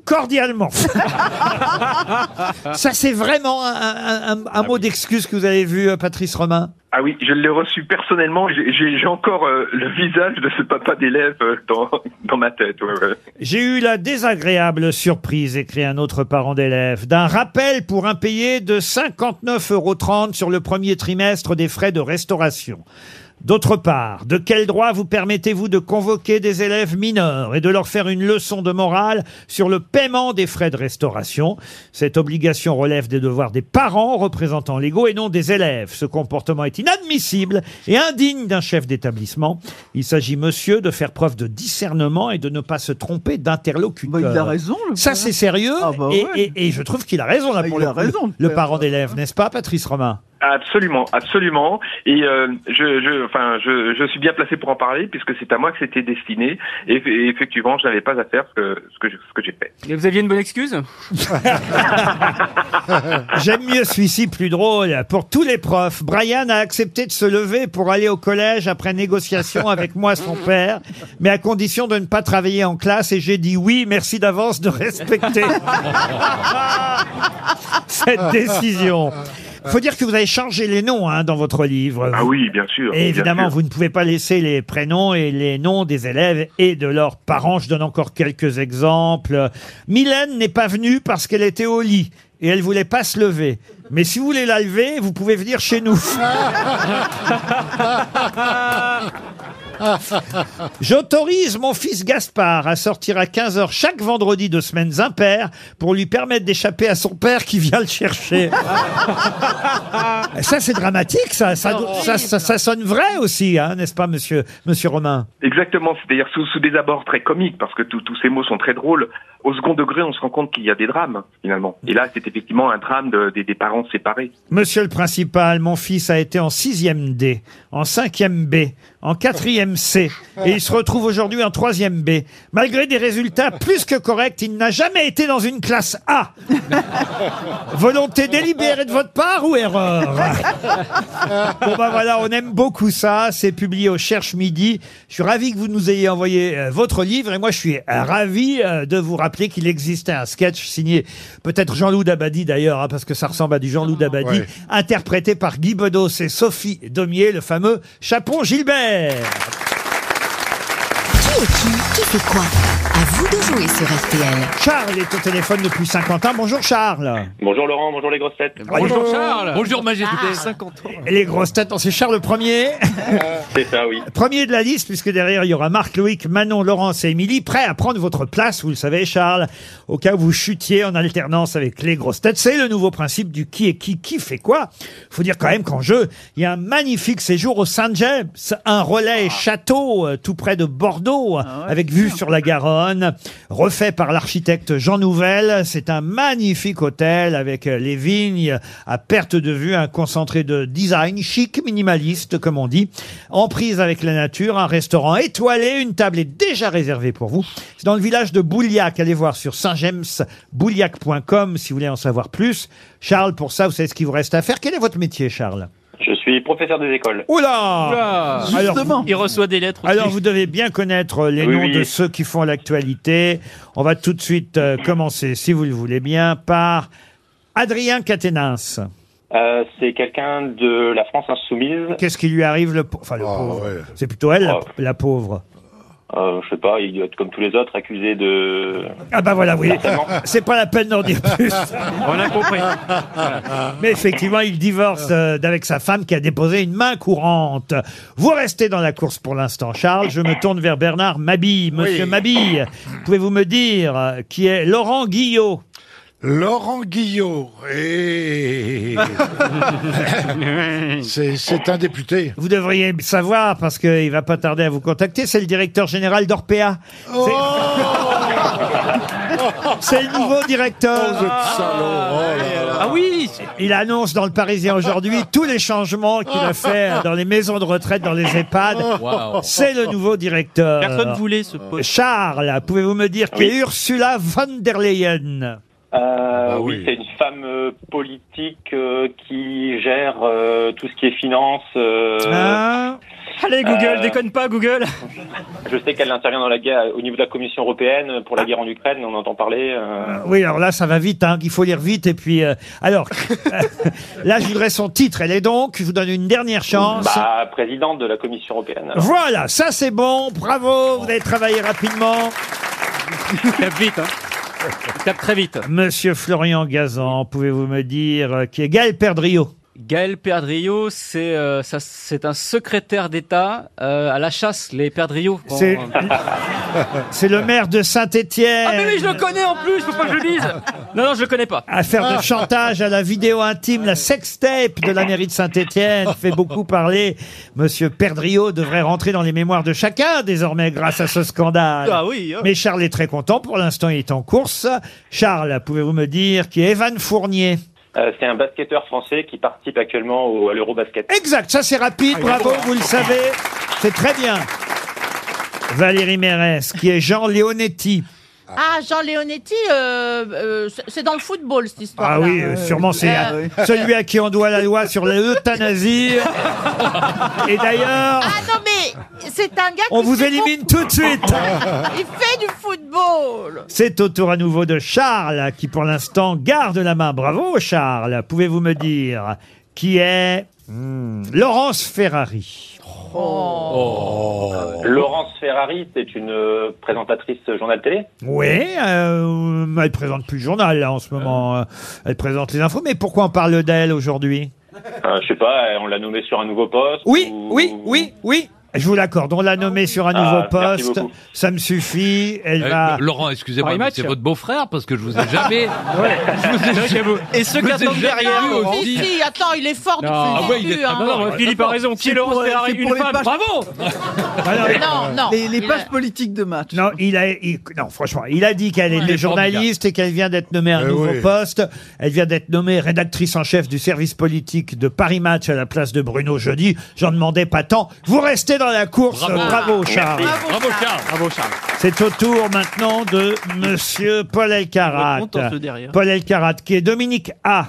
S2: Cordialement. Ça, c'est vraiment un, un- un- un mot d'excuse que vous avez vu, euh, Patrice Romain.
S14: Ah oui, je l'ai reçu personnellement. J'ai- J'ai j'ai encore euh, le visage de ce papa d'élève euh, dans, dans ma tête. ouais, ouais.
S2: J'ai eu la désagréable surprise, écrit un autre parent d'élève, d'un rappel pour un payé de 59,30 euros sur le premier trimestre des frais de restauration. D'autre part, de quel droit vous permettez-vous de convoquer des élèves mineurs et de leur faire une leçon de morale sur le paiement des frais de restauration Cette obligation relève des devoirs des parents représentant légaux et non des élèves. Ce comportement est inadmissible et indigne d'un chef d'établissement. Il s'agit, monsieur, de faire preuve de discernement et de ne pas se tromper d'interlocuteur.
S5: Bah, il a raison, le
S2: Ça,
S5: père.
S2: c'est sérieux.
S5: Ah, bah,
S2: et,
S5: ouais.
S2: et- et je trouve qu'il a raison, là,
S5: Ah,
S2: pour
S5: il
S2: le,
S5: a
S2: coup,
S5: raison,
S2: le
S5: le père.
S2: parent d'élève, n'est-ce pas, Patrice Romain
S14: Absolument, absolument. Et euh, je, je, enfin, je, je suis bien placé pour en parler puisque c'est à moi que c'était destiné. Et, et effectivement, je n'avais pas à faire ce que, ce que, je- ce que j'ai fait.
S7: Et vous aviez une bonne excuse
S2: J'aime mieux celui-ci, plus drôle. Pour tous les profs, Brian a accepté de se lever pour aller au collège après négociation avec moi, son père, mais à condition de ne pas travailler en classe. Et j'ai dit oui, merci d'avance de respecter cette décision. Faut dire que vous avez changé les noms hein, dans votre livre.
S14: Ah oui, bien sûr.
S2: Et évidemment,
S14: bien sûr.
S2: vous ne pouvez pas laisser les prénoms et les noms des élèves et de leurs parents. Je donne encore quelques exemples. Mylène n'est pas venue parce qu'elle était au lit et elle voulait pas se lever. Mais si vous voulez la lever, vous pouvez venir chez nous. J'autorise mon fils Gaspard à sortir à 15h chaque vendredi de semaines impaires pour lui permettre d'échapper à son père qui vient le chercher. ça, c'est dramatique, ça. Ça, do- ça, ça- ça sonne vrai aussi, hein, n'est-ce pas, monsieur, monsieur Romain
S14: Exactement, c'est-à-dire sous, sous des abords très comiques, parce que tout- tous ces mots sont très drôles. Au second degré, on se rend compte qu'il y a des drames, finalement. Et là, c'est effectivement un drame de- des- des parents séparés.
S2: Monsieur le principal, mon fils a été en 6e D, en 5e B, en 4e C, et il se retrouve aujourd'hui en 3e B. Malgré des résultats plus que corrects, il n'a jamais été dans une classe A. Volonté délibérée de votre part ou erreur Bon bah voilà, on aime beaucoup ça, c'est publié au Cherche Midi. Je suis ravi que vous nous ayez envoyé euh, votre livre et moi je suis euh, ravi euh, de vous rappeler qu'il existait un sketch signé peut-être Jean-Loup Dabadi d'ailleurs, hein, parce que ça ressemble à du Jean-Loup Dabadi,
S10: Ouais.
S2: interprété par Guy Bedos et Sophie Domier, le fameux Chapon Gilbert.
S11: Qui est qui Qui fait quoi À vous de jouer sur RTL.
S2: Charles est au téléphone depuis 50 ans. Bonjour Charles.
S17: Bonjour Laurent, bonjour les grosses têtes.
S2: Bonjour Charles. Ah.
S4: Bonjour Majesté.
S2: Et les grosses têtes, non, c'est Charles Ier.
S17: Euh, C'est ça, oui.
S2: Premier de la liste, puisque derrière, il y aura Marc, Loïc, Manon, Laurence et Émilie, prêts à prendre votre place, vous le savez, Charles, au cas où vous chutiez en alternance avec les grosses têtes. C'est le nouveau principe du qui est qui, qui fait quoi. Faut dire quand même qu'en jeu, il y a un magnifique séjour au Saint-James, un relais château euh, tout près de Bordeaux, avec vue sur la Garonne, refait par l'architecte Jean Nouvel. C'est un magnifique hôtel avec euh, les vignes à perte de vue, un concentré de design chic, minimaliste, comme on dit, en prise avec la nature, un restaurant étoilé, une table est déjà réservée pour vous. C'est dans le village de Bouliac. Allez voir sur saint-james, bouliac.com si vous voulez en savoir plus. Charles, pour ça, vous savez ce qu'il vous reste à faire. Quel est votre métier, Charles
S17: Je suis professeur des écoles.
S2: Oula Justement.
S7: Il reçoit des lettres.
S2: alors, vous devez bien connaître euh, les
S17: Oui,
S2: noms
S17: oui. Mm.
S2: de ceux qui font l'actualité. On va tout de suite euh, commencer, si vous le voulez bien, par Adrien Caténins.
S17: Euh, c'est quelqu'un de la France insoumise.
S2: Qu'est-ce qui lui arrive, le, pau- enfin, le pauvre C'est plutôt elle,
S17: Oh.
S2: la, la pauvre.
S17: Euh, je sais pas, il doit être comme tous les autres accusé de.
S2: Ah bah voilà, oui.
S17: Notamment.
S2: C'est pas la peine d'en dire plus.
S17: On a compris.
S2: Mais effectivement, il divorce euh, d'avec sa femme qui a déposé une main courante. Vous restez dans la course pour l'instant, Charles. Je me tourne vers Bernard Mabille. Monsieur
S6: Oui.
S2: Mabille, pouvez-vous me dire euh, qui est Laurent Guillot
S6: Laurent Guillot, et... c'est c'est un député.
S2: Vous devriez le savoir parce qu'il Oh Eh va pas tarder à vous contacter. C'est le directeur général d'Orpea. C'est- C'est le nouveau directeur.
S6: Ah
S3: oui
S2: Il annonce dans le Parisien aujourd'hui tous les changements qu'il va faire dans les maisons de retraite, dans les EHPAD.
S3: Wow.
S2: C'est le nouveau directeur.
S3: Personne voulait ce poste. Ah
S2: Charles, pouvez-vous me dire qui est
S17: Oui.
S2: Ursula von der Leyen
S17: Euh, oui, c'est une femme euh, politique euh, qui gère euh, tout ce qui est finance. euh,
S7: Ah. Allez Google,
S17: Euh.
S7: déconne pas Google.
S17: Je sais qu'elle intervient dans la guerre au niveau de la Commission européenne
S2: Ah.
S17: pour la guerre en Ukraine. On entend parler. euh,
S2: Oui, alors là, ça va vite, hein, il faut lire vite. Et puis, euh, alors, là, je voudrais son titre. Elle est donc, je vous donne une dernière chance.
S17: Bah, présidente de la Commission européenne. alors.
S2: Voilà, ça c'est bon, bravo, vous avez travaillé rapidement.
S7: Tape vite, hein. Tape très vite.
S2: Monsieur Florian Gazan, pouvez-vous me dire euh, qui est Gaël Perdriau
S7: Gaël Perdriau, c'est euh, ça- c'est un secrétaire d'État euh, à la chasse, les Perdriaux. Bon,
S2: C'est-
S7: euh.
S2: C'est le maire de Saint-Étienne.
S7: Ah mais oui, je le connais en plus, faut pas que je le dise. Non, non, je le connais pas. Ah.
S2: Affaire de chantage à la vidéo intime, la sextape de la mairie de Saint-Étienne fait beaucoup parler. Monsieur Perdriau devrait rentrer dans les mémoires de chacun désormais grâce à ce scandale.
S7: Ah oui, hein.
S2: Mais Charles est très content. Pour l'instant, il est en course. Charles, pouvez-vous me dire qui est Evan Fournier
S17: Euh, c'est un basketteur français qui participe actuellement au, à l'Eurobasket.
S2: Exact, ça c'est rapide. Bravo, vous le savez. C'est très bien. Valérie Mérès, qui est Jean Leonetti.
S10: Ah, Jean Leonetti, euh, euh, c'est- c'est dans le football cette histoire.
S2: Ah oui, euh, sûrement c'est euh, celui à qui on doit la loi sur l'euthanasie. Et d'ailleurs,
S10: Ah non, mais c'est un gars
S2: on
S10: qui
S2: vous
S10: fait
S2: élimine
S10: beaucoup-
S2: tout de suite.
S10: Il fait du football.
S2: C'est au tour à nouveau de Charles qui pour l'instant garde la main. Bravo Charles. Pouvez-vous me dire qui est hmm, Laurence Ferrari
S17: Euh, Laurence Ferrari, c'est une euh, présentatrice journal télé.
S2: Oui, euh, elle présente plus le journal là, en ce moment. Euh, Elle présente les infos. Mais pourquoi on parle d'elle aujourd'hui
S17: Euh, je sais pas, euh, on l'a nommée sur un nouveau poste.
S2: Oui, oui, oui, oui. Je vous l'accorde. On l'a nommée sur un nouveau
S17: Ah, merci
S2: poste.
S17: beaucoup.
S2: Ça me suffit. Elle
S4: Euh,
S2: va.
S4: Laurent, excusez-moi,
S2: Paris
S4: mais
S2: Match.
S4: c'est votre beau-frère parce que je vous ai jamais.
S2: Ouais.
S4: Je vous ai jamais-
S7: Et ceux
S4: je vous
S7: qui
S4: ai
S7: attendent
S4: jamais
S7: derrière,
S4: vu
S7: Laurent.
S4: aussi.
S10: Si, si, attends, il est fort
S4: Non,
S10: depuis
S4: ah
S10: le
S4: ouais, il
S10: début.
S4: est- ah
S10: hein.
S4: non, non, Philippe a raison. Qui est
S2: euh,
S4: Laurence Ferrari Une femme, bravo
S10: Non, non.
S5: Les, les
S10: Il
S5: pages
S10: a-
S5: politiques de match.
S2: Ah Non, il a, il- non, franchement, il a dit qu'elle
S5: Il
S2: était
S5: est
S2: journaliste et qu'elle vient d'être nommée à un
S5: Eh
S2: nouveau
S5: oui.
S2: poste. Elle vient d'être nommée rédactrice en chef du service politique de Paris Match à la place de Bruno Jeudi. J'en demandais pas tant. Vous restez dans la course. Bravo,
S10: Ah,
S2: Charles.
S7: Bravo Charles. Bravo Charles.
S2: C'est au tour maintenant de Monsieur Paul
S7: Il
S2: Elkarat.
S7: est content, ce derrière.
S2: Paul Elkarat, qui est Dominique A.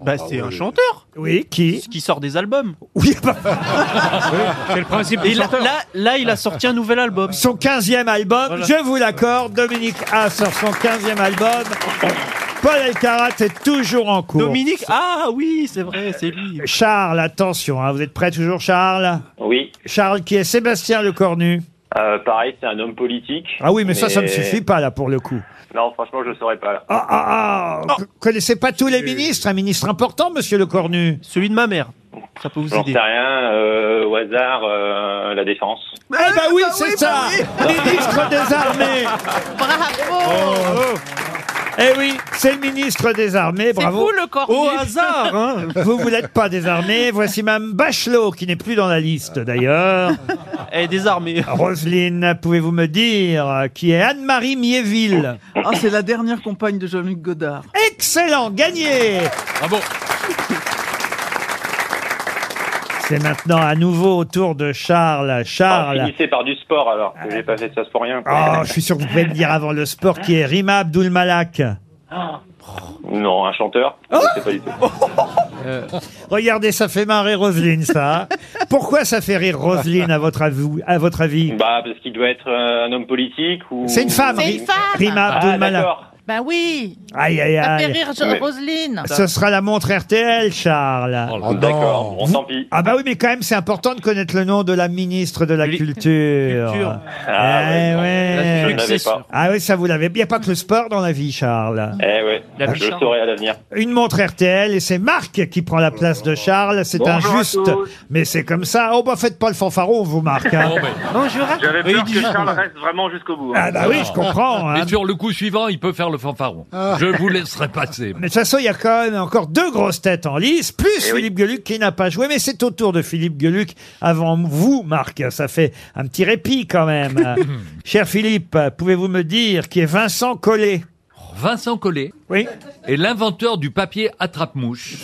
S3: Bah, c'est un chanteur.
S2: Oui, qui
S3: Qui sort des albums.
S2: Oui,
S7: C'est le principe
S3: Et
S7: du
S3: là,
S7: chanteur.
S3: là, là, il a sorti un nouvel album.
S2: Son 15e album,
S3: Voilà.
S2: je vous l'accorde, Dominique A sort son 15e album. Paul Elkarat est toujours en cours.
S3: Dominique, ah oui, c'est vrai, c'est lui.
S2: Charles, attention, hein, vous êtes prêt toujours, Charles
S17: Oui.
S2: Charles qui est Sébastien Lecornu.
S17: Euh, pareil, c'est un homme politique.
S2: Ah oui, mais ça, ça me suffit pas, là, pour le coup.
S17: Non, franchement, je ne saurais pas. là.
S2: Ah, ah,
S3: Oh.
S2: ah, vous connaissez pas tous les ministres, un ministre important, monsieur Lecornu
S3: Celui de ma mère. Ça peut vous
S17: J'en
S3: aider.
S17: sais rien, euh, au hasard, euh, la défense.
S2: Ah bah oui, c'est ça Ministre des Armées
S10: Bravo.
S3: Oh.
S2: Eh oui, c'est le ministre des Armées,
S10: C'est
S2: bravo
S10: vous le corps.
S3: Au hasard, hein.
S2: Vous, vous n'êtes pas désarmé. Voici Mme Bachelot, qui n'est plus dans la liste d'ailleurs.
S3: Elle est désarmée.
S2: Roselyne, pouvez-vous me dire euh, qui est Anne-Marie Miéville
S5: Ah, c'est la dernière compagne de Jean-Luc Godard.
S2: Excellent, gagné
S4: Bravo.
S2: C'est maintenant à nouveau au tour de Charles.
S17: Ah,
S2: Charles.
S17: finissez par du sport alors, que j'ai pas fait ça pour rien.
S2: Oh, je suis sûr que vous pouvez me dire avant le sport qui est Rima Abdulmalak.
S17: Non, un chanteur Je sais pas du tout.
S2: Regardez, ça fait marrer Roselyne, ça. hein. Pourquoi ça fait rire Roselyne, à votre, avou- à votre avis
S17: Bah, parce qu'il doit être euh, un homme politique ou...
S2: C'est une femme,
S10: C'est
S2: Ri-
S10: une femme.
S2: Rima
S17: Ah,
S2: Abdulmalak.
S17: d'accord.
S10: Ben oui.
S2: aïe, aïe,
S10: Ça fait
S2: aïe.
S10: rire Jo-
S17: Ouais.
S10: Roselyne.
S2: Ce sera la montre RTL, Charles.
S17: Oh, D'accord, bon, tant pis.
S2: Ah bah oui, mais quand même, c'est important de connaître le nom de la ministre de la culture.
S7: Culture.
S17: Ah,
S2: Eh
S17: ouais.
S2: ouais.
S17: Je ne l'avais pas.
S2: Ah oui, ça vous l'avez. Il n'y a pas que le sport dans la vie, Charles.
S17: Eh ouais,
S7: La
S17: je le
S7: Bicharde.
S17: saurai à l'avenir.
S2: Une montre RTL et c'est Marc qui prend la place de Charles. C'est
S18: Bonjour à
S2: injuste,
S18: tous.
S2: mais c'est comme ça. Oh bah faites pas le fanfaron, vous Marc. hein.
S4: ben.
S7: Bonjour.
S12: J'avais
S7: Oui,
S12: peur
S7: dis
S12: que
S7: ça.
S12: Charles reste vraiment jusqu'au bout. hein.
S2: Ah bah oui, je comprends. hein.
S4: Et sur le coup suivant, il peut faire le fanfaron.
S12: Ah.
S4: Je vous laisserai passer.
S2: Mais de toute façon, il y a quand même encore deux grosses têtes en lice, plus
S4: Eh oui.
S2: Philippe Gueluc qui n'a pas joué, mais c'est au tour de Philippe Gueluc avant vous, Marc. Ça fait un petit répit quand même. Cher Philippe, pouvez-vous me dire qui est Vincent Collet
S4: Vincent Collet est l'inventeur du papier attrape-mouche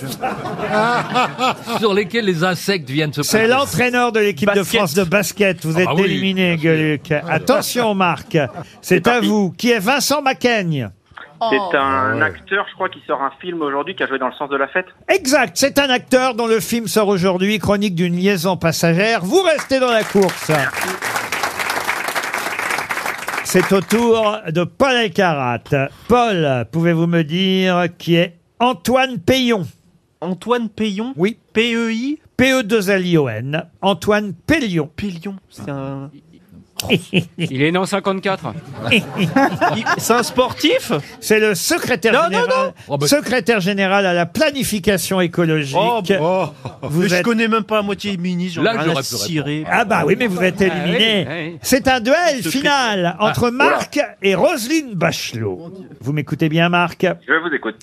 S4: sur lesquels les insectes viennent se
S2: C'est
S4: protéger.
S2: l'entraîneur de l'équipe de
S4: Basket.
S2: France de basket. Vous
S4: Ah
S2: êtes
S4: bah oui, Ah,
S2: éliminé, Gueluc. Attention, Marc. C'est à vous. Qui est Vincent Macaigne
S14: Oh.
S2: Oh.
S17: C'est un acteur, je crois, qui sort un film aujourd'hui qui a joué dans le sens de la fête.
S2: Exact. C'est un acteur dont le film sort aujourd'hui, Chronique d'une liaison passagère. Vous restez dans la course. C'est au tour de Paul Elkarat. Paul, pouvez-vous me dire qui est Antoine Payon
S3: Antoine Payon
S2: Oui.
S3: P-E-I
S2: P-E-2-L-I-O-N. Antoine Pellion.
S3: Pellion, c'est un...
S7: Il est né en 54.
S2: C'est un sportif C'est le secrétaire
S7: Non,
S2: général.
S7: non, non.
S3: Oh, bah-
S2: Secrétaire général à la planification écologique.
S3: Oh,
S2: Vous
S3: Mais je
S2: êtes-
S3: connais même pas la moitié ministre, j'en ai
S2: Là,
S3: rien
S2: j'aurais
S3: à
S2: pu répondre.
S3: cirer.
S2: Ah bah oui, mais vous êtes éliminé.
S3: Ah oui,
S2: C'est un duel
S3: Secrétaire.
S2: final entre
S3: Ah,
S2: Marc et Roselyne Bachelot. Vous m'écoutez bien, Marc
S17: Je vous écoute.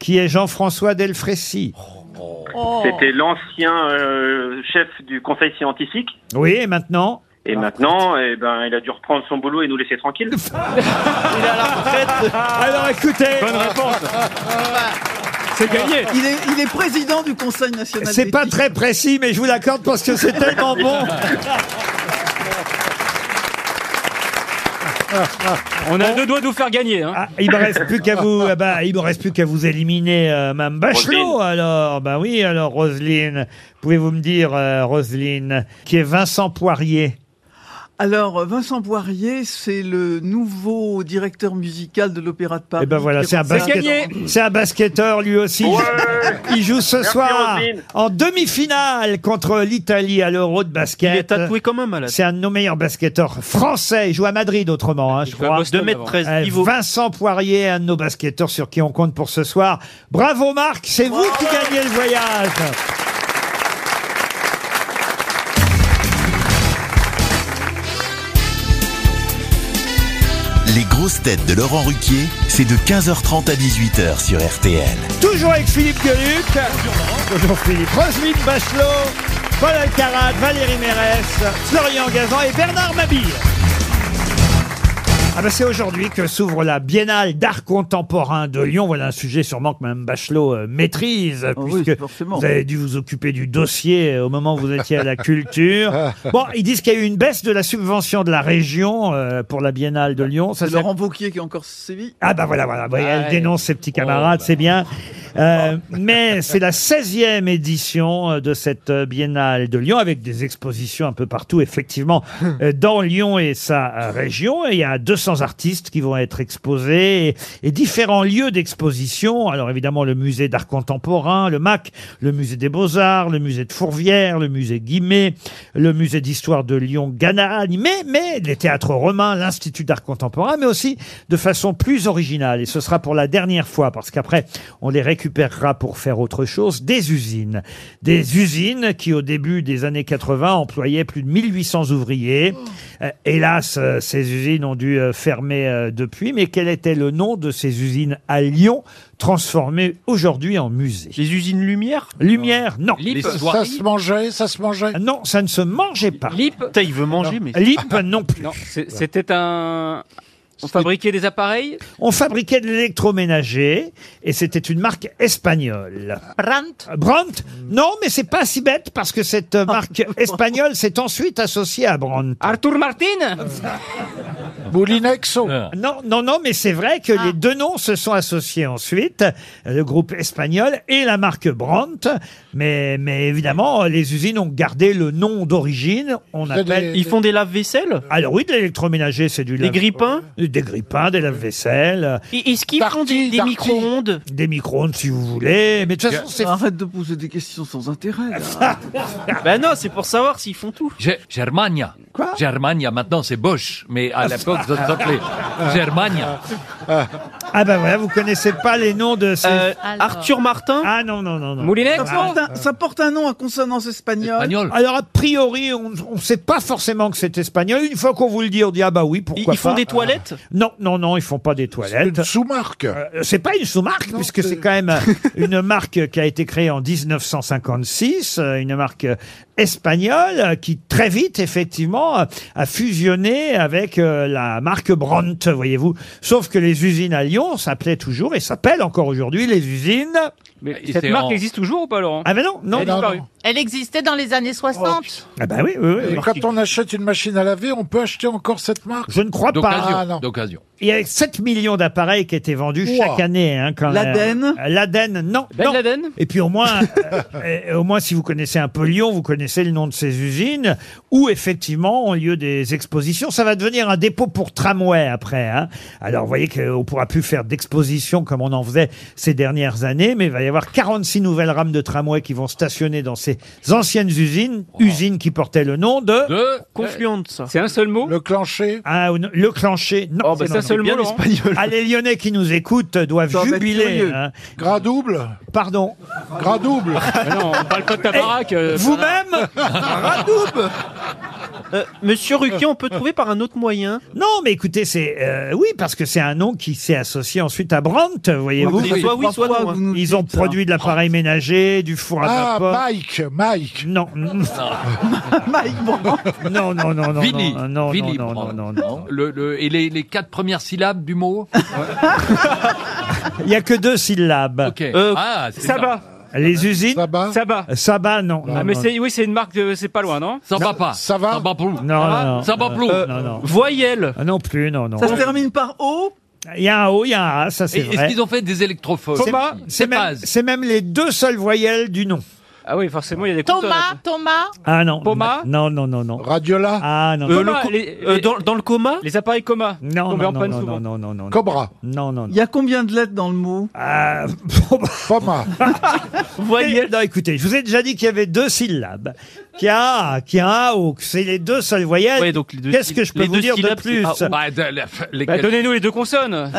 S2: Qui est Jean-François Delfrécy Oh.
S17: C'était l'ancien euh, chef du conseil scientifique.
S2: Oui, et maintenant
S17: Et maintenant, eh ben, il a dû reprendre son boulot et nous laisser tranquilles.
S2: Alors écoutez.
S17: Bonne réponse.
S2: C'est gagné.
S5: Il est, il est président du Conseil national.
S2: C'est pas très précis, mais je vous l'accorde parce que c'est tellement bon.
S7: On a deux doigts de vous faire gagner. hein.
S2: Ah, Il me reste plus qu'à vous, ah bah, il me reste plus qu'à vous éliminer, euh, Mme Bachelot.
S7: Roselyne.
S2: Alors, bah oui, alors Roselyne, pouvez-vous me dire, euh, Roselyne, qui est Vincent Poirier
S5: Alors, Vincent Poirier, c'est le nouveau directeur musical de l'Opéra de Paris.
S2: Eh ben voilà, c'est un, basket- c'est un basketteur lui aussi. Il joue ce
S5: Merci,
S2: soir
S5: Roselyne.
S2: en demi-finale contre l'Italie à l'Euro de basket.
S3: Il est tatoué comme un malade.
S2: C'est un de nos meilleurs basketteurs français. Il joue à Madrid autrement, hein, je
S3: joue à
S2: crois. Eh,
S3: Boston 2m13 avant. pivot.
S2: Vincent Poirier, un de nos basketteurs sur qui on compte pour ce soir. Bravo Marc, c'est vous qui gagnez le voyage.
S1: Les grosses têtes de Laurent Ruquier, c'est de 15h30 à 18h sur RTL.
S2: Toujours avec Philippe Gueluc. Bonjour, Philippe. Roselyne Bachelot, Paul Alcarat, Valérie Mérès, Florian Gazan et Bernard Mabille. Ah ben c'est aujourd'hui que s'ouvre la Biennale d'art contemporain de Lyon. Voilà un sujet sûrement que Mme Bachelot euh, maîtrise,
S6: Ah
S2: puisque vous avez dû vous occuper du dossier euh, au moment où vous étiez à la culture. Bon, ils disent qu'il y a eu une baisse de la subvention de la région euh, pour la Biennale de Lyon. Ça,
S5: C'est
S2: c'est-
S5: Laurent Vauquier qui est encore sévi.
S2: ah bah voilà, voilà, voilà, elle
S5: Ouais.
S2: dénonce ses petits camarades, c'est bien. Euh, mais c'est la 16e édition euh, de cette euh, biennale de Lyon, avec des expositions un peu partout, effectivement, euh, dans Lyon et sa euh, région. Et il y a 200 artistes qui vont être exposés et, et différents lieux d'exposition. Alors évidemment, le musée d'art contemporain, le MAC, le musée des beaux-arts, le musée de Fourvière, le musée Guimet, le musée d'histoire de Lyon, Ghana, mais, mais les théâtres romains, l'Institut d'art contemporain, mais aussi de façon plus originale. Et ce sera pour la dernière fois, parce qu'après, on les récupérera pour faire autre chose, des usines. Des usines qui, au début des années 80, employaient plus de 1800 ouvriers. Euh, hélas, euh, ces usines ont dû euh, fermer euh, depuis, mais quel était le nom de ces usines à Lyon, transformées aujourd'hui en musée
S3: Les usines Lumière
S2: Lumière, non.
S6: Les ça se mangeait, ça se mangeait.
S2: Non, ça ne se mangeait pas.
S7: Lip
S3: Putain, il veut manger, mais...
S2: Lip, non plus.
S7: Non, c'est- c'était un. On fabriquait des appareils
S2: On fabriquait de l'électroménager et c'était une marque espagnole.
S10: Brandt
S2: Brandt
S3: Hmm.
S2: Non, mais c'est pas si bête parce que cette
S3: Oh,
S2: euh, marque espagnole s'est ensuite associée à Brandt. Euh.
S7: Arthur Martin
S6: Boulinexo
S2: Non, non, non, mais c'est vrai
S3: Ah.
S2: que les deux noms se sont associés ensuite, euh, le groupe espagnol et la marque Brandt. Mais, mais évidemment, euh, les usines ont gardé le nom d'origine. On
S3: C'est
S2: appelle.
S3: des- Ils font des lave-vaisselle
S2: Alors oui, de l'électroménager, c'est du.
S3: Des
S2: lave-
S3: grippins
S2: Des grippins, des lave-vaisselle.
S3: Est-ce qu'ils font des, des micro-ondes Ah.
S2: Des micro-ondes si vous voulez, mais de toute façon c'est... Ah,
S5: Arrête de poser des questions sans intérêt. là.
S3: Ben non, c'est pour savoir s'ils font tout.
S4: Ge- Germania. Quoi Germania, maintenant c'est Bosch, mais à l'époque ça s'appelait Germania.
S2: Ah ben voilà, vous connaissez pas les noms de ces...
S3: Euh, Arthur Martin
S2: Ah non, non, non. non.
S5: ça, porte un, ça porte un nom à consonance espagnole.
S2: Alors a priori, on ne sait pas forcément que c'est espagnol. Une fois qu'on vous le dit, on dit ah bah oui, pourquoi
S3: Ils font
S2: pas.
S3: des toilettes
S2: Non, non, non, ils font pas des toilettes.
S6: Une sous-marque.
S2: Euh, C'est pas une sous-marque, puisque c'est quand même une marque qui a été créée en 1956, euh, une marque euh, espagnole euh, qui très vite, effectivement, euh, a fusionné avec euh, la marque Brandt, voyez-vous. Sauf que les usines à Lyon Laurent s'appelait toujours et s'appelle encore aujourd'hui les usines.
S7: Mais cette marque existe toujours ou pas, Laurent
S2: Ah ben non, non,
S7: Elle a
S2: non,
S7: disparu.
S2: non.
S10: Elle existait dans les années 60.
S2: Ah bah oui, oui, oui.
S6: Et quand on achète une machine à laver, on peut acheter encore cette marque
S2: Je ne crois pas.
S4: D'occasion,
S2: Ah, non.
S4: d'occasion.
S2: Il y a 7 millions d'appareils qui étaient vendus
S4: Ouah.
S2: chaque année. Hein, quand
S4: L'Aden
S2: même. L'Aden, non.
S4: Ben
S2: non.
S4: Laden
S2: Et puis au moins, euh, euh, au moins, si vous connaissez un peu Lyon, vous connaissez le nom de ces usines où effectivement ont lieu des expositions. Ça va devenir un dépôt pour tramway après. hein. Alors vous voyez qu'on pourra plus faire d'expositions comme on en faisait ces dernières années, mais il va y avoir 46 nouvelles rames de tramway qui vont stationner dans ces anciennes usines, usines qui portaient le nom de...
S7: De Confluence. C'est un seul mot
S6: Le clancher.
S2: Ah, ou non, le clancher.
S3: Oh,
S2: Non,
S7: bah,
S2: non,
S7: c'est un
S2: non.
S7: seul mot, Laurent.
S2: Ah, les Lyonnais qui nous écoutent doivent
S6: Ça va être
S2: jubiler.
S6: curieux.
S2: hein.
S6: Gras double
S2: Pardon Ah,
S6: Gras double
S7: Ah, non, on parle pas de ta baraque. euh,
S2: Vous-même
S5: Radoub
S3: Euh, Monsieur Ruquier, on peut trouver par un autre moyen
S2: Non, mais écoutez, c'est euh, oui parce que c'est un nom qui s'est associé ensuite à Brandt, voyez-vous.
S3: Oui, soit oui, soit non, hein.
S2: Ils ont produit de l'appareil ménager, du four à
S6: Ah,
S2: vapeur.
S6: Mike, Mike.
S2: Non.
S5: Mike
S2: Non, non, non, non.
S4: Vili.
S2: non, non,
S4: Vili,
S2: non, non,
S4: prends.
S2: non, non.
S4: Le- le- et les, les quatre premières syllabes du mot
S2: Il n'y a que deux syllabes.
S4: Ok. Euh, Ah, c'est ça.
S7: Saba.
S2: Les usines.
S6: Saba.
S7: Saba.
S2: Saba, non. non,
S7: Ah, mais
S2: non.
S7: c'est, oui, c'est une marque, de, c'est pas loin, non
S4: Ça va pas.
S6: Ça va
S4: plou.
S2: Non,
S4: Ça va
S2: non, non.
S4: Ça va
S2: Euh,
S4: plou.
S2: non, non.
S7: Voyelle.
S2: Ah, Non plus, non, non.
S5: Ça se termine par O
S2: Il y a un O, il y a un A, ça c'est
S4: Et Est-ce
S2: vrai.
S4: qu'ils ont fait des électrophones
S2: C'est-
S7: Thomas,
S2: C'est même, c'est même les deux seules voyelles du nom.
S7: Ah oui, forcément, il y a des
S17: Oh,
S10: Thomas, Thomas.
S2: Ah non.
S7: Poma
S2: Non, non, non, non.
S6: Radiola
S2: Ah non.
S7: Euh,
S2: non.
S7: le co- euh, dans-
S3: le coma
S7: Les appareils coma.
S2: Non,
S7: tombés
S2: non,
S7: en
S2: non,
S7: panne
S2: non,
S7: souvent.
S2: non, non, non, non.
S6: Cobra.
S2: Non, non,
S5: Il
S2: non.
S5: y a combien de lettres dans le mot
S2: Ah,
S6: Poma.
S2: voyelle. Non, écoutez, je vous ai déjà dit qu'il y avait deux syllabes. Qu'il y a A, qu'il y a un A, ou que c'est les deux seules voyelles.
S7: Ouais, donc les deux
S2: Qu'est-ce
S7: syll-
S2: que je peux
S7: les
S2: vous
S7: deux
S2: dire de
S7: syllabes,
S2: plus
S7: c'est A,
S4: Bah, de- la- les-
S7: Bah, donnez-nous les deux consonnes.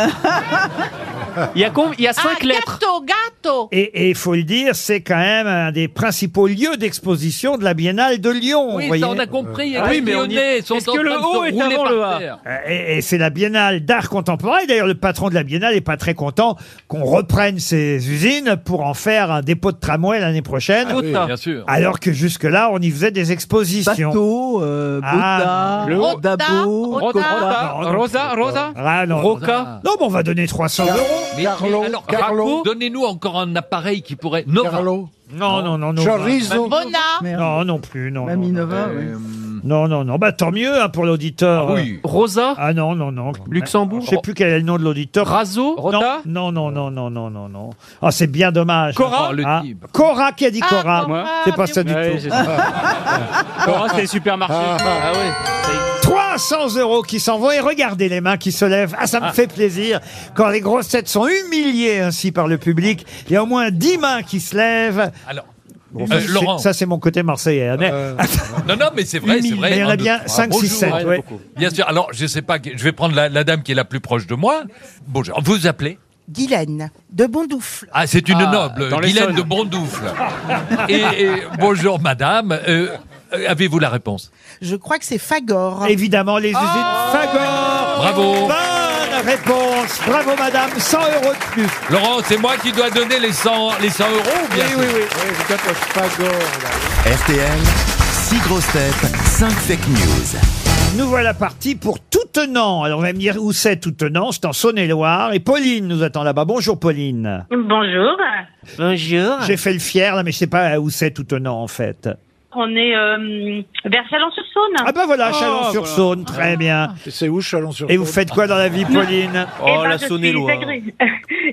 S7: Il y a, com- il y a
S10: Ah,
S7: cinq lettres.
S10: gâteau, gâteau.
S2: Et et il faut le dire, c'est quand même un des principaux lieux d'exposition de la Biennale de Lyon. vous
S4: Oui,
S2: voyez.
S4: ça, on a compris. hein,
S7: Ah
S4: les
S7: oui, mais on y-
S4: Lyonnais sont
S7: Est-ce
S4: en
S7: que le
S4: train de se
S7: haut est
S4: rouler
S7: avant
S4: par
S7: le A
S4: terre.
S2: Euh, Et, et c'est la Biennale d'art contemporain. Et D'ailleurs, le patron de la Biennale n'est pas très content qu'on reprenne ces usines pour en faire un dépôt de tramway l'année prochaine.
S7: Ah oui.
S4: Bien sûr.
S2: Alors que jusque-là, on y faisait des expositions.
S5: Bateau, euh,
S2: Ah,
S5: Bota, Dabo,
S7: Rota,
S5: Cota.
S7: Rota, Rosa, Rosa.
S2: Ah, non.
S7: Roca.
S2: Non, mais on va donner 300 euros.
S4: Mais-
S6: Carlo,
S4: mais alors,
S6: Carlo.
S4: Raco, donnez-nous encore un appareil qui pourrait. Nova.
S6: Carlo.
S2: Non, non, non, non.
S6: Chorizo.
S10: Bona.
S5: Merde.
S2: Non, non plus, non.
S5: Mamie
S2: Non,
S5: Nova, oui.
S4: Euh,
S2: non, non, non. Bah, tant mieux hein, pour l'auditeur.
S4: Ah oui.
S7: Rosa.
S2: Ah non, non, non.
S7: Luxembourg.
S2: Je sais plus quel est le nom de l'auditeur.
S7: Razo. Rota.
S2: Non, non, non, non, non, non, non. Ah, c'est bien dommage.
S7: Cora
S4: Oh, le
S2: Ah,
S4: type.
S2: Cora, qui a dit Cora
S7: Cora.
S2: C'est pas ça du
S7: Ouais,
S2: tout.
S7: j'ai ça. Cora, c'est les supermarchés. Ah ouais.
S2: 300 euros qui s'en vont et regardez les mains qui se lèvent. Ah, ça me fait plaisir. Quand les grosses têtes sont humiliées ainsi par le public, il y a au moins 10 mains qui se lèvent.
S4: Alors.
S2: Bon,
S4: Euh,
S2: ça, c'est-
S4: Laurent.
S2: ça, c'est mon côté marseillais. hein, Mais
S4: Non, non, mais c'est vrai, c'est vrai.
S2: Mais il y en
S4: Un,
S2: a
S4: deux,
S2: bien
S4: trois.
S2: 5, 6,
S4: Bonjour.
S2: 7.
S7: Ouais,
S4: Bien sûr. Alors, je sais pas, qui- je vais prendre la, la dame qui est la plus proche de moi. Bonjour. Vous vous appelez
S18: Guylaine, de Bondoufle.
S4: Ah, c'est une
S7: Ah,
S4: noble,
S7: dans
S4: Guylaine
S7: l'Essonne.
S4: de Bondoufle. et, et bonjour, madame. Euh, euh, Avez-vous la réponse
S18: Je crois que c'est Fagor. Oh
S2: Évidemment, les usines Fagor.
S4: Bravo.
S2: Bonne réponse. Bravo, madame. 100 euros de plus.
S4: Laurent, c'est moi qui dois donner les 100, les 100 euros ou bien c'est-
S1: RTL, 6 grosses têtes, 5 fake news.
S2: Nous voilà partis pour Toutenant. Alors, on va me dire où c'est Toutenant. C'est en Saône-et-Loire. Et Pauline nous attend là-bas. Bonjour, Pauline.
S19: Bonjour.
S3: Bonjour.
S2: J'ai fait le fier, là, mais je sais pas où c'est Toutenant, en fait.
S19: On est euh, vers Chalon-sur-Saône.
S2: Ah ben voilà,
S7: Oh,
S2: Chalon-sur-Saône, très bien.
S6: Ah. C'est où, Chalon-sur-Saône
S2: Et vous faites quoi dans la vie, Pauline
S7: Oh,
S19: Eh
S10: Oh,
S19: ben, je suis agri-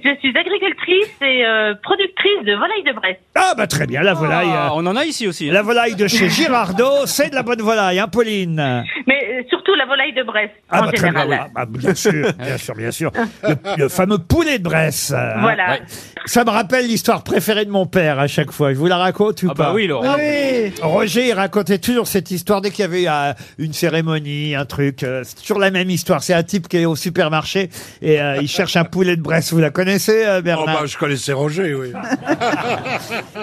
S19: Je suis agricultrice et euh, productrice de volaille de Brest.
S2: Ah bah très bien, la volaille.
S7: Ah,
S2: euh,
S7: on en a ici aussi.
S2: La volaille de chez Girardot, c'est de la bonne volaille, hein, Pauline
S19: Mais euh, surtout la volaille de Brest, en
S2: Ah bah très bien,
S19: général.
S2: Ah, bah, bien sûr, bien sûr, bien sûr. Le, le fameux poulet de Bresse. hein.
S19: Voilà.
S2: Ça me rappelle l'histoire préférée de mon père à chaque fois. Je vous la raconte ou
S7: Ah
S2: pas
S7: bah oui, Laurent.
S6: Ah
S5: Oui.
S2: Roger il racontait toujours cette histoire dès qu'il y avait euh, une cérémonie, un truc. euh, c'est toujours la même histoire. C'est un type qui est au supermarché et euh, il cherche un poulet de Bresse. Vous la connaissez, euh,
S6: Oh,
S2: Bernard
S6: bah, je connaissais Roger, oui.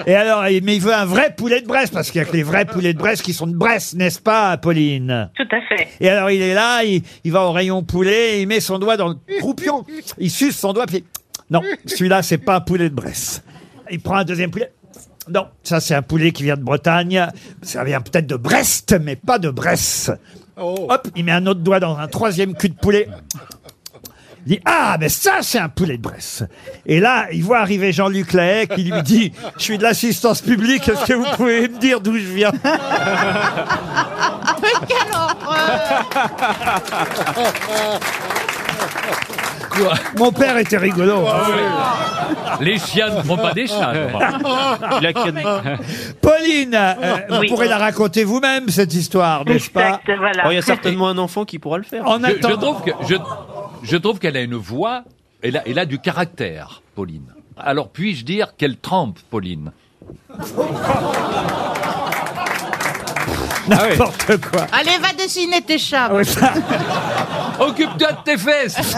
S2: Et alors, il- mais il veut un vrai poulet de Bresse, parce qu'il y a que les vrais poulets de Bresse qui sont de Bresse, n'est-ce pas, Pauline
S19: Tout à fait.
S2: Et alors, il est là, il, il va au rayon poulet, il met son doigt dans le croupion, il suce son doigt, puis non, celui-là, c'est pas un poulet de Bresse. Il prend un deuxième poulet. Non, ça, c'est un poulet qui vient de Bretagne. Ça vient peut-être de Brest, mais pas de Bresse.
S6: Oh.
S2: Hop, il met un autre doigt dans un troisième cul de poulet. Il dit Ah, mais ça, c'est un poulet de Bresse. Et là, il voit arriver Jean-Luc Lahaye qui lui dit Je suis de l'assistance publique, est-ce que vous pouvez me dire d'où je viens
S8: Mais quelle
S2: Mon père était rigolo. hein.
S4: Les chiens ne font pas des chats. alors.
S2: Il a qu'à- Ah, Pauline, euh,
S3: Oui.
S2: vous pourrez la raconter vous-même, cette histoire, n'est-ce pas
S3: Exact, voilà. Oh, il y a certainement un enfant qui pourra le faire.
S2: En
S4: je, je
S2: attendant-
S4: trouve que je, je trouve qu'elle a une voix. Elle a, elle a du caractère, Pauline. Alors puis-je dire qu'elle trempe, Pauline
S2: N'importe quoi.
S10: Allez, va dessiner tes chats.
S4: Occupe-toi de tes fesses.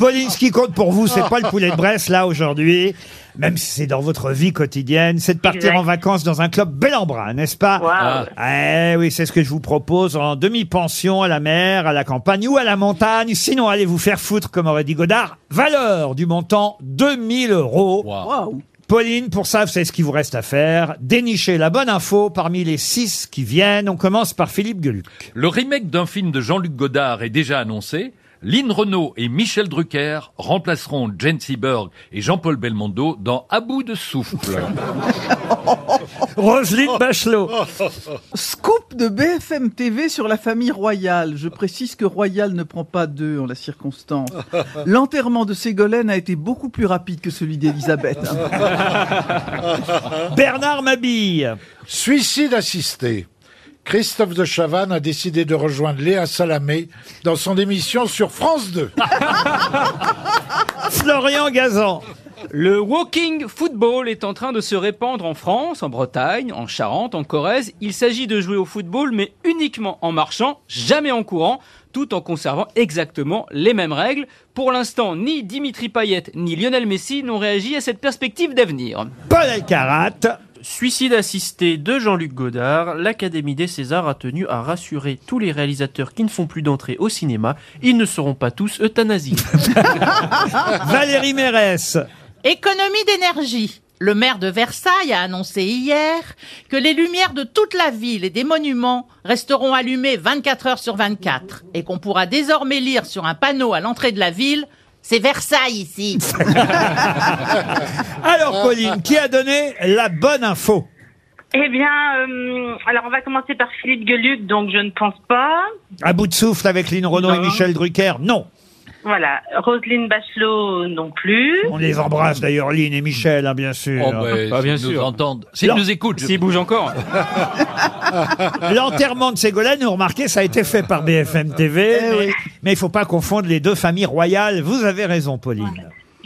S2: Pauline, ce qui compte pour vous, c'est pas le poulet de Bresse, là, aujourd'hui, même si c'est dans votre vie quotidienne, c'est de partir
S20: Exact.
S2: en vacances dans un club bel en bras, n'est-ce pas Eh oui, c'est ce que je vous propose, en demi-pension à la mer, à la campagne ou à la montagne. Sinon, allez vous faire foutre, comme aurait dit Godard, valeur du montant 2000 euros. Pauline, pour ça, c'est ce qu'il vous reste à faire. Dénicher la bonne info parmi les six qui viennent. On commence par Philippe Gueluc.
S4: Le remake d'un film de Jean-Luc Godard est déjà annoncé. Lynn Renault et Michel Drucker remplaceront Jane Seberg et Jean-Paul Belmondo dans À bout de souffle.
S2: Roselyne Bachelot.
S5: Scoop de BFM TV sur la famille royale. Je précise que royale ne prend pas deux en la circonstance. L'enterrement de Ségolène a été beaucoup plus rapide que celui d'Elisabeth.
S2: Bernard Mabille.
S6: Suicide assisté. Christophe de Chavannes a décidé de rejoindre Léa Salamé dans son émission sur France 2.
S2: Florian Gazan.
S20: Le walking football est en train de se répandre en France, en Bretagne, en Charente, en Corrèze. Il s'agit de jouer au football, mais uniquement en marchant, jamais en courant, tout en conservant exactement les mêmes règles. Pour l'instant, ni Dimitri Payet ni Lionel Messi n'ont réagi à cette perspective d'avenir.
S2: Paul Alcarat.
S3: Suicide assisté de Jean-Luc Godard, l'Académie des Césars a tenu à rassurer tous les réalisateurs qui ne font plus d'entrée au cinéma, ils ne seront pas tous euthanasiés.
S2: Valérie Mérès.
S10: Économie d'énergie. Le maire de Versailles a annoncé hier que les lumières de toute la ville et des monuments resteront allumées 24 heures sur 24 et qu'on pourra désormais lire sur un panneau à l'entrée de la ville c'est Versailles ici.
S2: Alors, Pauline, qui a donné la bonne info
S19: Eh bien, euh, alors on va commencer par Philippe Gueluc, donc je ne pense pas.
S2: À bout de souffle avec Lynn Renault et Michel Drucker Non.
S19: Voilà, Roselyne Bachelot non plus.
S2: On les embrasse d'ailleurs, Lynn et Michel, hein, bien sûr.
S4: Oh, ben,
S5: Ah,
S2: bien
S4: s'ils nous entendent, s'ils
S2: Non.
S4: nous écoutent. je-
S20: S'il bouge encore.
S2: L'enterrement de Ségolène, vous remarquez, ça a été fait par BFM
S5: Eh
S2: TV, mais- mais il faut pas confondre les deux familles royales. Vous avez raison, Pauline.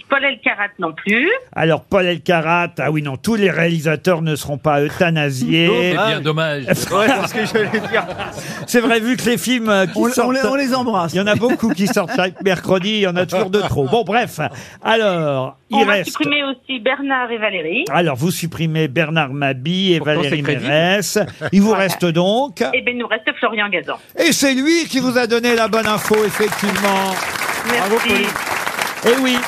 S19: Paul Elkarat non plus.
S2: Alors, Paul Elkarat, ah oui, non, tous les réalisateurs ne seront pas
S4: Oh, C'est
S2: euthanasiés.
S4: bien dommage.
S2: C'est vrai, vu que les films euh, qui
S5: On- on
S2: sortent...
S5: les- on les embrasse.
S2: Il y en a beaucoup qui sortent chaque mercredi, il y en a toujours de trop. Bon, bref. Alors,
S19: on
S2: il
S19: va
S2: reste...
S19: supprimer aussi Bernard et Valérie.
S2: Alors, vous supprimez Bernard Mabi et Valérie
S19: c'est crédible.
S2: Mérès. Il vous reste donc...
S19: Et bien, nous reste Florian Gazan.
S2: Et c'est lui qui vous a donné la bonne info, effectivement.
S19: Merci.
S2: Eh oui.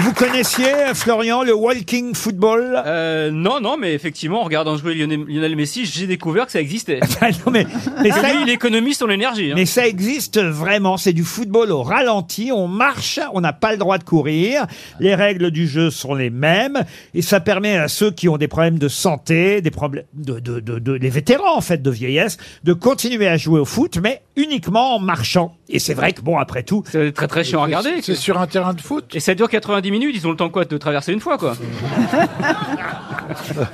S2: Vous connaissiez, euh, Florian, le walking football
S20: Euh, non, non, mais effectivement, en regardant jouer Lionel, Lionel Messi, j'ai découvert que ça existait.
S2: Ah bah non, mais, mais ça-
S20: lui, il économise son énergie. hein.
S2: Mais ça existe vraiment, c'est du football au ralenti, on marche, on n'a pas le droit de courir, les règles du jeu sont les mêmes, et ça permet à ceux qui ont des problèmes de santé, des problèmes de, de, de, de- les vétérans en fait de vieillesse, de continuer à jouer au foot, mais uniquement en marchant. Et c'est vrai que bon, après tout,
S20: C'est très très chiant à regarder.
S6: C'est sur un terrain de foot
S20: Et ça dure 90 minutes, ils ont le temps quoi de traverser une fois quoi.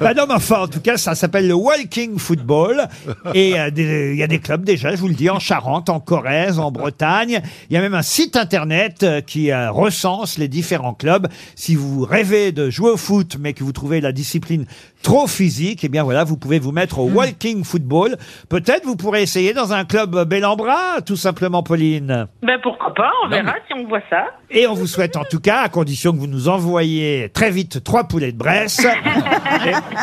S2: Bah non, mais enfin, en tout cas, ça s'appelle le Walking Football. Et euh, des- il y a des clubs déjà, je vous le dis, en Charente, en Corrèze, en Bretagne. Il y a même un site internet euh, qui euh, recense les différents clubs. Si vous rêvez de jouer au foot, mais que vous trouvez la discipline trop physique, eh bien voilà, vous pouvez vous mettre au Walking Football. Peut-être vous pourrez essayer dans un club euh, bel en bras, tout simplement, Pauline.
S19: Ben, pourquoi pas, on
S2: Non,
S19: verra
S2: mais-
S19: si on voit ça.
S2: Et on vous souhaite en tout cas, à condition que vous nous envoyiez très vite trois poulets de Bresse.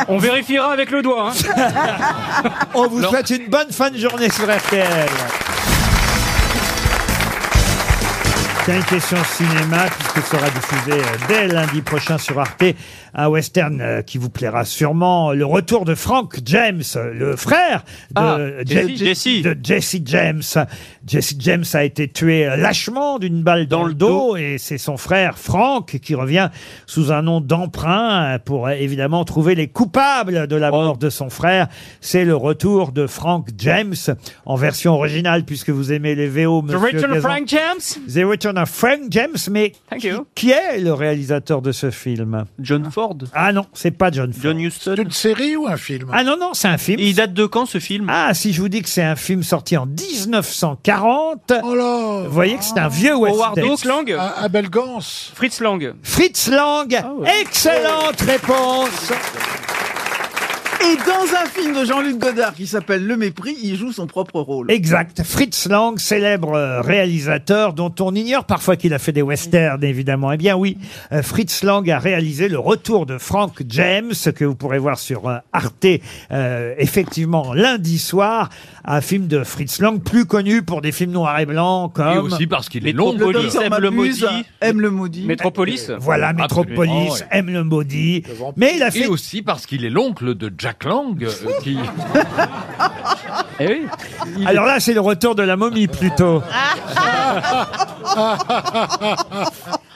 S20: On vérifiera avec le doigt. hein.
S2: On vous souhaite une bonne fin de journée sur RTL. Tiens, une question cinéma, puisque sera diffusé euh, dès lundi prochain sur Arte, un western euh, qui vous plaira sûrement, le retour de Frank James, euh, le frère de,
S3: Ah,
S2: Je-
S3: Jesse.
S2: de Jesse James. Jesse James a été tué euh, lâchement d'une balle dans, le dos, et c'est son frère Frank qui revient sous un nom d'emprunt euh, pour euh, évidemment trouver les coupables de la mort de son frère. C'est le retour de Frank James en version originale, puisque vous aimez les VO,
S20: The
S2: monsieur
S20: Return of
S2: Gazan.
S20: Frank James
S2: The Return of Frank James, mais qui, qui est le réalisateur de ce film
S3: John Ford
S2: Ah non, c'est pas John Ford.
S3: John Huston
S6: C'est une série ou un film
S2: Ah non, non, c'est un film.
S3: il date de quand ce film
S2: Ah, si je vous dis que c'est un film sorti en 1940, vous voyez que c'est un vieux western.
S20: Howard Hawks Lang
S6: Abel Gance
S20: Fritz Lang
S2: Fritz Lang,
S5: Ah
S2: excellente réponse
S5: Et dans un film de Jean-Luc Godard qui s'appelle Le Mépris, il joue son propre rôle.
S2: Exact. Fritz Lang, célèbre euh, réalisateur dont on ignore parfois qu'il a fait des westerns, évidemment. Eh bien oui, euh, Fritz Lang a réalisé Le Retour de Frank James, que vous pourrez voir sur euh, Arte, euh, effectivement, lundi soir, un film de Fritz Lang, plus connu pour des films noirs et blancs, comme...
S4: Et aussi parce qu'il est long.
S5: Le docteur Mabuse aime le maudit.
S20: Métropolis
S2: Voilà, Métropolis,
S4: Absolument, Ah ouais.
S2: aime le maudit. Mais il a fait
S4: Et aussi parce qu'il est l'oncle de Jack Lang, euh, qui...
S2: Eh Alors là, c'est le retour de la momie plutôt.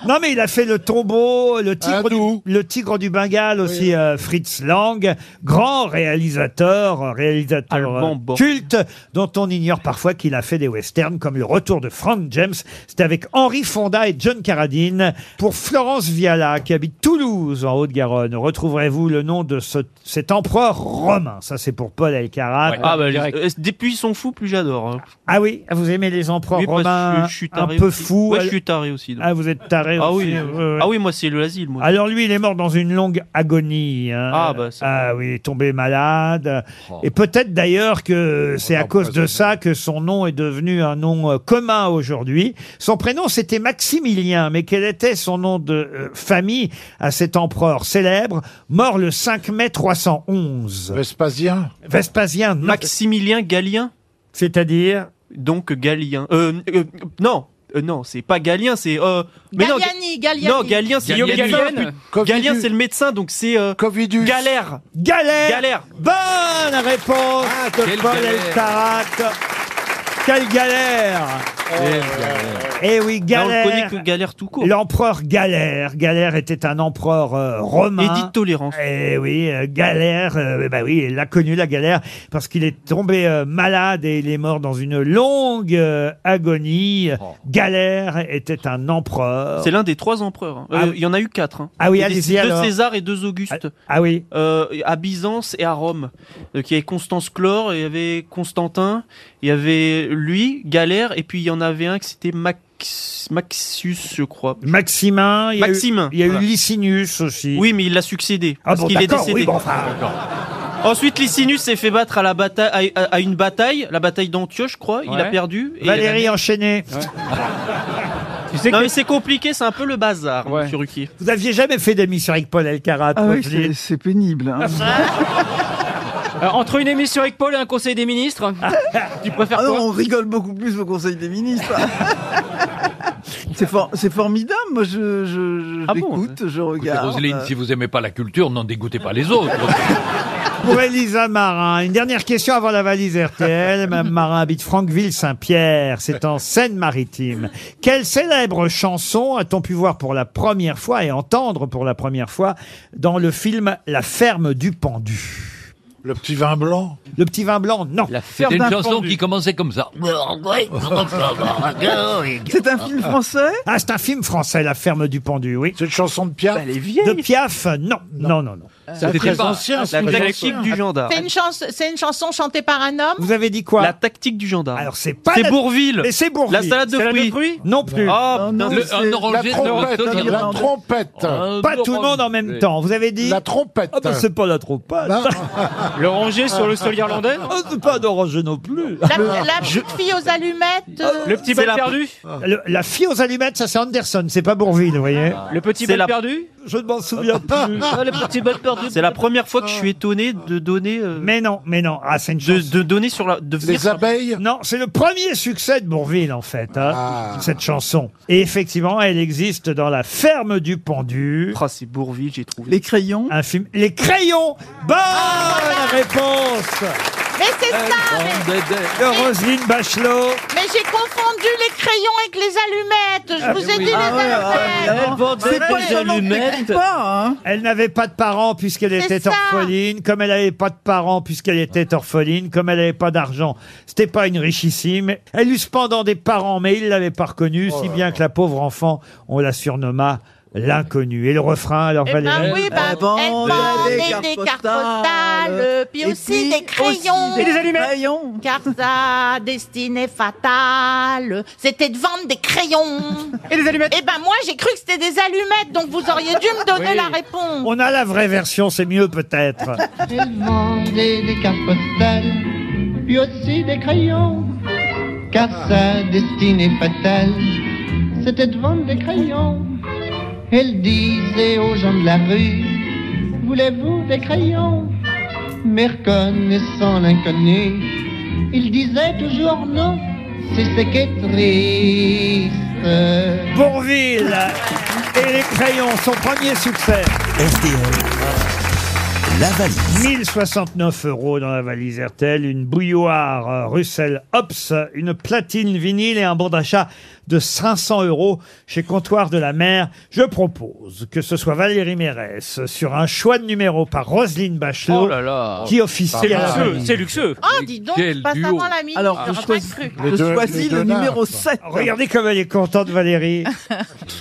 S2: Non, mais il a fait le tombeau, le tigre, du, le tigre du Bengale aussi, euh, Fritz Lang, grand réalisateur, euh, réalisateur
S3: Allemand,
S2: euh,
S3: bon.
S2: culte, dont on ignore parfois qu'il a fait des westerns comme Le Retour de Frank James. C'était avec Henri Fonda et John Carradine. Pour Florence Viala, qui habite Toulouse, en Haute-Garonne, retrouverez-vous le nom de ce- cet empereur romain Ça, c'est pour Paul Elkarat.
S3: Ah bah, euh, depuis ils sont fous, plus j'adore. hein.
S2: Ah oui, vous aimez les empereurs
S3: Oui, parce que
S2: romains
S3: je suis
S2: un
S3: taré
S2: peu
S3: aussi.
S2: fous.
S3: Ouais, je suis taré aussi. donc.
S2: Ah, vous êtes taré
S3: Ah
S2: aussi.
S3: oui,
S2: Ouais, ouais.
S3: ah oui, moi c'est l'asile. Moi.
S2: Alors lui, il est mort dans une longue agonie. hein.
S3: Ah, bah, ça- Oh.
S2: ah oui, il est tombé malade. Et peut-être d'ailleurs que c'est à cause de ça que son nom est devenu un nom euh, commun aujourd'hui. Son prénom, c'était Maximilien, mais quel était son nom de euh, famille à cet empereur célèbre, mort le 5 mai 311
S6: Vespasien
S2: Vespasien, non.
S3: Maximilien Galien
S2: C'est-à-dire
S3: Donc Galien. Euh, euh, non, euh, non, c'est pas Galien, c'est. euh, mais non,
S10: Galliani,
S3: Ga-
S10: Galliani.
S3: non, Galien, c'est le
S20: Galien.
S3: médecin. Galien, c'est le médecin, donc c'est. euh, Galère.
S2: Galère.
S3: Galère.
S2: Bonne réponse de
S3: Ah, quelle
S2: Paul
S3: galère.
S2: Elkarat. Quelle galère Eh oui,
S3: Là, on le
S2: galère.
S3: connaît que Galère tout court.
S2: L'empereur Galère. Galère était un empereur euh, romain.
S3: Et dit tolérance.
S2: Eh oui, euh, Galère. euh, bah oui, il a connu la galère parce qu'il est tombé euh, malade et il est mort dans une longue euh, agonie. Galère était un empereur.
S3: Oh. C'est l'un des trois empereurs. hein. Euh,
S2: Oh. Ah
S3: Il
S2: oui.
S3: y en a eu quatre. hein.
S2: Ah oui,
S3: Il y a des-
S2: allez-y,
S3: Deux
S2: alors.
S3: César et deux Auguste.
S2: Ah oui.
S3: Euh, à Byzance et à Rome. Donc il y avait Constance Chlore, il y avait Constantin, il y avait lui, Galère, et puis il y en avait un qui c'était Max... Maxius, je crois.
S2: Maximin. Il y a eu-
S3: Maxime.
S2: Il y a eu,
S3: Voilà.
S2: Licinius aussi.
S3: Oui, mais il l'a succédé.
S2: Ah
S3: parce
S2: bon,
S3: qu'il est
S2: d'accord,
S3: décédé.
S2: oui, bon, enfin,
S3: Ensuite, Licinus s'est fait battre à, la bataille, à, à- à une bataille, la bataille d'Antioche, je crois. Il a
S2: Ouais.
S3: perdu. et il
S2: Valérie
S3: a-
S2: enchaînée.
S3: Non, mais c'est compliqué, c'est un peu le bazar, monsieur Ruquier.
S2: Vous aviez jamais fait d'émission avec Paul Elkarat
S5: Ah oui,
S2: Roselyne
S5: c'est- c'est pénible. hein.
S20: Euh, Entre une émission avec Paul et un conseil des ministres, tu préfères
S5: Ah non, on
S20: quoi
S5: rigole beaucoup plus au Conseil des ministres. c'est for- c'est formidable. Moi, je, je, je
S3: Ah bon
S5: l'écoute, je
S4: Écoutez,
S5: regarde.
S4: Roselyne,
S2: euh.
S4: si vous aimez pas la culture, n'en dégoûtez pas les autres.
S2: Pour Elisa Marin, une dernière question avant la valise RTL. Mme Marin habite Franqueville-Saint-Pierre, c'est en Seine-Maritime. Quelle célèbre chanson a-t-on pu voir pour la première fois et entendre pour la première fois dans le film La ferme du pendu
S6: Le petit vin blanc
S2: Le petit vin blanc, non.
S4: C'était une chanson qui commençait comme ça.
S5: C'est un film français
S2: Ah, c'est un film français, La ferme du pendu, oui.
S6: C'est une chanson de Piaf
S5: Bah, Elle est vieille.
S2: De Piaf, non, non, non, non.
S4: C'était
S6: très
S4: pas-
S6: ancien,
S3: La
S6: c'est une
S3: tactique
S6: chanson.
S3: du gendarme.
S4: Ah,
S10: C'est une, chans- c'est une chanson chantée par un homme
S2: Vous avez dit quoi
S3: La tactique du gendarme.
S2: Alors c'est pas.
S3: C'est
S2: la-
S3: Bourville.
S2: Mais c'est Bourville.
S3: La salade de fruits.
S2: Non plus.
S3: Ah, putain,
S5: Non, non,
S4: Le-
S5: c'est-
S4: un
S6: La
S4: orangé de
S6: trompette,
S4: Roston
S6: la
S4: Irlande.
S3: Ah,
S6: trompette,
S2: Pas tout le monde en même temps. Vous avez dit.
S6: la trompette.
S2: Ah ben, c'est pas la trompette.
S6: Non.
S20: Le ranger sur le sol irlandais
S2: Ah, c'est pas d'orange non Ah, plus.
S10: La, la petite fille aux allumettes euh,
S20: Le petit
S3: C'est
S20: bal
S3: la-
S20: perdu
S2: Le- la fille aux allumettes, ça c'est Anderson, c'est pas Bourville, vous voyez.
S20: Le petit
S3: C'est
S20: bal
S3: la-
S20: perdu
S2: Je ne m'en souviens pas.
S3: C'est la première fois que je suis étonné de donner. euh,
S2: Mais non, mais non. Ah, c'est une
S3: de, de donner sur la. De venir sur-
S2: Non, c'est le premier succès de Bourville, en fait, hein, cette chanson. Et effectivement, elle existe dans La ferme du pendu.
S3: Ah, c'est Bourville, j'ai trouvé.
S2: Les crayons. Un film. Les crayons Bonne réponse
S10: Mais c'est ça mais,
S2: de Roselyne Bachelot.
S10: mais j'ai confondu les crayons avec les allumettes Je vous ai dit les
S2: ah
S10: allumettes
S5: C'est pas Ah, des vraiment allumettes. écrit pas,
S2: Elle n'avait pas de parents puisqu'elle
S10: hein. C'est
S2: était
S10: ça.
S2: orpheline. Comme elle n'avait pas de parents puisqu'elle était orpheline. Comme elle n'avait pas d'argent. C'était pas une richissime. Elle eut cependant des parents, mais il l'avait pas reconnue,
S5: Oh
S2: si bien que la pauvre enfant, on la surnomma l'inconnue. Et le refrain, alors
S10: Eh
S2: Valérie.
S10: ben oui,
S5: Ah
S10: ben, elle demandait des cartes postales, euh, puis aussi des crayons.
S2: Et des allumettes.
S10: Car sa destinée fatale, c'était de vendre des crayons. Et des allumettes. Eh ben moi, j'ai cru que c'était des allumettes, donc vous auriez dû me donner
S2: Oui.
S10: la réponse.
S2: On a la vraie version, c'est mieux peut-être.
S8: Elle vendait des cartes postales, puis aussi des crayons. Car sa destinée fatale, c'était de vendre des crayons. Elle disait aux gens de la rue, voulez-vous des crayons Mais reconnaissant l'inconnu, il disait toujours non. C'est ce qui est triste.
S2: Bourville et les crayons, son premier succès. La valise. 1069 euros dans la valise RTL, une bouilloire euh, Russell Hobbs, une platine vinyle et un bon d'achat de 500 euros chez Comptoir de la Mer. Je propose que ce soit Valérie Mérès sur un choix de numéro par Roselyne Bachelot
S20: Oh là là.
S2: qui officie
S20: C'est
S2: à la
S20: luxueux,
S2: valise.
S20: c'est luxeux.
S10: Ah, dis donc,
S2: Quel
S10: je passe
S2: duo.
S10: avant la minute.
S2: Alors,
S10: j'aurais
S2: je
S10: pas
S2: choisis-
S10: cru.
S2: Les Je deux- choisis les deux le nains, numéro quoi.
S10: 7.
S2: Regardez comme elle est contente Valérie.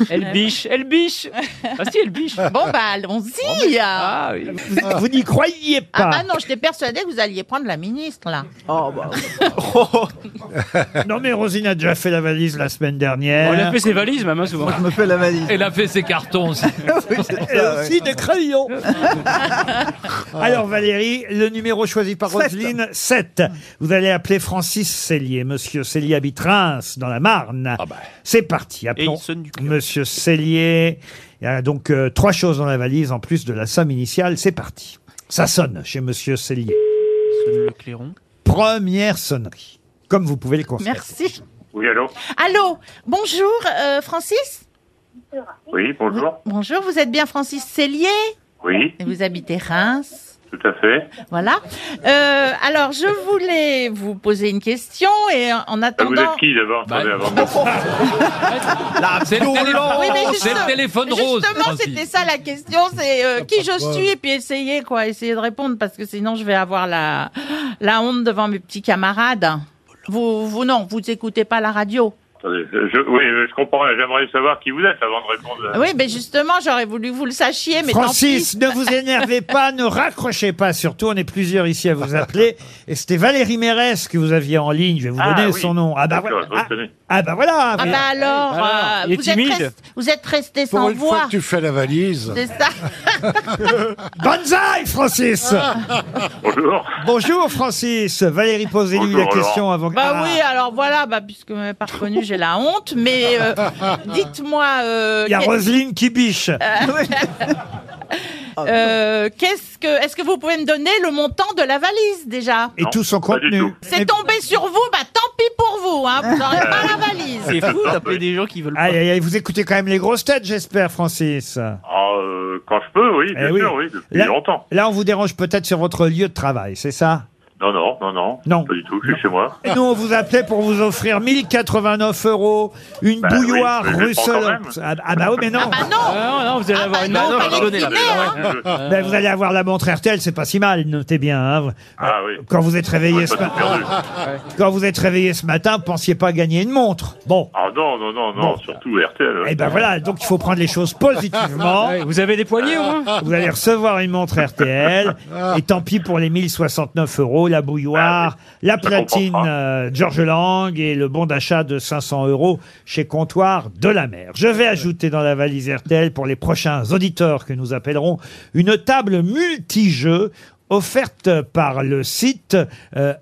S20: Elle biche, elle biche. Ah si, elle biche.
S10: Bon, bah, allons-y.
S20: Ah oui.
S2: Vous, vous n'y croyez
S10: Ah
S2: pas.
S10: bah non, j'étais persuadée que vous alliez prendre la ministre, là. bah,
S2: non mais Rosine a déjà fait la valise la semaine dernière.
S20: On a fait ses valises, maman, souvent. Ah je me fais la valise.
S4: Elle a fait ses cartons aussi.
S2: Et aussi Euh, des crayons. Alors Valérie, le numéro choisi par
S5: Sept.
S2: Roselyne, 7. Vous allez appeler Francis Cellier. Monsieur Cellier habite Reims, dans la Marne.
S20: Ah bah.
S2: C'est parti, appelons Monsieur Cellier. Il y a donc euh, trois choses dans la valise en plus de la somme initiale. C'est parti. Ça sonne chez Monsieur Cellier.
S3: Sonne le clairon.
S2: Première sonnerie, comme vous pouvez le constater.
S10: Merci.
S14: Oui, allô
S10: Allô, bonjour, euh, Francis
S14: Oui, bonjour.
S10: Bonjour, vous êtes bien Francis Cellier
S14: Oui,
S10: et vous habitez Reims.
S14: tout à fait.
S10: Voilà. Euh, alors, je voulais vous poser une question et en
S14: Ah, vous
S10: attendant.
S14: êtes qui d'abord
S2: Bah,
S14: Attendez, avant moi.
S4: Ah, C'est le téléphone,
S10: Oui, mais juste-
S4: c'est le téléphone rose.
S10: Justement,
S4: Francis.
S10: c'était ça la question, c'est euh, qui je
S4: quoi.
S10: suis et puis essayer quoi, essayer de répondre parce que sinon je vais avoir la la honte devant mes petits camarades. Vous vous non, vous écoutez pas la radio.
S14: Attendez, je, oui, je comprends. J'aimerais savoir qui vous êtes avant de répondre.
S10: Oui, mais justement, j'aurais voulu que vous le sachiez, mais tant
S2: Francis,
S10: pis. Ah,
S2: ne vous énervez pas, ne raccrochez pas surtout. On est plusieurs ici à vous appeler. Et c'était Valérie Mérès que vous aviez en ligne. Je vais vous
S14: Ah,
S2: donner
S14: oui.
S2: son nom. Ah bah
S14: D'accord,
S2: voilà. Ah,
S14: retenez.
S2: ah bah voilà.
S10: Ah
S2: vous-
S10: bah alors,
S2: Ah,
S10: euh,
S2: il est
S10: vous, êtes
S2: timide.
S10: rest- vous êtes resté
S6: Pour
S10: sans
S6: une fois
S10: voix.
S6: que tu fais la valise.
S10: C'est ça.
S2: Banzai, Francis
S14: Bonjour.
S2: Bonjour, Francis. Valérie, posez-lui
S14: Bonjour,
S2: la question
S14: Laurent.
S2: avant que...
S10: Bah
S2: Ah.
S10: oui, alors voilà, bah, puisque vous m'avez pas reconnu, j'ai la honte, mais euh, dites-moi. euh,
S2: Il y a
S10: qu'est-
S2: Roselyne qui biche.
S10: Euh, Qu'est-ce que, est-ce que vous pouvez me donner le montant de la valise déjà
S2: Et tout son contenu.
S10: C'est tombé sur vous, bah tant pis pour vous, hein, vous n'aurez pas la valise.
S3: C'est fou d'appeler des gens qui veulent pas.
S2: Aïe, aïe, aïe, vous écoutez quand même les grosses têtes, j'espère, Francis.
S14: Ah, euh, quand je peux, oui, bien
S2: Eh oui.
S14: sûr, oui, depuis
S2: Là-
S14: longtemps.
S2: Là, on vous dérange peut-être sur votre lieu de travail, c'est ça
S14: Non, non, non, non,
S2: Non.
S14: pas du tout, je suis chez moi.
S2: Et Nous, on vous appelait pour vous offrir 1089 euros, une
S14: Bah oui,
S2: bouilloire
S14: mais je le prends quand
S2: Russell.
S14: même.
S2: Ah, ah bah oui, mais non. bah
S20: Ah non, non, vous allez avoir une
S10: non,
S20: honte.
S10: fallait
S20: pardonnez, là.
S10: le filmer,
S20: Ouais.
S2: Ben, vous allez avoir la montre RTL, c'est pas si mal, notez bien. hein.
S14: Ah oui.
S2: Quand vous êtes réveillé ce matin, quand vous êtes réveillé ce matin, pensiez pas gagner une montre. Bon,
S14: Ah non, non, non, non,
S2: Bon.
S14: surtout RTL. ouais.
S2: et ben voilà, donc il faut prendre les choses positivement.
S20: Ouais, Vous avez des poignées au moins
S2: Ah, Vous allez recevoir une montre RTL. Et tant pis pour les 1069 euros, la bouilloire, la platine euh, George Lang et le bon d'achat de 500 euros chez Comptoir de la Mer. Je vais ajouter dans la valise RTL pour les prochains auditeurs que nous appellerons une table multijeu offerte par le site euh,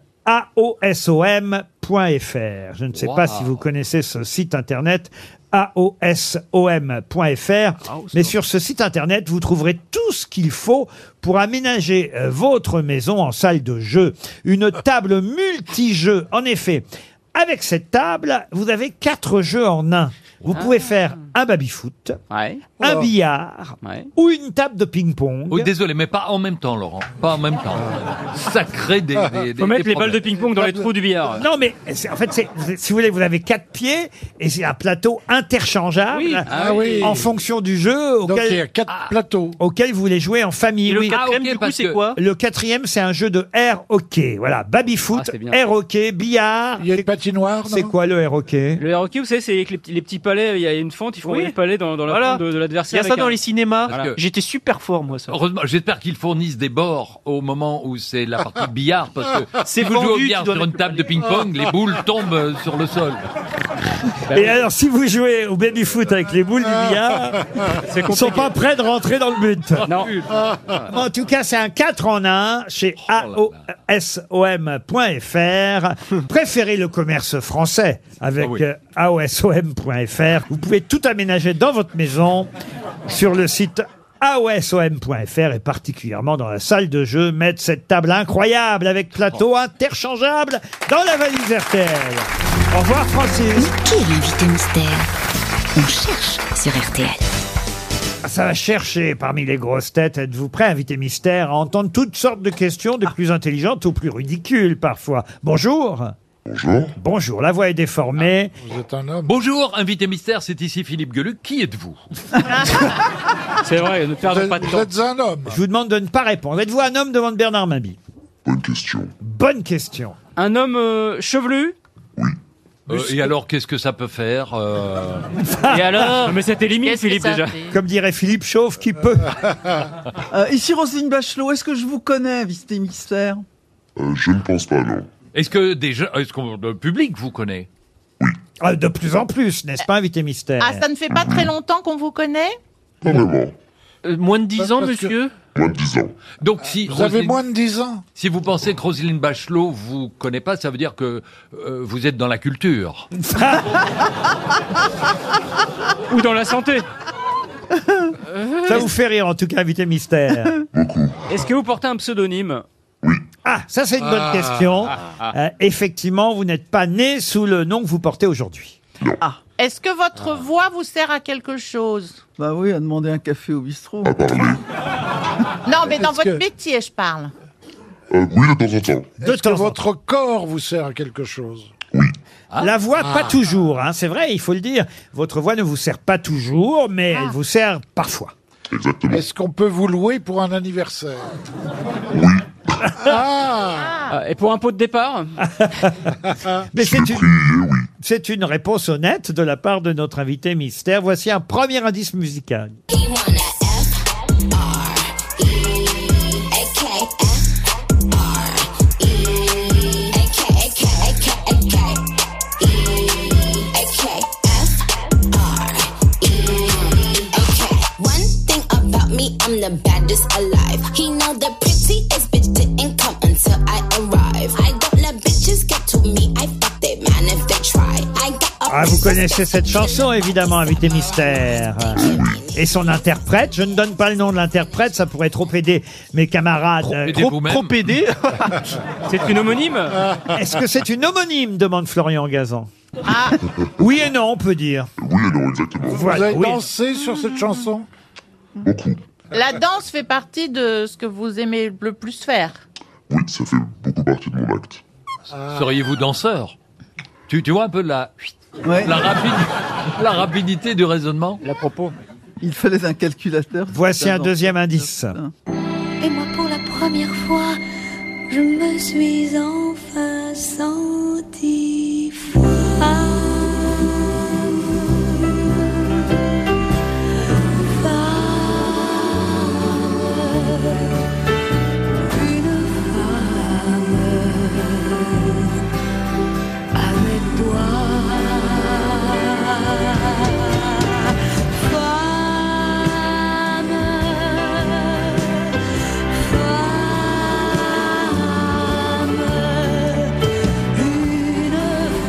S2: aosom.fr. Je ne sais pas
S20: Wow.
S2: si vous connaissez ce site internet aosom.fr. Mais sur ce site internet, vous trouverez tout ce qu'il faut pour aménager euh, votre maison en salle de jeu. Une table multijeu, en effet. Avec cette table, vous avez quatre jeux en un. Vous pouvez faire un baby-foot, un
S4: Oh.
S2: billard ou une table de ping-pong.
S4: Oui, désolé, mais pas en même temps, Laurent. Pas en même temps. Ça crée des. des, des- des problèmes.
S2: Ah. Non, mais c'est- en fait, c'est- vous- si vous voulez, vous avez quatre pieds et c'est un plateau interchangeable
S4: Oui. Ah oui.
S2: en fonction du jeu auquel,
S4: il y a
S6: quatre
S2: plateaux. auquel vous voulez jouer en famille.
S4: Et le
S2: oui.
S4: quatrième, Ah, ok, du coup, parce c'est que- quoi
S2: Le quatrième, c'est un jeu de air hockey. Voilà, baby
S4: Ah,
S2: foot, air hockey, billard. Il y a une patinoire. C'est quoi le air hockey
S20: Le hockey, vous savez, c'est avec les petits, les petits palais, il y a une fente, ils font
S3: Oui.
S20: les palais dans, dans la
S3: Voilà.
S20: fente de, de
S3: Il y
S20: l'adversaire.
S3: a ça dans les cinémas.
S4: Parce que-
S3: J'étais super fort, moi, ça.
S4: Heureusement, j'espère qu'ils fournissent des bords au moment où c'est la partie de billard, parce que
S3: C'est
S4: si vous jouez au
S3: vendu,
S4: billard
S3: tu dois
S4: sur une
S3: mettre
S4: table de ping-pong, les boules tombent euh, sur le sol. Ben
S2: Et alors, si vous jouez au baby foot avec les boules du
S4: Ah.
S2: billard,
S4: C'est
S2: ils sont
S4: compliqué.
S2: pas prêts de rentrer dans le but.
S20: Non.
S2: En tout cas, c'est un 4 en 1 chez aosom.fr. Préférez le commerce français avec
S21: Ah oui.
S2: euh, aosom.fr. Vous pouvez tout aménager dans votre maison sur le site aosom.fr et particulièrement dans la salle de jeu, mettre cette table incroyable avec plateau interchangeable dans la valise RTL. Au revoir Francis.
S11: Qui est l'invité mystère On cherche sur RTL.
S2: Ça va chercher parmi les grosses têtes. Êtes-vous prêt, invité mystère, à entendre toutes sortes de questions, de plus intelligentes ou plus ridicules parfois Bonjour. Bonjour. Bonjour. La voix est déformée.
S4: Vous êtes un homme. Bonjour, invité mystère, c'est ici Philippe Gueluc. Qui êtes-vous
S20: C'est vrai, ne perdons
S4: pas de temps.
S2: êtes un homme. Je vous demande de ne pas répondre. Êtes-vous un homme demande Bernard Mabi. Bonne question. Bonne question.
S20: Un homme euh, chevelu
S4: Euh, Et alors, qu'est-ce que ça peut faire euh
S20: Et alors Non, mais c'était limite,
S5: Qu'est-ce que Philippe, ça déjà. fait
S2: Comme dirait Philippe Chauve, qui peut.
S5: Euh, ici Roselyne Bachelot, est-ce que je vous connais, Visité Mystère
S22: Euh, je ne pense pas, non.
S4: Est-ce que déjà, est-ce que le public vous connaît
S2: Ah, De plus en plus, n'est-ce pas, invité mystère
S10: Ah, ça ne fait pas très longtemps qu'on vous connaît
S22: Pas vraiment.
S20: Euh,
S4: Moins de 10 ans,
S20: monsieur
S22: Moins de 10 ans.
S4: Donc, si
S6: Vous avez
S4: Roselyne-
S6: moins de 10 ans
S4: Si vous pensez que Roselyne Bachelot vous connaît pas, ça veut dire que euh, vous êtes dans la culture.
S20: Ou dans la santé
S2: Ça vous fait rire, en tout cas, invité mystère.
S20: Est-ce que vous portez un pseudonyme
S2: Ah, ça, c'est une bonne
S20: Ah,
S2: question.
S20: ah, ah.
S2: Euh, effectivement, vous n'êtes pas né sous le nom que vous portez aujourd'hui.
S10: Est-ce que votre
S2: Ah.
S10: voix vous sert à quelque chose
S5: Bah oui, à demander un café au bistrot.
S22: Ah, bah
S10: Non, mais dans
S5: Est-ce
S10: votre
S5: que-
S10: métier, je parle.
S22: Euh, oui, de temps en temps.
S6: Est-ce que votre corps vous sert à quelque chose
S2: La voix, pas
S6: Ah.
S2: toujours, hein, c'est vrai, il faut le dire. Votre voix ne vous sert pas toujours, mais elle vous sert parfois.
S6: Est-ce qu'on peut vous louer pour un anniversaire
S20: Ah, Et pour un pot de départ
S2: Mais c'est une, c'est une réponse honnête de la part de notre invité mystère. Voici un premier indice musical.
S23: One thing about me, I'm the baddest alive. He know the prettiest bitch didn't come until I arrive. I don't let bitches get to me. I fuck they man if they try. I got a
S2: Ah, vous connaissez cette chanson, évidemment, invité mystère. Et son interprète, je ne donne pas le nom de l'interprète, ça pourrait trop aider mes camarades. euh,
S4: aider vous-même.
S2: aider
S20: C'est une homonyme
S2: Est-ce que c'est une homonyme demande Florian Gazan. Oui et non, on peut dire.
S22: Ah. Oui et non, exactement.
S2: Voilà,
S6: Vous avez
S2: oui.
S6: dansé sur cette chanson
S10: La danse fait partie de ce que vous aimez le plus faire.
S22: Oui, ça fait beaucoup partie de mon acte.
S4: Ah. Seriez-vous danseur tu, tu vois un peu la, la, rapide- la rapidité du raisonnement
S5: La propos. Il fallait un calculateur.
S2: Voici un deuxième indice.
S24: Et moi pour la première fois, je me suis enfin sentie femme.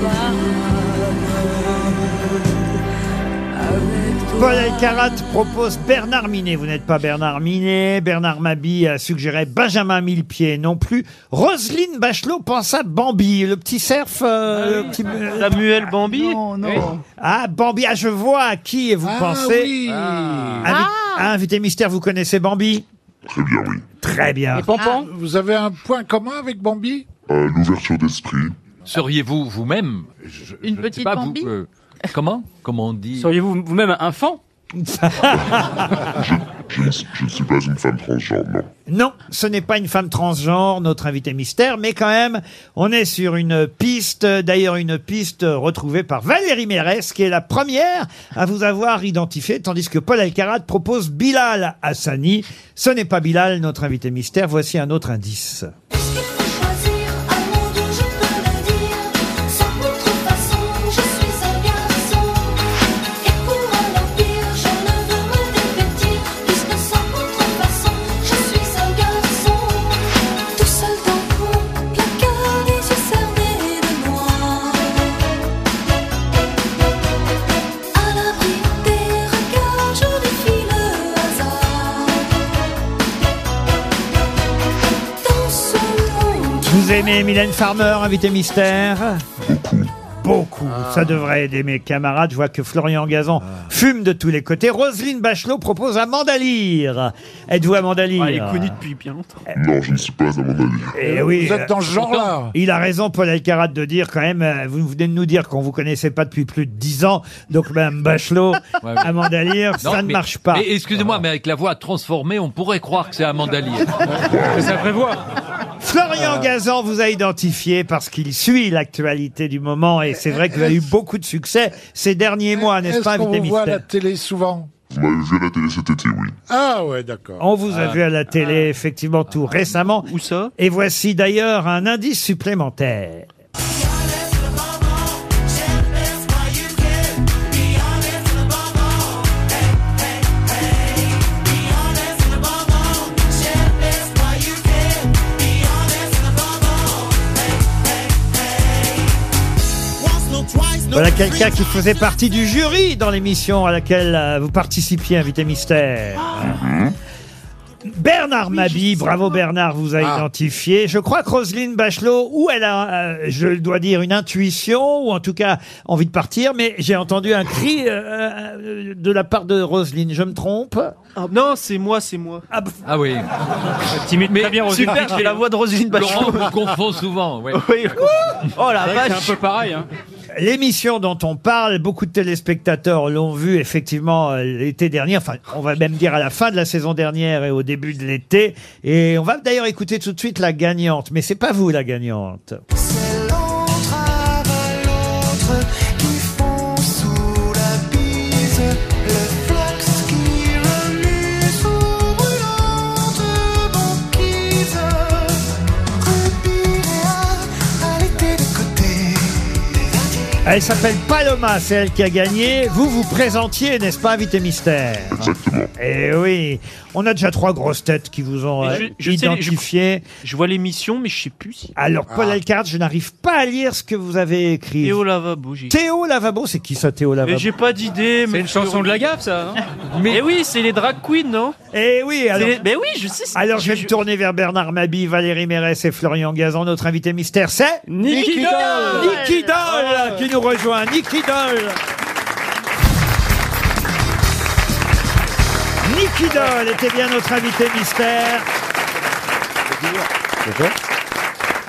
S24: Femme, femme, une
S2: Paul Elkarat propose Bernard Minet. Vous n'êtes pas Bernard Minet. Bernard Mabi a suggéré Benjamin Millepied non plus. Roselyne Bachelot pense à Bambi, le petit cerf. euh, le petit-
S3: Ah Samuel Bambi Ah Non,
S2: non. Ah, Bambi, ah, je vois à qui vous pensez. Invi- Invité mystère, vous connaissez Bambi
S22: Très bien, oui.
S2: Très bien.
S6: Et
S10: Ah.
S6: Pompon Vous avez un point commun avec Bambi
S22: Euh, L'ouverture d'esprit.
S4: Seriez-vous vous-même
S10: Une
S4: je ne sais
S10: petite
S4: pas, vous,
S10: Bambi
S4: euh, Comment Comment on dit
S20: Seriez-vous vous-même un fan
S22: Je ne, je ne suis pas une femme transgenre, non.
S2: Non, ce n'est pas une femme transgenre, notre invité mystère, mais quand même, on est sur une piste, d'ailleurs une piste retrouvée par Valérie Mérès, qui est la première à vous avoir identifié, tandis que Paul Alcarat propose Bilal Hassani. Ce n'est pas Bilal, notre invité mystère, voici un autre indice.
S24: Choisir un monde où je peux le dire Sans contrefaçon, je suis un garçon Et pour un empire, je ne veux me dévêtir Puisque sans contrefaçon, je suis un garçon Tout seul dans mon placard, les yeux cernés de noir À l'abri des regards, je défie le hasard Dans ce monde
S2: Vous aimez Mylène Farmer, invité mystère Beaucoup. Ça devrait aider mes camarades. Je vois que Florian Gazan fume de tous les côtés. Roselyne Bachelot propose Amanda Lear. Êtes-vous Amanda Lear
S3: Elle Ah, est connue depuis bien longtemps.
S22: Non, je ne suis pas un mandalé.
S2: Ah. Eh oui, euh, Il a raison, Paul Alcarat, de dire quand même, euh, vous venez de nous dire qu'on vous connaissait pas depuis plus de 10 ans, donc Mme Bachelot,
S4: Ouais, ouais.
S2: Amanda Lear,
S4: Non,
S2: ça ne
S4: mais-
S2: marche pas.
S4: mais Excusez-moi,
S20: Ah.
S4: mais avec la voix transformée, on pourrait croire que c'est un mandalier. ça prévoit.
S2: Florian
S4: Euh.
S2: Gazan vous a identifié parce qu'il suit l'actualité du moment et c'est vrai qu'il a eu beaucoup de succès ces derniers mois, n'est-ce
S6: Est-ce
S2: pas,
S6: qu'on
S2: invité
S6: vous voit à la
S2: mystère
S6: télé souvent
S22: Vous m'avez vu à la télé cet été, oui.
S6: Ah ouais, d'accord.
S2: On vous a vu à la télé, effectivement, tout
S4: Ah.
S2: récemment. Où ça Et voici d'ailleurs un indice supplémentaire. Voilà quelqu'un qui faisait partie du jury dans l'émission à laquelle euh, vous participiez, invité mystère. Bernard Mabi, bravo Bernard, vous a identifié. Je crois que Roselyne Bachelot, ou elle a, euh, je le dois dire, une intuition, ou en tout cas envie de partir, mais j'ai entendu un cri euh, euh, de la part de Roselyne, je me trompe
S3: Ah, Non, c'est moi, c'est moi.
S2: Ah,
S4: oui.
S3: Timide,
S4: Mais
S3: Super, j'ai Ah, la voix de Roselyne Bachelot.
S4: Laurent vous confond souvent. ouais.
S3: Oh la vache.
S20: Ah, C'est un peu pareil. hein.
S2: L'émission dont on parle, beaucoup de téléspectateurs l'ont vue effectivement euh, l'été dernier, enfin on va même dire à la fin de la saison dernière et au début de l'été. Et on va d'ailleurs écouter tout de suite la gagnante, mais c'est pas vous la gagnante.
S8: L'autre avale l'autre qui fond sous la bise Le flox qui remue sous brûlante banquise Rubéa à l'été de côté
S2: Elle s'appelle Paloma, c'est elle qui a gagné. Vous vous présentiez, n'est-ce pas, invité mystère Eh oui, on a déjà trois grosses têtes qui vous ont
S3: Mais
S2: euh,
S3: je- je sais les- je-
S2: identifié.
S3: Je vois l'émission, mais je sais plus si.
S2: Alors Paul
S3: Ah.
S2: Elkarat, je n'arrive pas à lire ce que vous avez écrit.
S3: Théo Lavabo, j'ai.
S2: Théo Lavabo, c'est qui ça, Théo Lavabo
S3: Mais j'ai pas d'idée. C'est une
S20: chanson de la gaffe, ça.
S3: Mais eh oui, c'est les drag queens, non
S2: hein. Eh oui, alors.
S3: Les... Mais oui, je sais. c'est-
S2: Alors, je vais me tourner vers Bernard Mabi, Valérie Mérès et Florian Gazan. Notre invité mystère, c'est
S20: Niki Doll.
S2: Niki Doll,
S6: Ah.
S2: qui nous rejoint. Niki Doll. Niki Doll était bien notre invité mystère.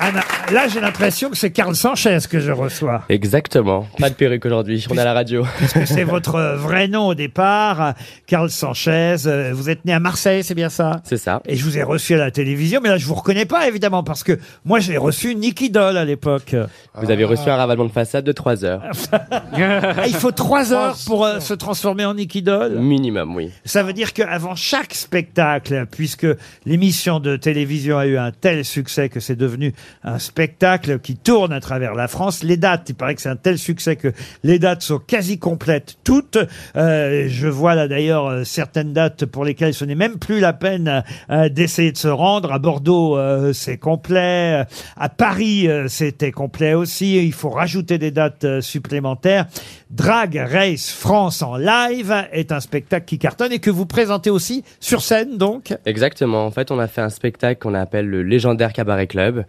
S2: Ah, na- là, j'ai l'impression que c'est Carl Sanchez que je reçois.
S9: Exactement. Pas de perruque aujourd'hui, on est à la radio.
S2: Parce que C'est votre euh, vrai nom au départ, euh, Carl Sanchez. Euh, Vous êtes né à Marseille, c'est bien ça
S9: C'est ça.
S2: Et je vous ai reçu à la télévision, mais là je vous reconnais pas évidemment parce que moi j'ai reçu Nicky Doll à l'époque.
S9: Vous avez reçu un ravalement de façade de 3 heures.
S2: Ah, il faut trois heures pour euh, se transformer en Nicky Doll.
S9: Minimum, oui.
S2: Ça veut dire qu'avant chaque spectacle, puisque l'émission de télévision a eu un tel succès que c'est devenu un spectacle qui tourne à travers la France, les dates, il paraît que c'est un tel succès que les dates sont quasi complètes toutes. Euh, je vois là d'ailleurs euh, certaines dates pour lesquelles ce n'est même plus la peine euh, d'essayer de se rendre. À Bordeaux, euh, c'est complet. À Paris, euh, c'était complet aussi. Il faut rajouter des dates euh, supplémentaires. Drag Race France en live est un spectacle qui cartonne et que vous présentez aussi sur scène donc.
S9: Exactement. En fait, on a fait un spectacle qu'on appelle le légendaire cabaret club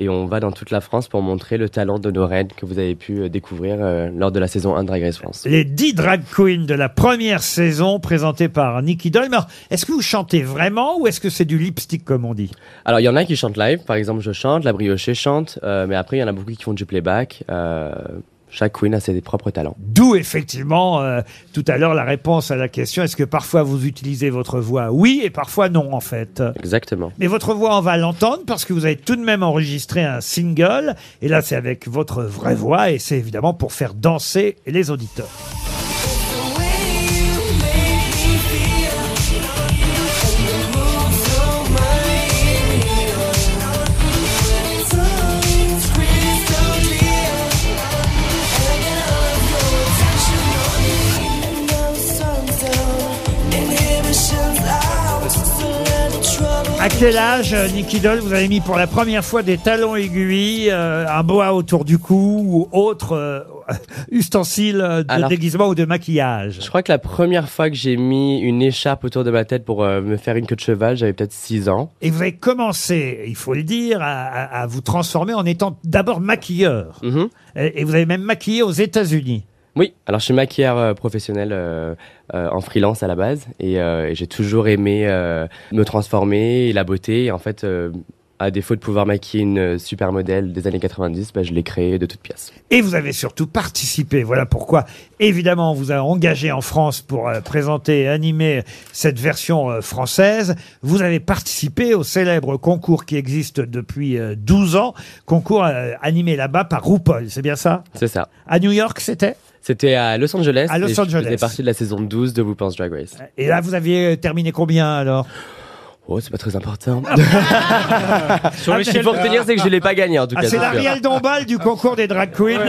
S9: et on va dans toute la France pour montrer le talent de nos reines que vous avez pu euh, découvrir euh, lors de la saison 1 de Drag Race France.
S2: Les 10 drag queens de la première saison présentées par Nicky Dolmer. Est-ce que vous chantez vraiment ou est-ce que c'est du lipstick comme on dit
S9: Alors, il y en a qui chantent live. Par exemple, je chante, la briochée chante, euh, mais après, il y en a beaucoup qui font du playback. Euh, chaque queen a ses propres talents.
S2: D'où effectivement euh, tout à l'heure la réponse à la question est-ce que parfois vous utilisez votre voix Oui et parfois non en fait.
S9: Exactement.
S2: Mais votre voix, on va l'entendre parce que vous avez tout de même enregistré un single. Et là, c'est avec votre vraie voix et c'est évidemment pour faire danser les auditeurs. À quel âge, euh, Nicky Doll, vous avez mis pour la première fois des talons aiguilles, euh, un boa autour du cou ou autre euh, ustensile euh, de
S9: Alors-
S2: déguisement ou de maquillage
S9: Je crois que la première fois que j'ai mis une écharpe autour de ma tête pour euh, me faire une queue de cheval, j'avais peut-être 6 ans.
S2: Et vous avez commencé, il faut le dire, à, à- à vous transformer en étant d'abord maquilleur. et, et vous avez même maquillé aux États-Unis.
S9: Oui, alors je suis maquilleur euh, professionnel euh, euh, en freelance à la base et, euh, et j'ai toujours aimé euh, me transformer et la beauté. Et en fait, euh, à défaut de pouvoir maquiller une euh, supermodèle des années 90, bah, je l'ai créée de toutes pièces.
S2: Et vous avez surtout participé. Voilà pourquoi, évidemment, on vous a engagé en France pour euh, présenter et animer cette version euh, française. Vous avez participé au célèbre concours qui existe depuis euh, 12 ans, concours euh, animé là-bas par RuPaul, c'est bien ça
S9: C'est ça.
S2: À New York, c'était
S9: C'était à Los Angeles.
S2: À Los
S9: et Je
S2: Angeles.
S9: faisais partie de la saison 12 de Vous Pense Drag Race.
S2: Et là, vous aviez euh, terminé combien alors
S9: Oh, c'est pas très important.
S2: Ah,
S9: Sur l'échelle,
S2: mais-
S9: pour te dire, c'est que je l'ai pas gagné en tout
S2: Ah,
S9: cas.
S2: c'est
S9: c'est sûr.
S2: l'Ariel Dombal du concours des drag queens.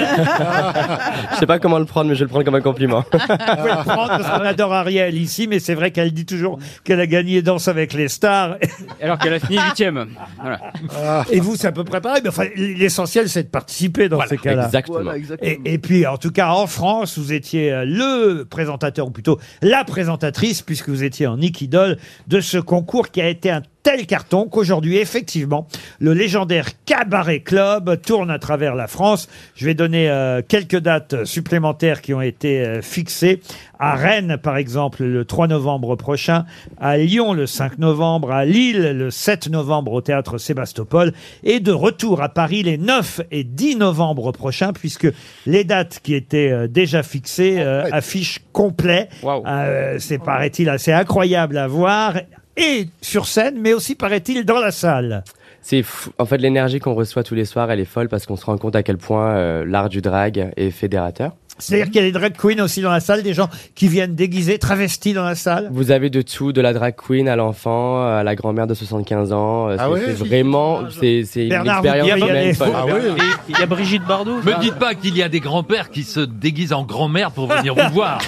S9: Je sais pas comment le prendre, mais je vais le prends comme un compliment.
S2: Vous pouvez le prendre parce qu'on adore Ariel ici, mais c'est vrai qu'elle dit toujours qu'elle a gagné Danse avec les stars.
S20: Alors qu'elle a fini huitième. Voilà. Ah.
S9: Ah.
S2: Et vous, c'est à peu près pareil. Mais enfin, l'essentiel, c'est de participer dans ces cas-là.
S20: exactement. Voilà, exactement.
S2: Et, et puis, en tout cas, en France, vous étiez euh, le présentateur, ou plutôt la présentatrice, puisque vous étiez en Doll de ce concours qui a été un tel carton qu'aujourd'hui, effectivement, le légendaire Cabaret Club tourne à travers la France. Je vais donner euh, quelques dates supplémentaires qui ont été euh, fixées. À Rennes, par exemple, le 3 novembre prochain, à Lyon le 5 novembre, à Lille le 7 novembre au théâtre Sébastopol et de retour à Paris les 9 et 10 novembre prochains puisque les dates qui étaient euh, déjà fixées euh, affichent complet. Euh, C'est paraît-il assez incroyable à voir et sur scène mais aussi paraît-il dans la salle.
S9: C'est fou. En fait, l'énergie qu'on reçoit tous les soirs, elle est folle parce qu'on se rend compte à quel point euh, l'art du drag est fédérateur.
S2: C'est-à-dire qu'il y a des drag queens aussi dans la salle, des gens qui viennent déguisés, travestis dans la salle.
S9: Vous avez de tout, de la drag queen à l'enfant, à la grand-mère de 75 ans. euh,
S2: Ah
S9: c'est
S2: ouais
S9: c'est vraiment, c'est c'est une
S2: Bernard, vous
S9: expérience
S2: pouvez y aller.
S9: humaine folle.
S2: Ah
S4: oui.
S3: Il y a Brigitte Bardot.
S4: Me dites pas qu'il y a des grands-pères qui se déguisent en grand-mère pour venir vous voir.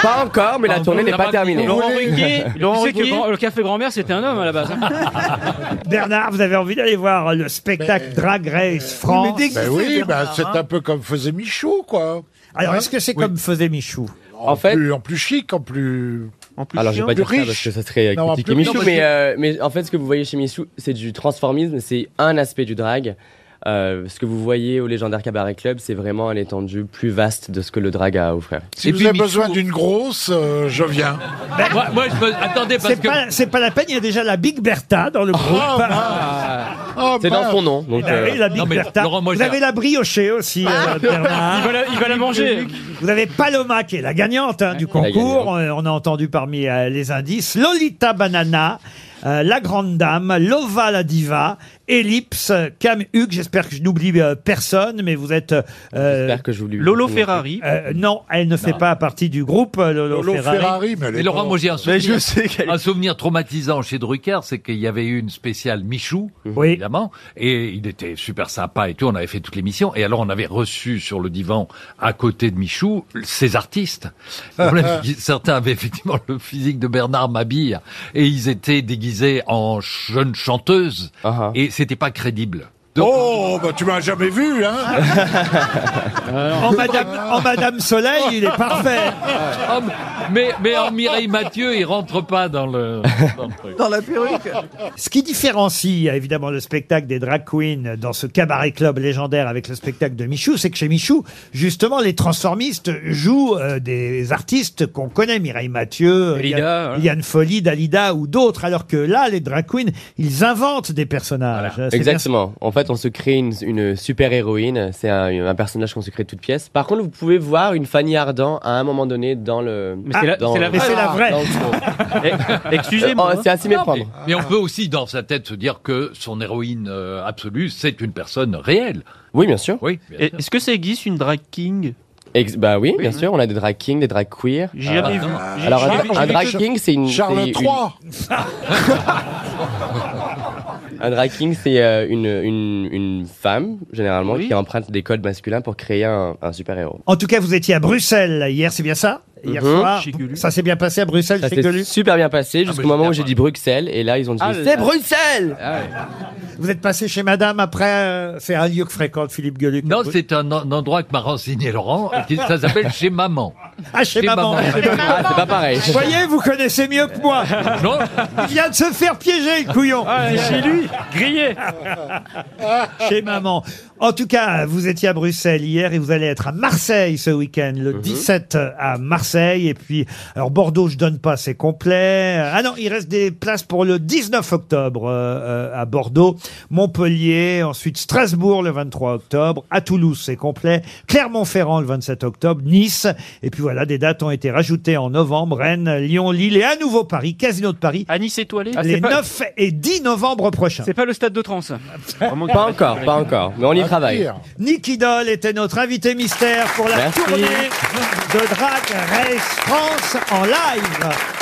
S9: Pas encore,
S2: Ah,
S9: mais la tournée n'est pas terminée.
S20: Laurent Ruquier, Laurent
S4: Tu sais que
S20: Ruquier,
S4: grand-
S20: le café grand-mère, c'était un homme à la base. hein.
S2: Bernard, vous avez envie d'aller voir le spectacle Drag Race France.
S6: Ben oui, ben, c'est un peu comme faisait Michaud, quoi.
S2: Alors, est-ce que c'est
S6: Oui.
S2: comme faisait Michou
S6: En, plus, en plus chic, en plus.
S3: En
S6: plus
S9: Alors, je vais pas
S6: chiant.
S9: dire ça
S6: Plus
S9: parce que ça serait euh,
S6: Non, en
S9: critiquer
S6: plus-
S9: Michou,
S6: non, parce
S9: mais,
S6: que-
S9: euh, mais en fait, ce que vous voyez chez Michou, c'est du transformisme, c'est un aspect du drag. Euh, ce que vous voyez au légendaire cabaret club, c'est vraiment un étendue plus vaste de ce que le drag a à offrir.
S6: Si vous avez besoin d'une grosse, euh, je viens.
S4: Ben, moi, moi, je me... Attendez, parce
S2: C'est
S4: que...
S2: pas, c'est pas la peine, il y a déjà la Big Bertha dans le groupe.
S3: Ah.
S4: Ah,
S9: C'est dans son nom.
S2: Eh
S9: Donc,
S2: ben
S9: euh,
S2: oui, la Big
S4: Non, mais
S2: Bertha.
S4: Laurent, moi,
S2: vous
S4: j'ai-
S2: avez la briochée aussi, euh, Bernard.
S20: Il va la- il va la manger.
S2: Vous avez Paloma, qui est la gagnante hein, du concours. Euh, On a entendu parmi euh, les indices Lolita Banana, euh, La Grande Dame, Lova la Diva, Ellipse, euh, Cam Hugues. J'espère que je n'oublie euh, personne, mais vous êtes. euh, J'espère
S9: que je vous
S20: Lolo Ferrari.
S2: Euh, non, elle ne fait pas partie du groupe, euh, Lolo, Ferrari.
S4: Mais Laurent, moi j'ai un souvenir, un souvenir traumatisant chez Drucker, c'est qu'il y avait eu une spéciale Michou, évidemment, et il était super sympa et tout, on avait fait toute l'émission, et alors on avait reçu sur le divan, à côté de Michou, ses artistes. Le problème, c'est que Certains avaient effectivement le physique de Bernard Mabille, et ils étaient déguisés en jeunes chanteuses, et c'était pas crédible.
S6: Oh, bah tu m'as jamais vu, hein
S2: en, Madame, en Madame Soleil, il est parfait.
S4: Oh, mais, mais en Mireille Mathieu, il rentre pas dans le, dans le truc.
S5: Dans la perruque.
S2: Ce qui différencie euh, évidemment le spectacle des drag queens dans ce cabaret club légendaire avec le spectacle de Michou, c'est que chez Michou, justement, les transformistes jouent euh, des artistes qu'on connaît, Mireille Mathieu, euh,
S20: Dalida,
S2: Yann-
S9: hein.
S20: voilà.
S2: Yann Folly, Dalida ou d'autres, alors que là, les drag queens, ils inventent des personnages. Euh, C'est bien
S9: Exactement. En fait, on se crée une, une super-héroïne. C'est un, un personnage qu'on se crée de toutes pièces. Par contre, vous pouvez voir une Fanny Ardant à un moment donné dans le. Ah
S4: Mais c'est la-
S9: dans-
S4: c'est la- Mais c'est la vraie.
S9: dans le show. Eh,
S4: Excusez-moi.
S9: oh, c'est assez méprendre.
S4: Mais on peut aussi, dans sa tête, se dire que son héroïne euh, absolue, c'est une personne réelle.
S9: Oui, bien sûr.
S4: Oui.
S9: Est-ce que ça existe une drag king bah oui, bien sûr, on a des drag kings, des drag queer.
S4: J'ai jamais vu. J'ai-
S9: Alors
S4: j'ai
S9: un,
S4: vu- j'ai
S9: un
S4: vu
S9: drag
S4: que-
S9: king, c'est une.
S4: Charles
S9: c'est une-
S4: III.
S9: Un drag king, c'est euh, une, une, une femme, généralement,
S2: Oui.
S9: qui emprunte des codes masculins pour créer un, un super-héros.
S2: En tout cas, vous étiez à Bruxelles hier, c'est bien ça Hier
S9: Mhm.
S2: soir,
S9: Chez
S2: ça s'est bien passé à Bruxelles
S9: Ça
S2: chez
S9: s'est
S2: Gueulu
S9: super bien passé
S4: Ah,
S9: jusqu'au moment où j'ai dit Bruxelles, et là ils ont dit
S2: Ah, là.
S9: C'est Bruxelles
S2: Ah Vous êtes passé chez madame après euh, C'est un lieu que fréquente Philippe Gueluc.
S4: Non, c'est un, en- endroit que m'a renseigné Laurent. et qui- Ça s'appelle chez maman.
S2: Ah, chez, maman.
S4: Ah, c'est pas pareil.
S2: Vous voyez, vous connaissez mieux que moi.
S4: Non. Ah,
S2: Il vient de se faire piéger, le couillon.
S20: chez lui, grillé.
S2: chez maman. En tout cas, vous étiez à Bruxelles hier et vous allez être à Marseille ce week-end, le 17 à Marseille. Et puis, alors Bordeaux, je donne pas, c'est complet. Ah non, il reste des places pour le 19 octobre euh, euh, à Bordeaux, Montpellier, ensuite Strasbourg le 23 octobre, à Toulouse, c'est complet, Clermont-Ferrand le 27 octobre, Nice. Et puis voilà, des dates ont été rajoutées en novembre, Rennes, Lyon, Lille et à nouveau Paris, Casino de Paris.
S20: À Nice étoilé Ah,
S2: les 9 et 10 novembre prochains.
S20: C'est pas le stade de trance.
S9: Pas encore, pas encore, mais on y travaille.
S2: Nick Idol était notre invité mystère pour la
S9: Merci.
S2: tournée de Drag Race France en live.